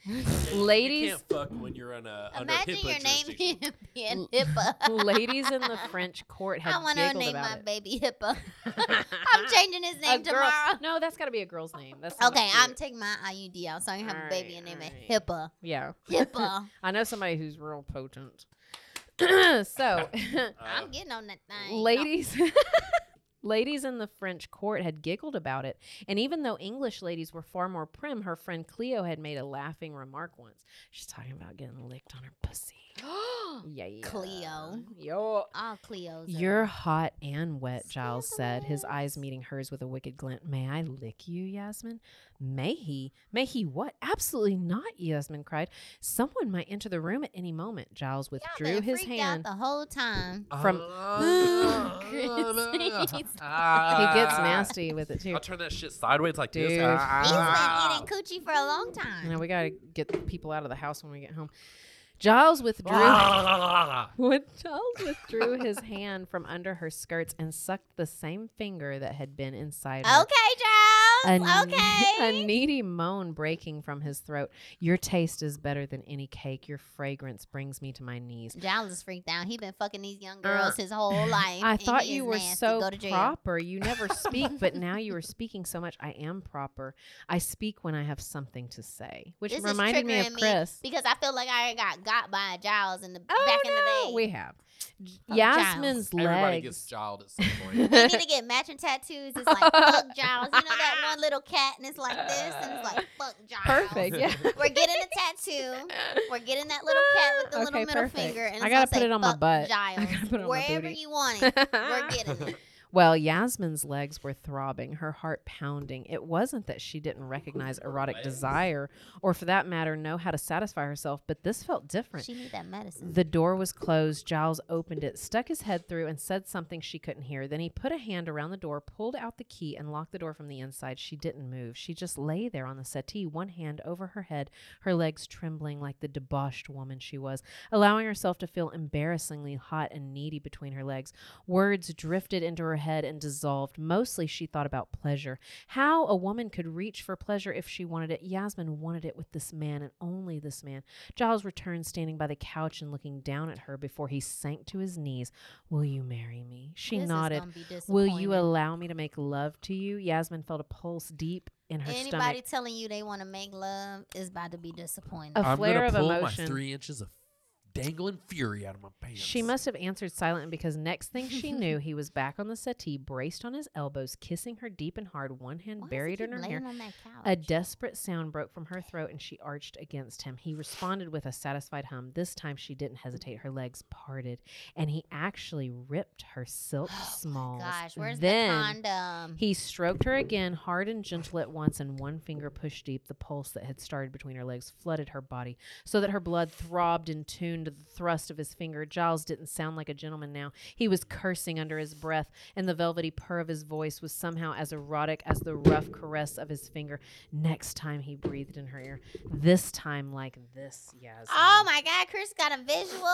D: Ladies.
B: fuck when you're on a
E: Imagine your name being HIPAA.
D: Ladies in the French court had
E: I want to
D: giggled
E: name
D: about
E: my
D: it.
E: baby HIPAA. I'm changing his
D: A
E: name
D: girl-
E: tomorrow.
D: No, that's got to be a girl's name. That's not
E: Okay, I'm
D: cute.
E: taking my IUD out, so I can have a baby and name it
D: Alright,
E: HIPAA.
D: yeah.
E: HIPAA.
D: I know somebody who's real potent. so,
B: Uh,
E: I'm getting on that thing.
D: ladies. Ladies in the French court had giggled about it, and even though English ladies were far more prim, her friend Cleo had made a laughing remark once. She's talking about getting licked on her pussy. Yeah, yeah.
E: Cleo.
D: Yo.
E: All Cleo's. are-
D: You're hot and wet, Giles said, his
E: Scandalous.
D: eyes meeting hers with a wicked glint. May I lick you, Yasmin? May he? May he what? Absolutely not, Yasmin cried. Someone might enter the room at any moment. Giles
E: Y'all
D: withdrew
E: been
D: his
E: freaked
D: hand.
E: out the whole time.
D: from-
E: Chrissy.
D: he gets nasty with it too.
B: I'll turn that shit sideways like
D: Dude.
B: this.
E: He's
B: Ah.
E: been eating coochie for a long
D: You know,
E: time.
D: we gotta get the people out of the house when we get home. Giles withdrew.
B: Ah.
D: when Giles withdrew his hand from under her skirts and sucked the same finger that had been inside her.
E: Okay,
D: A,
E: Giles.
D: ne- a
E: Okay.
D: needy moan breaking from his throat. Your taste is better than any cake. Your fragrance brings me to my knees.
E: Giles is freaked out. He's been fucking these young girls his whole life.
D: I
E: and
D: thought
E: he
D: you
E: is
D: were
E: nasty.
D: so
E: Go to jail.
D: proper. You never speak, but now you are speaking so much. I am proper. I speak when I have something to say, which
E: This is
D: reminded me of
E: triggering me
D: Chris.
E: because I feel like I got got by Giles in the
D: Oh,
E: back in the
D: no,
E: day.
D: we have J-
E: Oh,
D: Yasmin's
B: Everybody
D: legs.
B: gets child at some point.
E: We need to get matching tattoos. It's like fuck Giles. You know that one little cat, and it's like this, and it's like fuck Giles.
D: Perfect. Yeah.
E: We're getting a tattoo. We're getting that little cat with the little
D: Okay,
E: middle
D: perfect.
E: finger,
D: I
E: and it's
D: gotta
E: gonna
D: put
E: say,
D: it on my
E: "Fuck
D: butt. I
E: Giles,
D: gotta put it on my
E: wherever
D: booty.
E: you want it, we're getting it.
D: Well, Yasmin's legs were throbbing, her heart pounding. It wasn't that she didn't recognize erotic
B: legs.
D: desire, or for that matter, know how to satisfy herself, but this felt different.
E: She need that medicine.
D: the door was closed. Giles opened it, stuck his head through, and said something she couldn't hear. Then he put a hand around the door, pulled out the key, and locked the door from the inside. She didn't move. She just lay there on the settee, one hand over her head, her legs trembling like the debauched woman she was, allowing herself to feel embarrassingly hot and needy between her legs. Words drifted into her head and dissolved. Mostly she thought about pleasure. How a woman could reach for pleasure if she wanted it. Yasmin wanted it with this man and only this man. Giles returned standing by the couch and looking down at her before he sank to his knees. Will you marry me? She
E: This is
D: nodded.
E: gonna be
D: Will you
E: disappointing.
D: allow me to make love to you? Yasmin felt a pulse deep in her
E: Anybody
D: stomach.
E: telling you they want to make love is about to be disappointed.
D: A
B: I'm
D: flare
B: gonna
D: of
B: pull
D: emotion.
B: my three inches of dangling fury out of my pants.
D: She must have answered silent because next thing she knew, he was back on the settee, braced on his elbows, kissing her deep and hard, one hand
E: Why does he
D: buried in
E: keep
D: her hair.
E: laying on that couch?
D: A desperate sound broke from her throat and she arched against him. He responded with a satisfied hum. This time she didn't hesitate. Her legs parted and he actually ripped her silk smalls.
E: Oh Gosh, where's
D: then
E: the condom?
D: he stroked her again, hard and gentle at once, and one finger pushed deep. The pulse that had started between her legs flooded her body so that her blood throbbed in tune to the thrust of his finger. Giles didn't sound like a gentleman now. He was cursing under his breath, and the velvety purr of his voice was somehow as erotic as the rough caress of his finger. Next time he breathed in her ear, this time like this, Yasmin.
E: oh my God, Chris got a visual.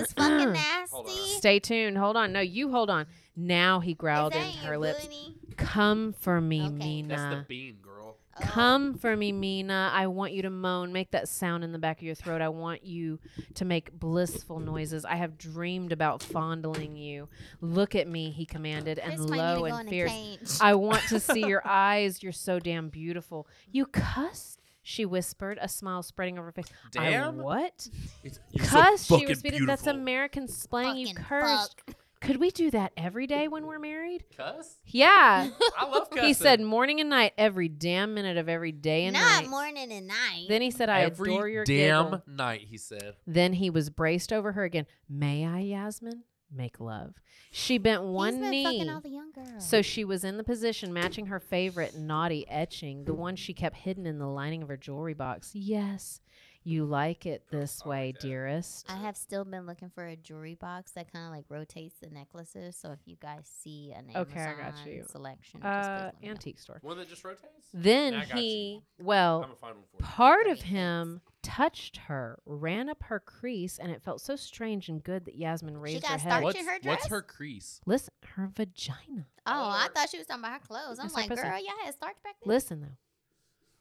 E: is fucking nasty.
B: Hold on.
D: Stay tuned. Hold on. No, you hold on. Now he growled
E: Is that
D: into
E: your
D: her lips.
E: booty?
D: Come for me,
E: Okay.
D: Nina.
B: That's the bean, girl.
E: Oh.
D: Come for me, Mina. I want you to moan. Make that sound in the back of your throat. I want you to make blissful noises. I have dreamed about fondling you. Look at me, he commanded, and
E: Chris might need to
D: low
E: go in
D: and
E: a
D: fierce.
E: cage.
D: I want to see your eyes. You're so damn beautiful. You cussed, she whispered, a smile spreading over her face.
B: Damn.
D: I what?
B: It's,
D: Cuss, she repeated. That's American slang. You
E: Fucking
D: cursed.
E: fuck.
D: Could we do that every day when we're married?
B: Cuss?
D: Yeah.
B: I love cussing.
D: he said morning and night, every damn minute of every day and
E: Not
D: night.
E: morning and night.
D: Then he said, "I
B: Every
D: adore your
B: damn
D: giggle."
B: night, he said.
D: Then he was braced over her again. May I, Yasmin, make love? She bent one
E: He's been
D: knee,
E: fucking all the young girls.
D: so she was in the position matching her favorite naughty etching, the one she kept hidden in the lining of her jewelry box. Yes, you like it this
B: Oh, I
D: way,
B: like that.
D: dearest.
E: I have still been looking for a jewelry box that kind of like rotates the necklaces. So if you guys see an
D: Okay, I
E: Amazon
D: got you.
E: selection, just
D: Uh,
E: please let me know.
D: antique store.
B: One that just rotates?
D: Then
B: I got you.
D: he,
B: I'm
D: well,
B: going to find one for you.
D: Part
E: That
D: of
E: makes
D: him touched her, ran up her crease, and it felt so strange and good that Yasmin raised
E: got
D: her
E: starched
D: head.
E: What's-
B: What's,
E: in her
B: what's
E: dress?
B: her crease?
D: Listen, her vagina.
E: Oh, I thought she was talking about her clothes. I'm
D: That's her
E: like,
D: pussy.
E: girl, yeah, it's starch back there.
D: Listen though.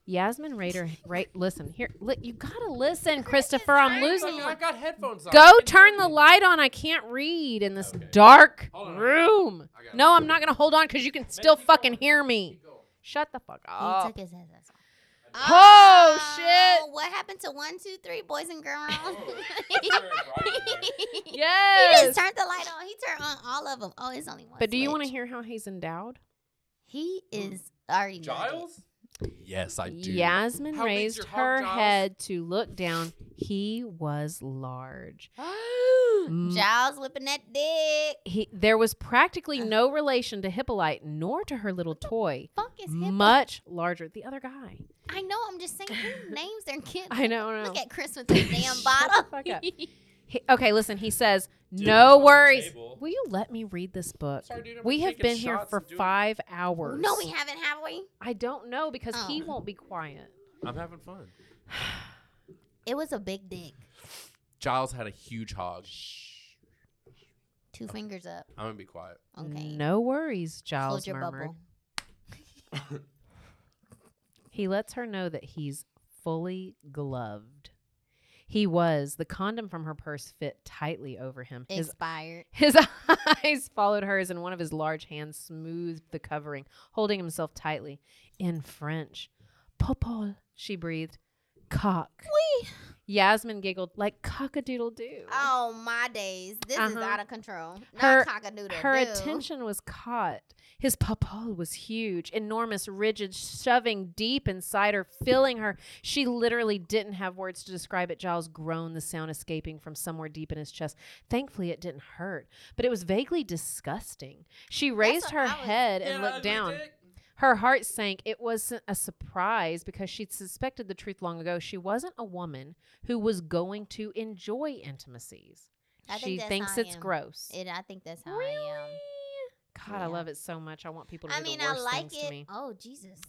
D: Yasmin Raider, right? Listen here. Li- you gotta listen, Christopher. I'm losing.
B: I
D: You.
B: got headphones on.
D: Go turn the light on. I can't read in this
B: Okay.
D: dark
B: Hold on.
D: room.
B: I got it.
D: No, I'm not gonna hold on because you can still
B: keep
D: fucking
B: going.
D: hear me.
B: Keep going.
D: Shut the fuck
E: He
D: up.
E: took his head. That's all.
D: Oh, shit.
E: What happened to one, two, three, boys and girls? he
D: Yes.
E: just turned the light on. He turned on all of them. Oh, it's only one.
D: But do you want to
E: switch.
D: hear Mm. how he's endowed?
E: He is already nutted.
B: Giles? Yes, I do.
D: Yasmin
B: How big's
D: raised
B: your hog,
D: her
B: Giles?
D: head to look down. He was large. Mm.
E: Giles whipping that dick.
D: He, there was practically no relation to Hippolyte nor to her little toy.
E: Fuck is him.
D: Much larger. The other guy.
E: I know. I'm just saying who names their kids.
D: I know, I
E: Look
D: know.
E: at Chris with his damn
D: Shut the
E: bottle.
D: fuck up. He- okay, listen. He says,
B: Dude, it's
D: "No
B: on the
D: worries.
B: table.
D: Will you let me read this book?
B: Sorry, dude, I'm
D: we have
B: taking
D: been here
B: shots
D: for
B: and doing-
D: five hours.
E: No, we haven't, have we?
D: I don't know because he
E: Oh.
D: won't be quiet.
B: I'm having fun.
E: It was a big dick.
B: Giles had a huge hog.
E: Two fingers up.
B: I'm going to be quiet.
E: Okay.
D: No worries, Giles
E: Close your
D: murmured.
E: bubble.
D: He lets her know that he's fully gloved. He was. The condom from her purse fit tightly over him. His
E: Expired.
D: his eyes followed hers, and one of his large hands smoothed the covering, holding himself tightly. In French, popol, she breathed. Cock.
E: Oui.
D: Yasmin giggled like cockadoodle doo.
E: Oh my days! This is
D: Uh-huh.
E: out of control. Not
D: Her-
E: cockadoodle.
D: Her
E: doo.
D: attention was caught. His papal was huge, enormous, rigid, shoving deep inside her, filling her. She literally didn't have words to describe it. Giles groaned, the sound escaping from somewhere deep in his chest. Thankfully, it didn't hurt, but it was vaguely disgusting. She raised
E: what
D: her
E: I was-
D: head and looked down. Her heart sank. It wasn't a surprise because she'd suspected the truth long ago. She wasn't a woman who was going to enjoy intimacies.
E: I think
D: she
E: that's
D: thinks
E: how I
D: it's
E: am.
D: gross.
E: It, I think that's how
D: Really?
E: I am.
D: God, I
E: Yeah.
D: love it so much. I want people to
E: I
D: do
E: mean,
D: the
E: I
D: worst
E: like
D: things to me.
E: it. Oh Jesus!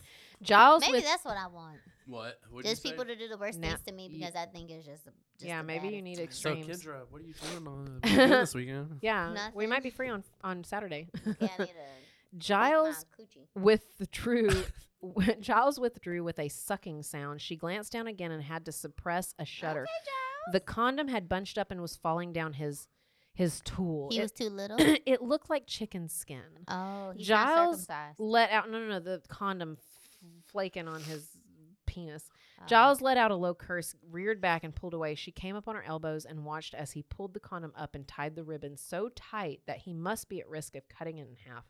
D: Giles
E: Maybe
D: with
E: that's what I want.
B: What? What'd you
E: Just
B: say?
E: people to do the worst
D: Nah,
E: things to me
B: you-
E: because I think it's just. just
D: yeah.
E: the
D: Maybe you
E: baddest.
D: need
B: So,
D: extremes.
B: Kendra, what are you doing on what are you doing this weekend?
D: yeah, we
E: Nothing.
D: might be free on on Saturday.
E: Yeah, I need a-
D: Giles
E: need my coochie.
D: with the true. Giles withdrew with a sucking sound. She glanced down again and had to suppress a shudder.
E: Okay, Giles.
D: The condom had bunched up and was falling down his his tool.
E: He was
D: It,
E: too little.
D: it looked like chicken skin.
E: Oh, he's not
D: Giles
E: circumcised.
D: Let out no no no the condom f- flaking on his penis.
B: Um,
E: Oh.
D: Giles let out a low curse, reared back, and pulled away. She came up on her elbows and watched as he pulled the condom up and tied the ribbon so tight that he must be at risk of cutting it in half.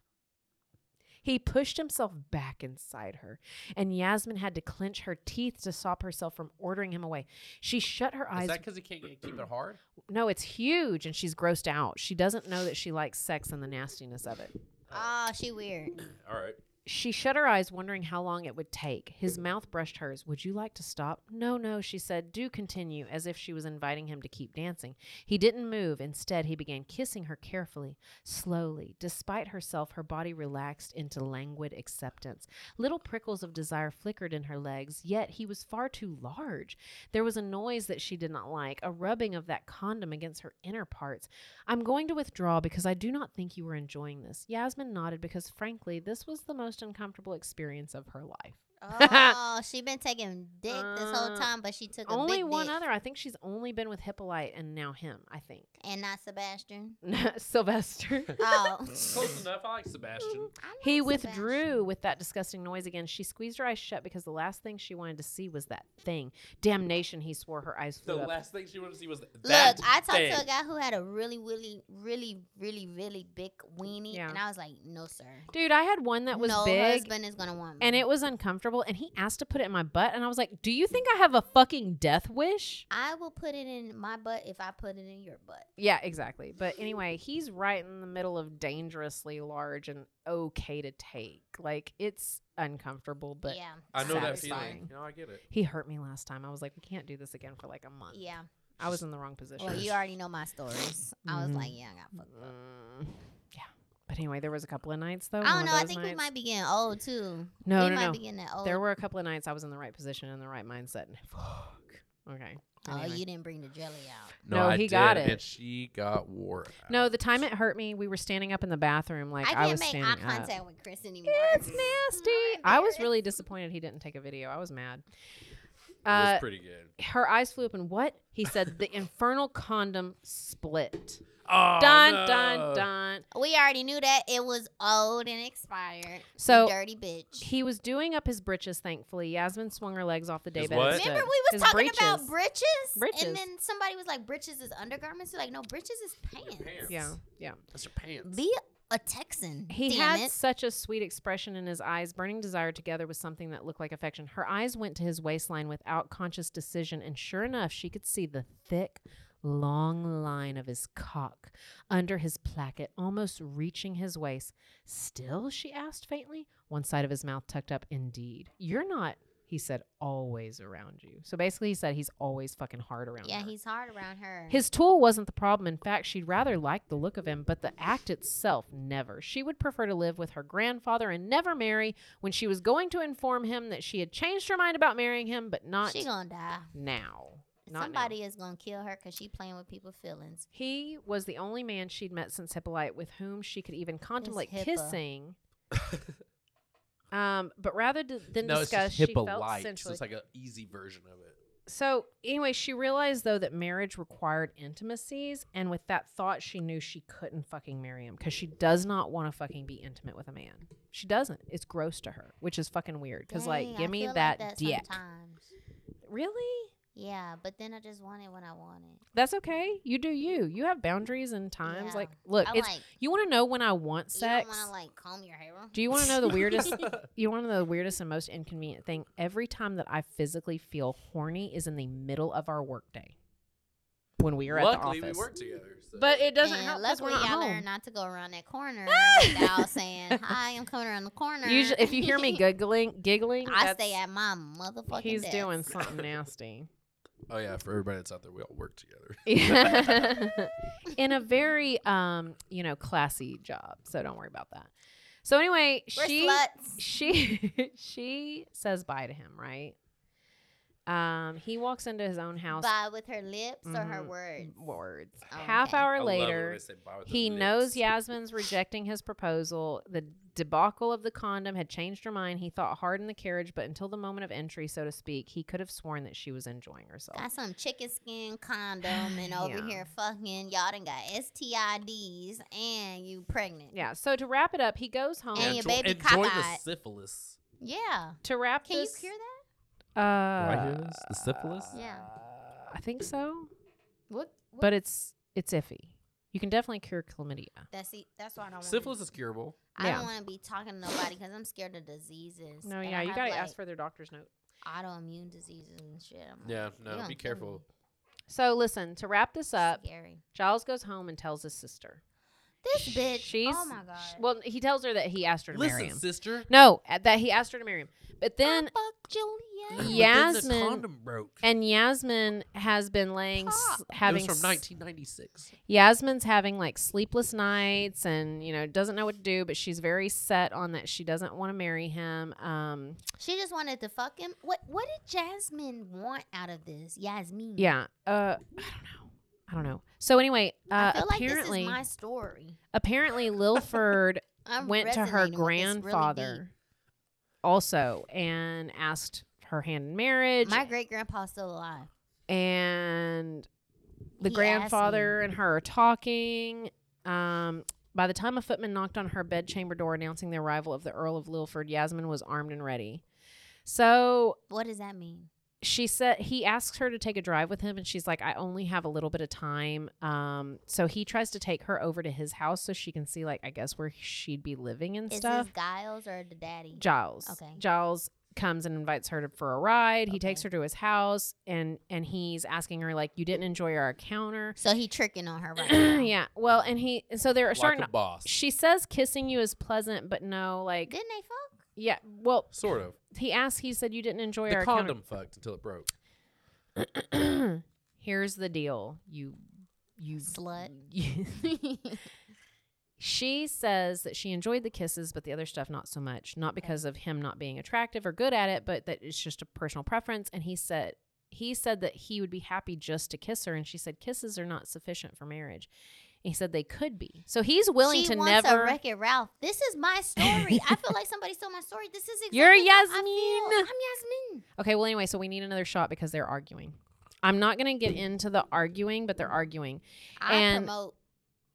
D: He pushed himself back inside her, and Yasmin had to clench her teeth to stop herself from ordering him away. She shut her eyes.
B: Is that because he can't get- keep it hard?
D: no, it's huge, and she's grossed out. She doesn't know that she likes sex and the nastiness of it.
E: Oh, she weird.
B: All right.
D: She shut her eyes, wondering how long it would take. His mouth brushed hers. Would you like to stop? No, no, she said. Do continue, as if she was inviting him to keep dancing. He didn't move. Instead, he began kissing her carefully, slowly. Despite herself, her body relaxed into languid acceptance. Little prickles of desire flickered in her legs, yet he was far too large. There was a noise that she did not like, a rubbing of that condom against her inner parts. I'm going to withdraw because I do not think you are enjoying this. Yasmin nodded because, frankly, this was the most uncomfortable experience of her life.
E: Oh, she been taking dick this
D: Uh,
E: whole time, but she took a
D: only
E: big
D: one
E: dick.
D: other. I think she's only been with Hippolyte and now him, I think.
E: and not Sebastian.
D: Sylvester.
E: Oh,
B: Close enough. I like Sebastian.
E: I know
D: He
E: Sebastian.
D: withdrew with that disgusting noise again. She squeezed her eyes shut because the last thing she wanted to see was that thing. Damnation, he swore her eyes
B: The
D: flew up.
B: last thing she wanted to see was th- that.
E: Look, I talked
B: thing.
E: to a guy who had a really, really, really, really, really big weenie,
D: Yeah.
E: and I was like, "No, sir,
D: Dude, I had one that was
E: no
D: big.
E: husband is gonna want me."
D: and it was uncomfortable and he asked to put it in my butt and i was like do you think i have a fucking death wish
E: I will put it in my butt if I put it in your butt.
D: yeah exactly but anyway he's right in the middle of dangerously large and okay to take like it's uncomfortable but
E: yeah,
B: I know that
D: Satisfying.
B: feeling. No, I get it.
D: he hurt me last time i was like we can't do this again for like a month
E: yeah.
D: i was in the wrong position
E: Well, you already know my stories. I was
D: Mhm.
E: like, "Yeah, I got fucked up."
D: Mm, yeah but anyway there was a couple of nights though
E: I
D: one
E: don't
D: of
E: know. I
D: those
E: think we
D: nights-
E: might be getting old too.
D: no
E: we
D: no
E: might
D: no
E: be getting that old.
D: there were a couple of nights i was in the right position and the right mindset and fuck okay
E: oh,
D: Anyway.
E: you didn't bring the jelly out.
D: No, he got it.
B: And she got wore. out.
D: No, the time it hurt me, we were standing up in the bathroom. Like
E: I
D: I,
E: can't
D: was
E: make
D: standing
E: eye
D: up.
E: contact with Chris anymore.
D: It's
E: I'm
D: nasty. I was really
E: embarrassed.
D: disappointed he didn't take a video. I was mad.
B: it was
D: Uh,
B: pretty good.
D: her eyes flew open. What he said? The infernal condom split.
B: Oh,
D: dun
B: no.
D: dun dun.
E: We already knew that it was old and expired.
D: So
E: dirty bitch.
D: he was doing up his britches. Thankfully, Yasmin swung her legs off the
B: His
D: daybed. and
B: what?
D: stood.
E: Remember we
D: His
E: was talking about
D: breeches.
E: britches?
D: Breeches.
E: and then somebody was like, "Britches is undergarments." You're like, "No, britches is pants."
B: pants.
D: Yeah, yeah.
B: That's your pants.
E: Be a Texan.
D: He
E: damn
D: had
E: it.
D: such a sweet expression in his eyes, burning desire together with something that looked like affection. Her eyes went to his waistline without conscious decision, and sure enough, she could see the thick, long line of his cock under his placket, almost reaching his waist. Still, she asked faintly, one side of his mouth tucked up. Indeed, you're not. He said, always around you. So basically, he said he's always fucking hard around
E: Yeah,
D: her.
E: he's hard around her.
D: His tool wasn't the problem. In fact, she'd rather like the look of him, but the act itself, never. She would prefer to live with her grandfather and never marry when she was going to inform him that she had changed her mind about marrying him, but not
E: she gonna die.
D: now. Not now.
E: Somebody is gonna kill her because she playing with people's feelings.
D: He was the only man she'd met since Hippolyte with whom she could even contemplate
E: Hippo.
D: kissing. um, but rather d- than
B: no,
D: discuss,
B: it's
D: she
B: just
D: felt
B: Hippolyte.
D: sensually.
B: So it's like an easy version of it.
D: So, anyway, she realized though that marriage required intimacies, and with that thought, she knew she couldn't fucking marry him because she does not want to fucking be intimate with a man. She doesn't. It's gross to her, which is fucking weird. Because
E: Dang,
D: like,
E: I
D: give me
E: feel
D: that,
E: like
D: dick.
E: Sometimes.
D: Really?
E: Yeah, but then I just want it when I want it.
D: That's okay. You do you. You have boundaries and times.
E: Yeah.
D: Like, look,
E: I
D: it's
E: like-
D: you want to know when I want sex.
E: You don't wanna like comb your hair.
D: Do you want to know the weirdest? you want to know the weirdest and most inconvenient thing? Every time that I physically feel horny is in the middle of our workday when we are
B: Luckily,
D: at the office.
B: we work together. So.
D: But it doesn't
E: and
D: help. 'cause
E: Luckily,
D: we're not
E: I
D: home.
E: learned not to go around that corner without saying, "Hi, I'm coming around the corner."
D: Usually, if you hear me giggling, giggling,
E: I
D: that's-
E: stay at my motherfucking.
D: he's
E: desk.
D: doing something nasty.
B: oh yeah, for everybody that's out there, we all work together.
D: In a very, um, you know, classy job. So don't worry about that. So anyway,
E: We're
D: she
E: sluts.
D: she she says bye to him, right? Um, he walks into his own house.
E: By with her lips or her
D: Mhm.
E: words.
D: Words.
E: Oh,
D: Half
E: okay.
D: hour
B: I love it when
D: later,
B: they say bye with their
D: He knows
B: lips.
D: Yasmin's rejecting his proposal. The debacle of the condom had changed her mind. He thought hard in the carriage, but until the moment of entry, so to speak, he could have sworn that she was enjoying herself.
E: Got some chicken skin condom and over
D: Yeah.
E: here fucking y'all done got STIDs and you pregnant.
D: yeah. So to wrap it up, he goes home.
E: And your
B: enjoy,
E: baby
B: enjoy the
E: cockeyed.
B: syphilis.
E: Yeah.
D: to wrap
E: Can
D: this,
E: you hear that?
D: that?
B: I
D: Uh,
B: hear this? The syphilis?
E: Yeah.
D: I think so,
E: What? what?
D: but it's it's iffy. You can definitely cure chlamydia.
E: that's it. That's why I don't.
B: Syphilis
E: Wanna,
B: is curable.
E: I
D: yeah.
E: don't want to be talking to nobody because I'm scared of diseases.
D: No,
E: and
D: yeah,
E: I
D: you
E: have,
D: gotta
E: like,
D: ask for their doctor's note.
E: autoimmune diseases and shit. I'm like,
B: Yeah,
E: "You
B: no,
E: gonna
B: be
E: kill
B: careful.
E: me."
D: So listen, to wrap this up,
E: Scary.
D: Giles goes home and tells his sister.
E: This bitch.
D: She's
E: oh my god.
D: Well, he tells her that he asked her to marry
B: Listen,
D: him.
B: sister.
D: No, uh, that he asked her to marry him. But then
E: fuck Julia.
D: Yeah. Yasmin
B: broke.
D: and Yasmin has been laying s- having
B: it was
D: s-
B: from 1996.
D: Yasmin's having like sleepless nights and you know doesn't know what to do, but she's very set on that she doesn't want to marry him. Um,
E: She just wanted to fuck him. What What did Jasmine want out of this? Yasmin.
D: yeah, uh, I don't know, I don't know. So anyway, uh,
E: I feel like this
D: apparently,
E: is my story.
D: apparently Lilford
E: I'm
D: went to her
E: resonating with this really
D: grandfather also and asked her hand in marriage.
E: deep. my great grandpa's still alive.
D: and the
E: He asked
D: grandfather and her are talking. Um, by the time a footman knocked on her bedchamber door announcing the arrival of the Earl of Lilford, Yasmin was armed and ready. So
E: What does that mean?
D: she said he asks her to take a drive with him, and she's like, "I only have a little bit of time." Um, so he tries to take her over to his house so she can see, like, I guess where she'd be living and
E: Is
D: stuff.
E: this Giles or the daddy?
D: Giles.
E: Okay.
D: Giles comes and invites her to, for a ride. He takes
E: Okay.
D: her to his house and and he's asking her like, "You didn't enjoy our counter."
E: so he tricking on her right now.
D: yeah. Well, and he so they're
B: Like
D: starting.
B: a boss.
D: she says kissing you is pleasant, but no, like
E: Didn't they fuck?
D: yeah. Well,
B: Sort of.
D: he asked. He said you didn't enjoy
B: The
D: our
B: condom fucked until it broke.
D: counter. Here's the deal, you you
E: Slut.
D: you- She says that she enjoyed the kisses, but the other stuff not so much. Not because of him not being attractive or good at it, but that it's just a personal preference. And he said he said that he would be happy just to kiss her, and she said kisses are not sufficient for marriage. he said they could be. So he's willing
E: she
D: to
E: wants
D: never.
E: a Wreck It Ralph. This is my story. I feel like somebody stole my story. This is exactly
D: You're
E: How I feel.
D: Yasmin.
E: I'm Yasmin.
D: okay, well anyway, so we need another shot because they're arguing. I'm not gonna get into the arguing, but they're arguing.
E: I
D: And-
E: promote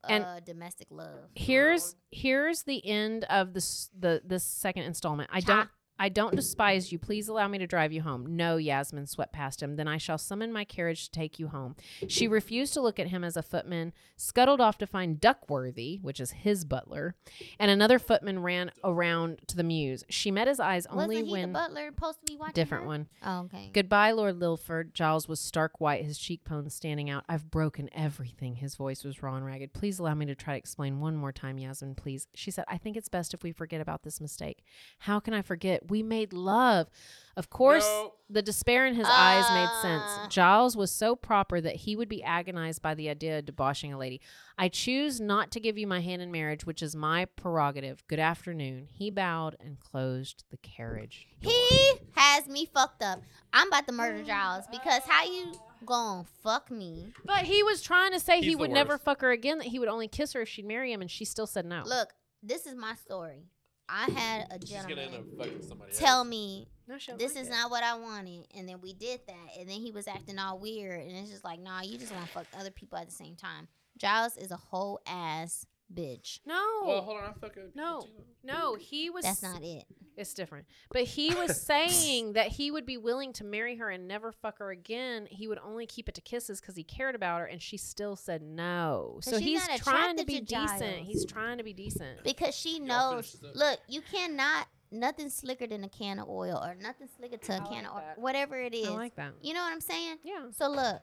D: and-
E: uh, domestic love.
D: here's here's the end of this the this second installment. I don't I don't despise you. Please allow me to drive you home. No, Yasmin swept past him. Then I shall summon my carriage to take you home. She refused to look at him as a footman, scuttled off to find Duckworthy, which is his butler, and another footman ran around to the mews. She met his eyes only
E: Wasn't he
D: when
E: the butler supposed to be watching?
D: different
E: her?
D: one.
E: Oh, okay.
D: Goodbye, Lord Lilford. Giles was stark white, his cheekbones standing out. I've broken everything. His voice was raw and ragged. Please allow me to try to explain one more time, Yasmin, please. She said, I think it's best if we forget about this mistake. How can I forget? We made love. Of course,
B: No.
D: the despair in his eyes made
E: Ah.
D: sense. Giles was so proper that he would be agonized by the idea of debauching a lady. I choose not to give you my hand in marriage, which is my prerogative. Good afternoon. He bowed and closed the carriage.
E: He has me fucked up. I'm about to murder Giles because how you gonna fuck me?
D: But he was trying to say he
B: He's the
D: would never
B: worst.
D: fuck her again, that he would only kiss her if she'd marry him, and she still said no.
E: Look, this is my story. I had a
B: She's gonna end up
E: gentleman
B: fucking somebody.
E: tell
B: else.
E: me
D: no, she don't
E: this
D: like
E: is
D: it.
E: not what I wanted, and then we did that, and then he was acting all weird, and it's just like, nah, you just want to fuck other people at the same time. Giles is a whole ass bitch.
D: No.
B: Well, hold on. I fucking
D: no. No, he was.
E: That's not it.
D: It's different. But he was saying that he would be willing to marry her and never fuck her again. He would only keep it to kisses because he cared about her, and she still said no.
E: 'Cause
D: So
E: she's
D: he's
E: not
D: trying to
E: attracted
D: be
E: to
D: decent.
E: Giles.
D: He's trying to be decent.
E: Because she
B: Y'all
E: knows.
B: finish this up.
E: Look, you cannot nothing slicker than a can of oil, or nothing slicker to a
D: I
E: can
D: like
E: of oil,
D: that.
E: whatever it is.
D: I like that.
E: You know what I'm saying?
D: Yeah.
E: So look,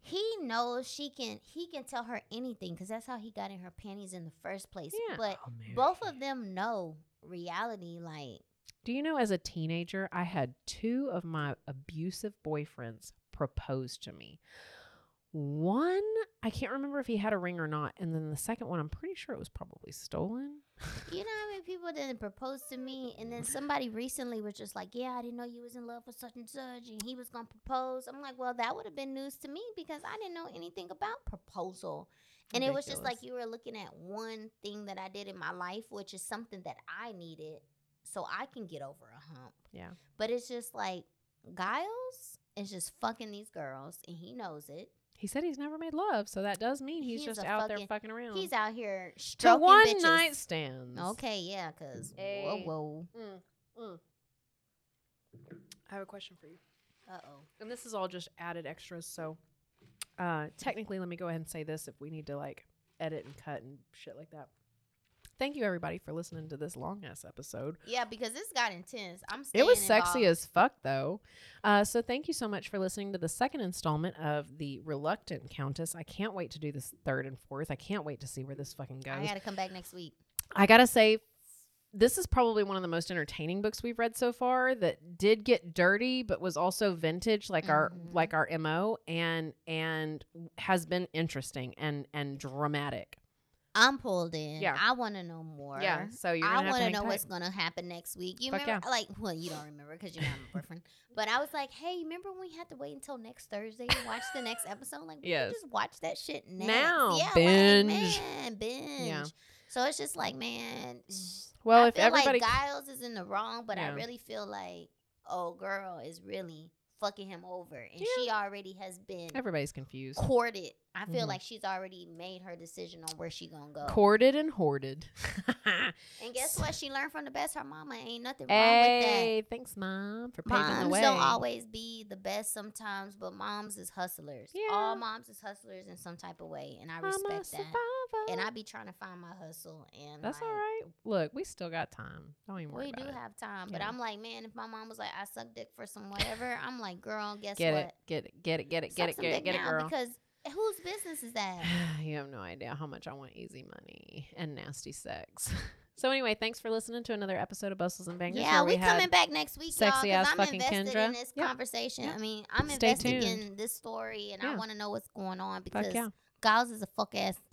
E: he knows she can. He can tell her anything because that's how he got in her panties in the first place.
D: Yeah.
E: But
D: I'll marry
E: both of
D: you.
E: them know reality. Like
D: Do you know, as a teenager, I had two of my abusive boyfriends propose to me. One, I can't remember if he had a ring or not. And then the second one, I'm pretty sure it was probably stolen.
E: you know how many people didn't propose to me, and then somebody recently was just like, "Yeah, I didn't know you was in love with such and such, and he was gonna propose." I'm like, "Well, that would have been news to me because I didn't know anything about proposal." And it was just like
D: Ridiculous.
E: you were looking at one thing that I did in my life, which is something that I needed so I can get over a hump.
D: Yeah.
E: But it's just like Giles is just fucking these girls, and he knows it.
D: He said he's never made love. So that does mean he's,
E: He's
D: just
E: a
D: out there
E: fucking-
D: fucking around.
E: He's out here
D: to
E: stroking
D: one
E: bitches.
D: night stands.
E: Okay, yeah, cause whoa,
D: Hey.
E: whoa,
D: Mm, I have a question for you.
E: uh oh.
D: And this is all just added extras. So uh, technically, let me go ahead and say this if we need to like edit and cut and shit like that. Thank you everybody for listening to this long ass episode.
E: Yeah, because this got intense. I'm.
D: It was
E: staying
D: sexy
E: involved.
D: as fuck though. Uh, so thank you so much for listening to the second installment of the Reluctant Countess. I can't wait to do this third and fourth. I can't wait to see where this fucking goes.
E: I gotta come back next week.
D: I gotta say, this is probably one of the most entertaining books we've read so far that did get dirty, but was also vintage, like our
E: Mhm.
D: like our mo, and and has been interesting and and dramatic.
E: I'm pulled in.
D: Yeah.
E: I want to know more.
D: Yeah, so you're.
E: I
D: want to
E: know what's gonna happen next week. You
D: Fuck
E: remember? Like, well, you don't remember because you're not my boyfriend. But I was like, hey, remember when we had to wait until next Thursday to watch the next episode? Like, we
D: Yes.
E: can just watch that shit next.
D: Now,
E: yeah, like,
D: binge.
E: man, binge. So it's just like, man. sh-
D: Well,
E: I
D: if
E: feel
D: everybody,
E: like Giles is in the wrong, but
D: Yeah.
E: I really feel like, oh, girl is really fucking him over, and
D: Yeah.
E: she already has been
D: everybody's confused,
E: courted. I feel
D: Mhm.
E: like she's already made her decision on where she gonna go.
D: courted and hoarded.
E: And guess what? She learned from the best. Her mama ain't nothing wrong
D: hey, thanks, mom, for
E: with
D: paving
E: that.
D: the
E: Moms
D: way.
E: don't always be the best sometimes, but moms is hustlers.
D: Yeah.
E: All moms is hustlers in some type of way, and I
D: I'm a
E: respect that.
D: survivor.
E: And I be trying to find my hustle, and
D: That's
E: like,
D: all right. Look, we still got time. Don't even worry
E: We do
D: about it.
E: have time, but
D: Yeah.
E: I'm like, man, if my mom was like, I suck dick for some whatever, I'm like, girl, guess
D: get
E: what?
D: it, get it, get it, get it,
E: Suck
D: get it,
E: some
D: get it,
E: dick
D: get it,
E: now
D: girl.
E: Because whose business is that?
D: you have no idea how much I want easy money and nasty sex. so anyway, thanks for listening to another episode of Bustles and Bangers.
E: Yeah,
D: where
E: we,
D: we
E: coming
D: had-
E: back next week,
D: sexy
E: y'all.
D: ass
E: Because I'm
D: fucking
E: invested in
D: Kendra.
E: this
D: Yep.
E: conversation.
D: Yep.
E: I mean, I'm
D: Stay
E: invested
D: tuned.
E: in this story, and
D: Yeah.
E: I want to know what's going on because
D: Fuck yeah,
E: Giles is a fuck ass boy.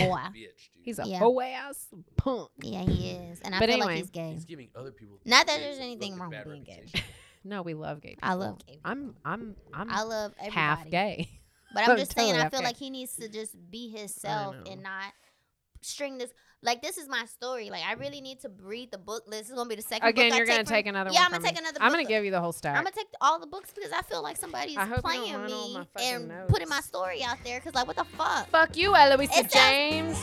B: Bitch, dude.
D: he's a
E: Yeah.
D: hoe ass punk.
E: yeah, he is, and I
D: But
E: feel
D: anyway.
E: like he's gay.
B: He's giving other people.
E: Not that
B: big
E: there's anything
B: fucking
E: wrong
B: bad
E: with being gay.
B: reputation.
D: No, we love gay. People.
E: I love gay. people.
D: I'm I'm I'm
E: I love everybody.
D: half gay.
E: But I'm
D: I'm
E: just saying,
D: totally
E: I feel
D: okay.
E: like he needs to just be himself
D: know.
E: and not string this. Like this is my story. Like I really need to read the book. This is gonna be the second.
D: Again,
E: book
D: you're
E: I
D: gonna
E: take from-
D: take another.
E: Yeah,
D: one
E: I'm gonna
D: from me.
E: take another.
D: I'm
E: book.
D: gonna give you the whole stack.
E: I'm gonna take all the books because I feel like somebody's
D: I hope you don't
E: playing
D: run all
E: me
D: my fucking
E: and
D: notes.
E: putting my story out there. Cause like, what the fuck?
D: Fuck you, Eloise
E: It's just-
D: James.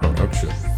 A: production.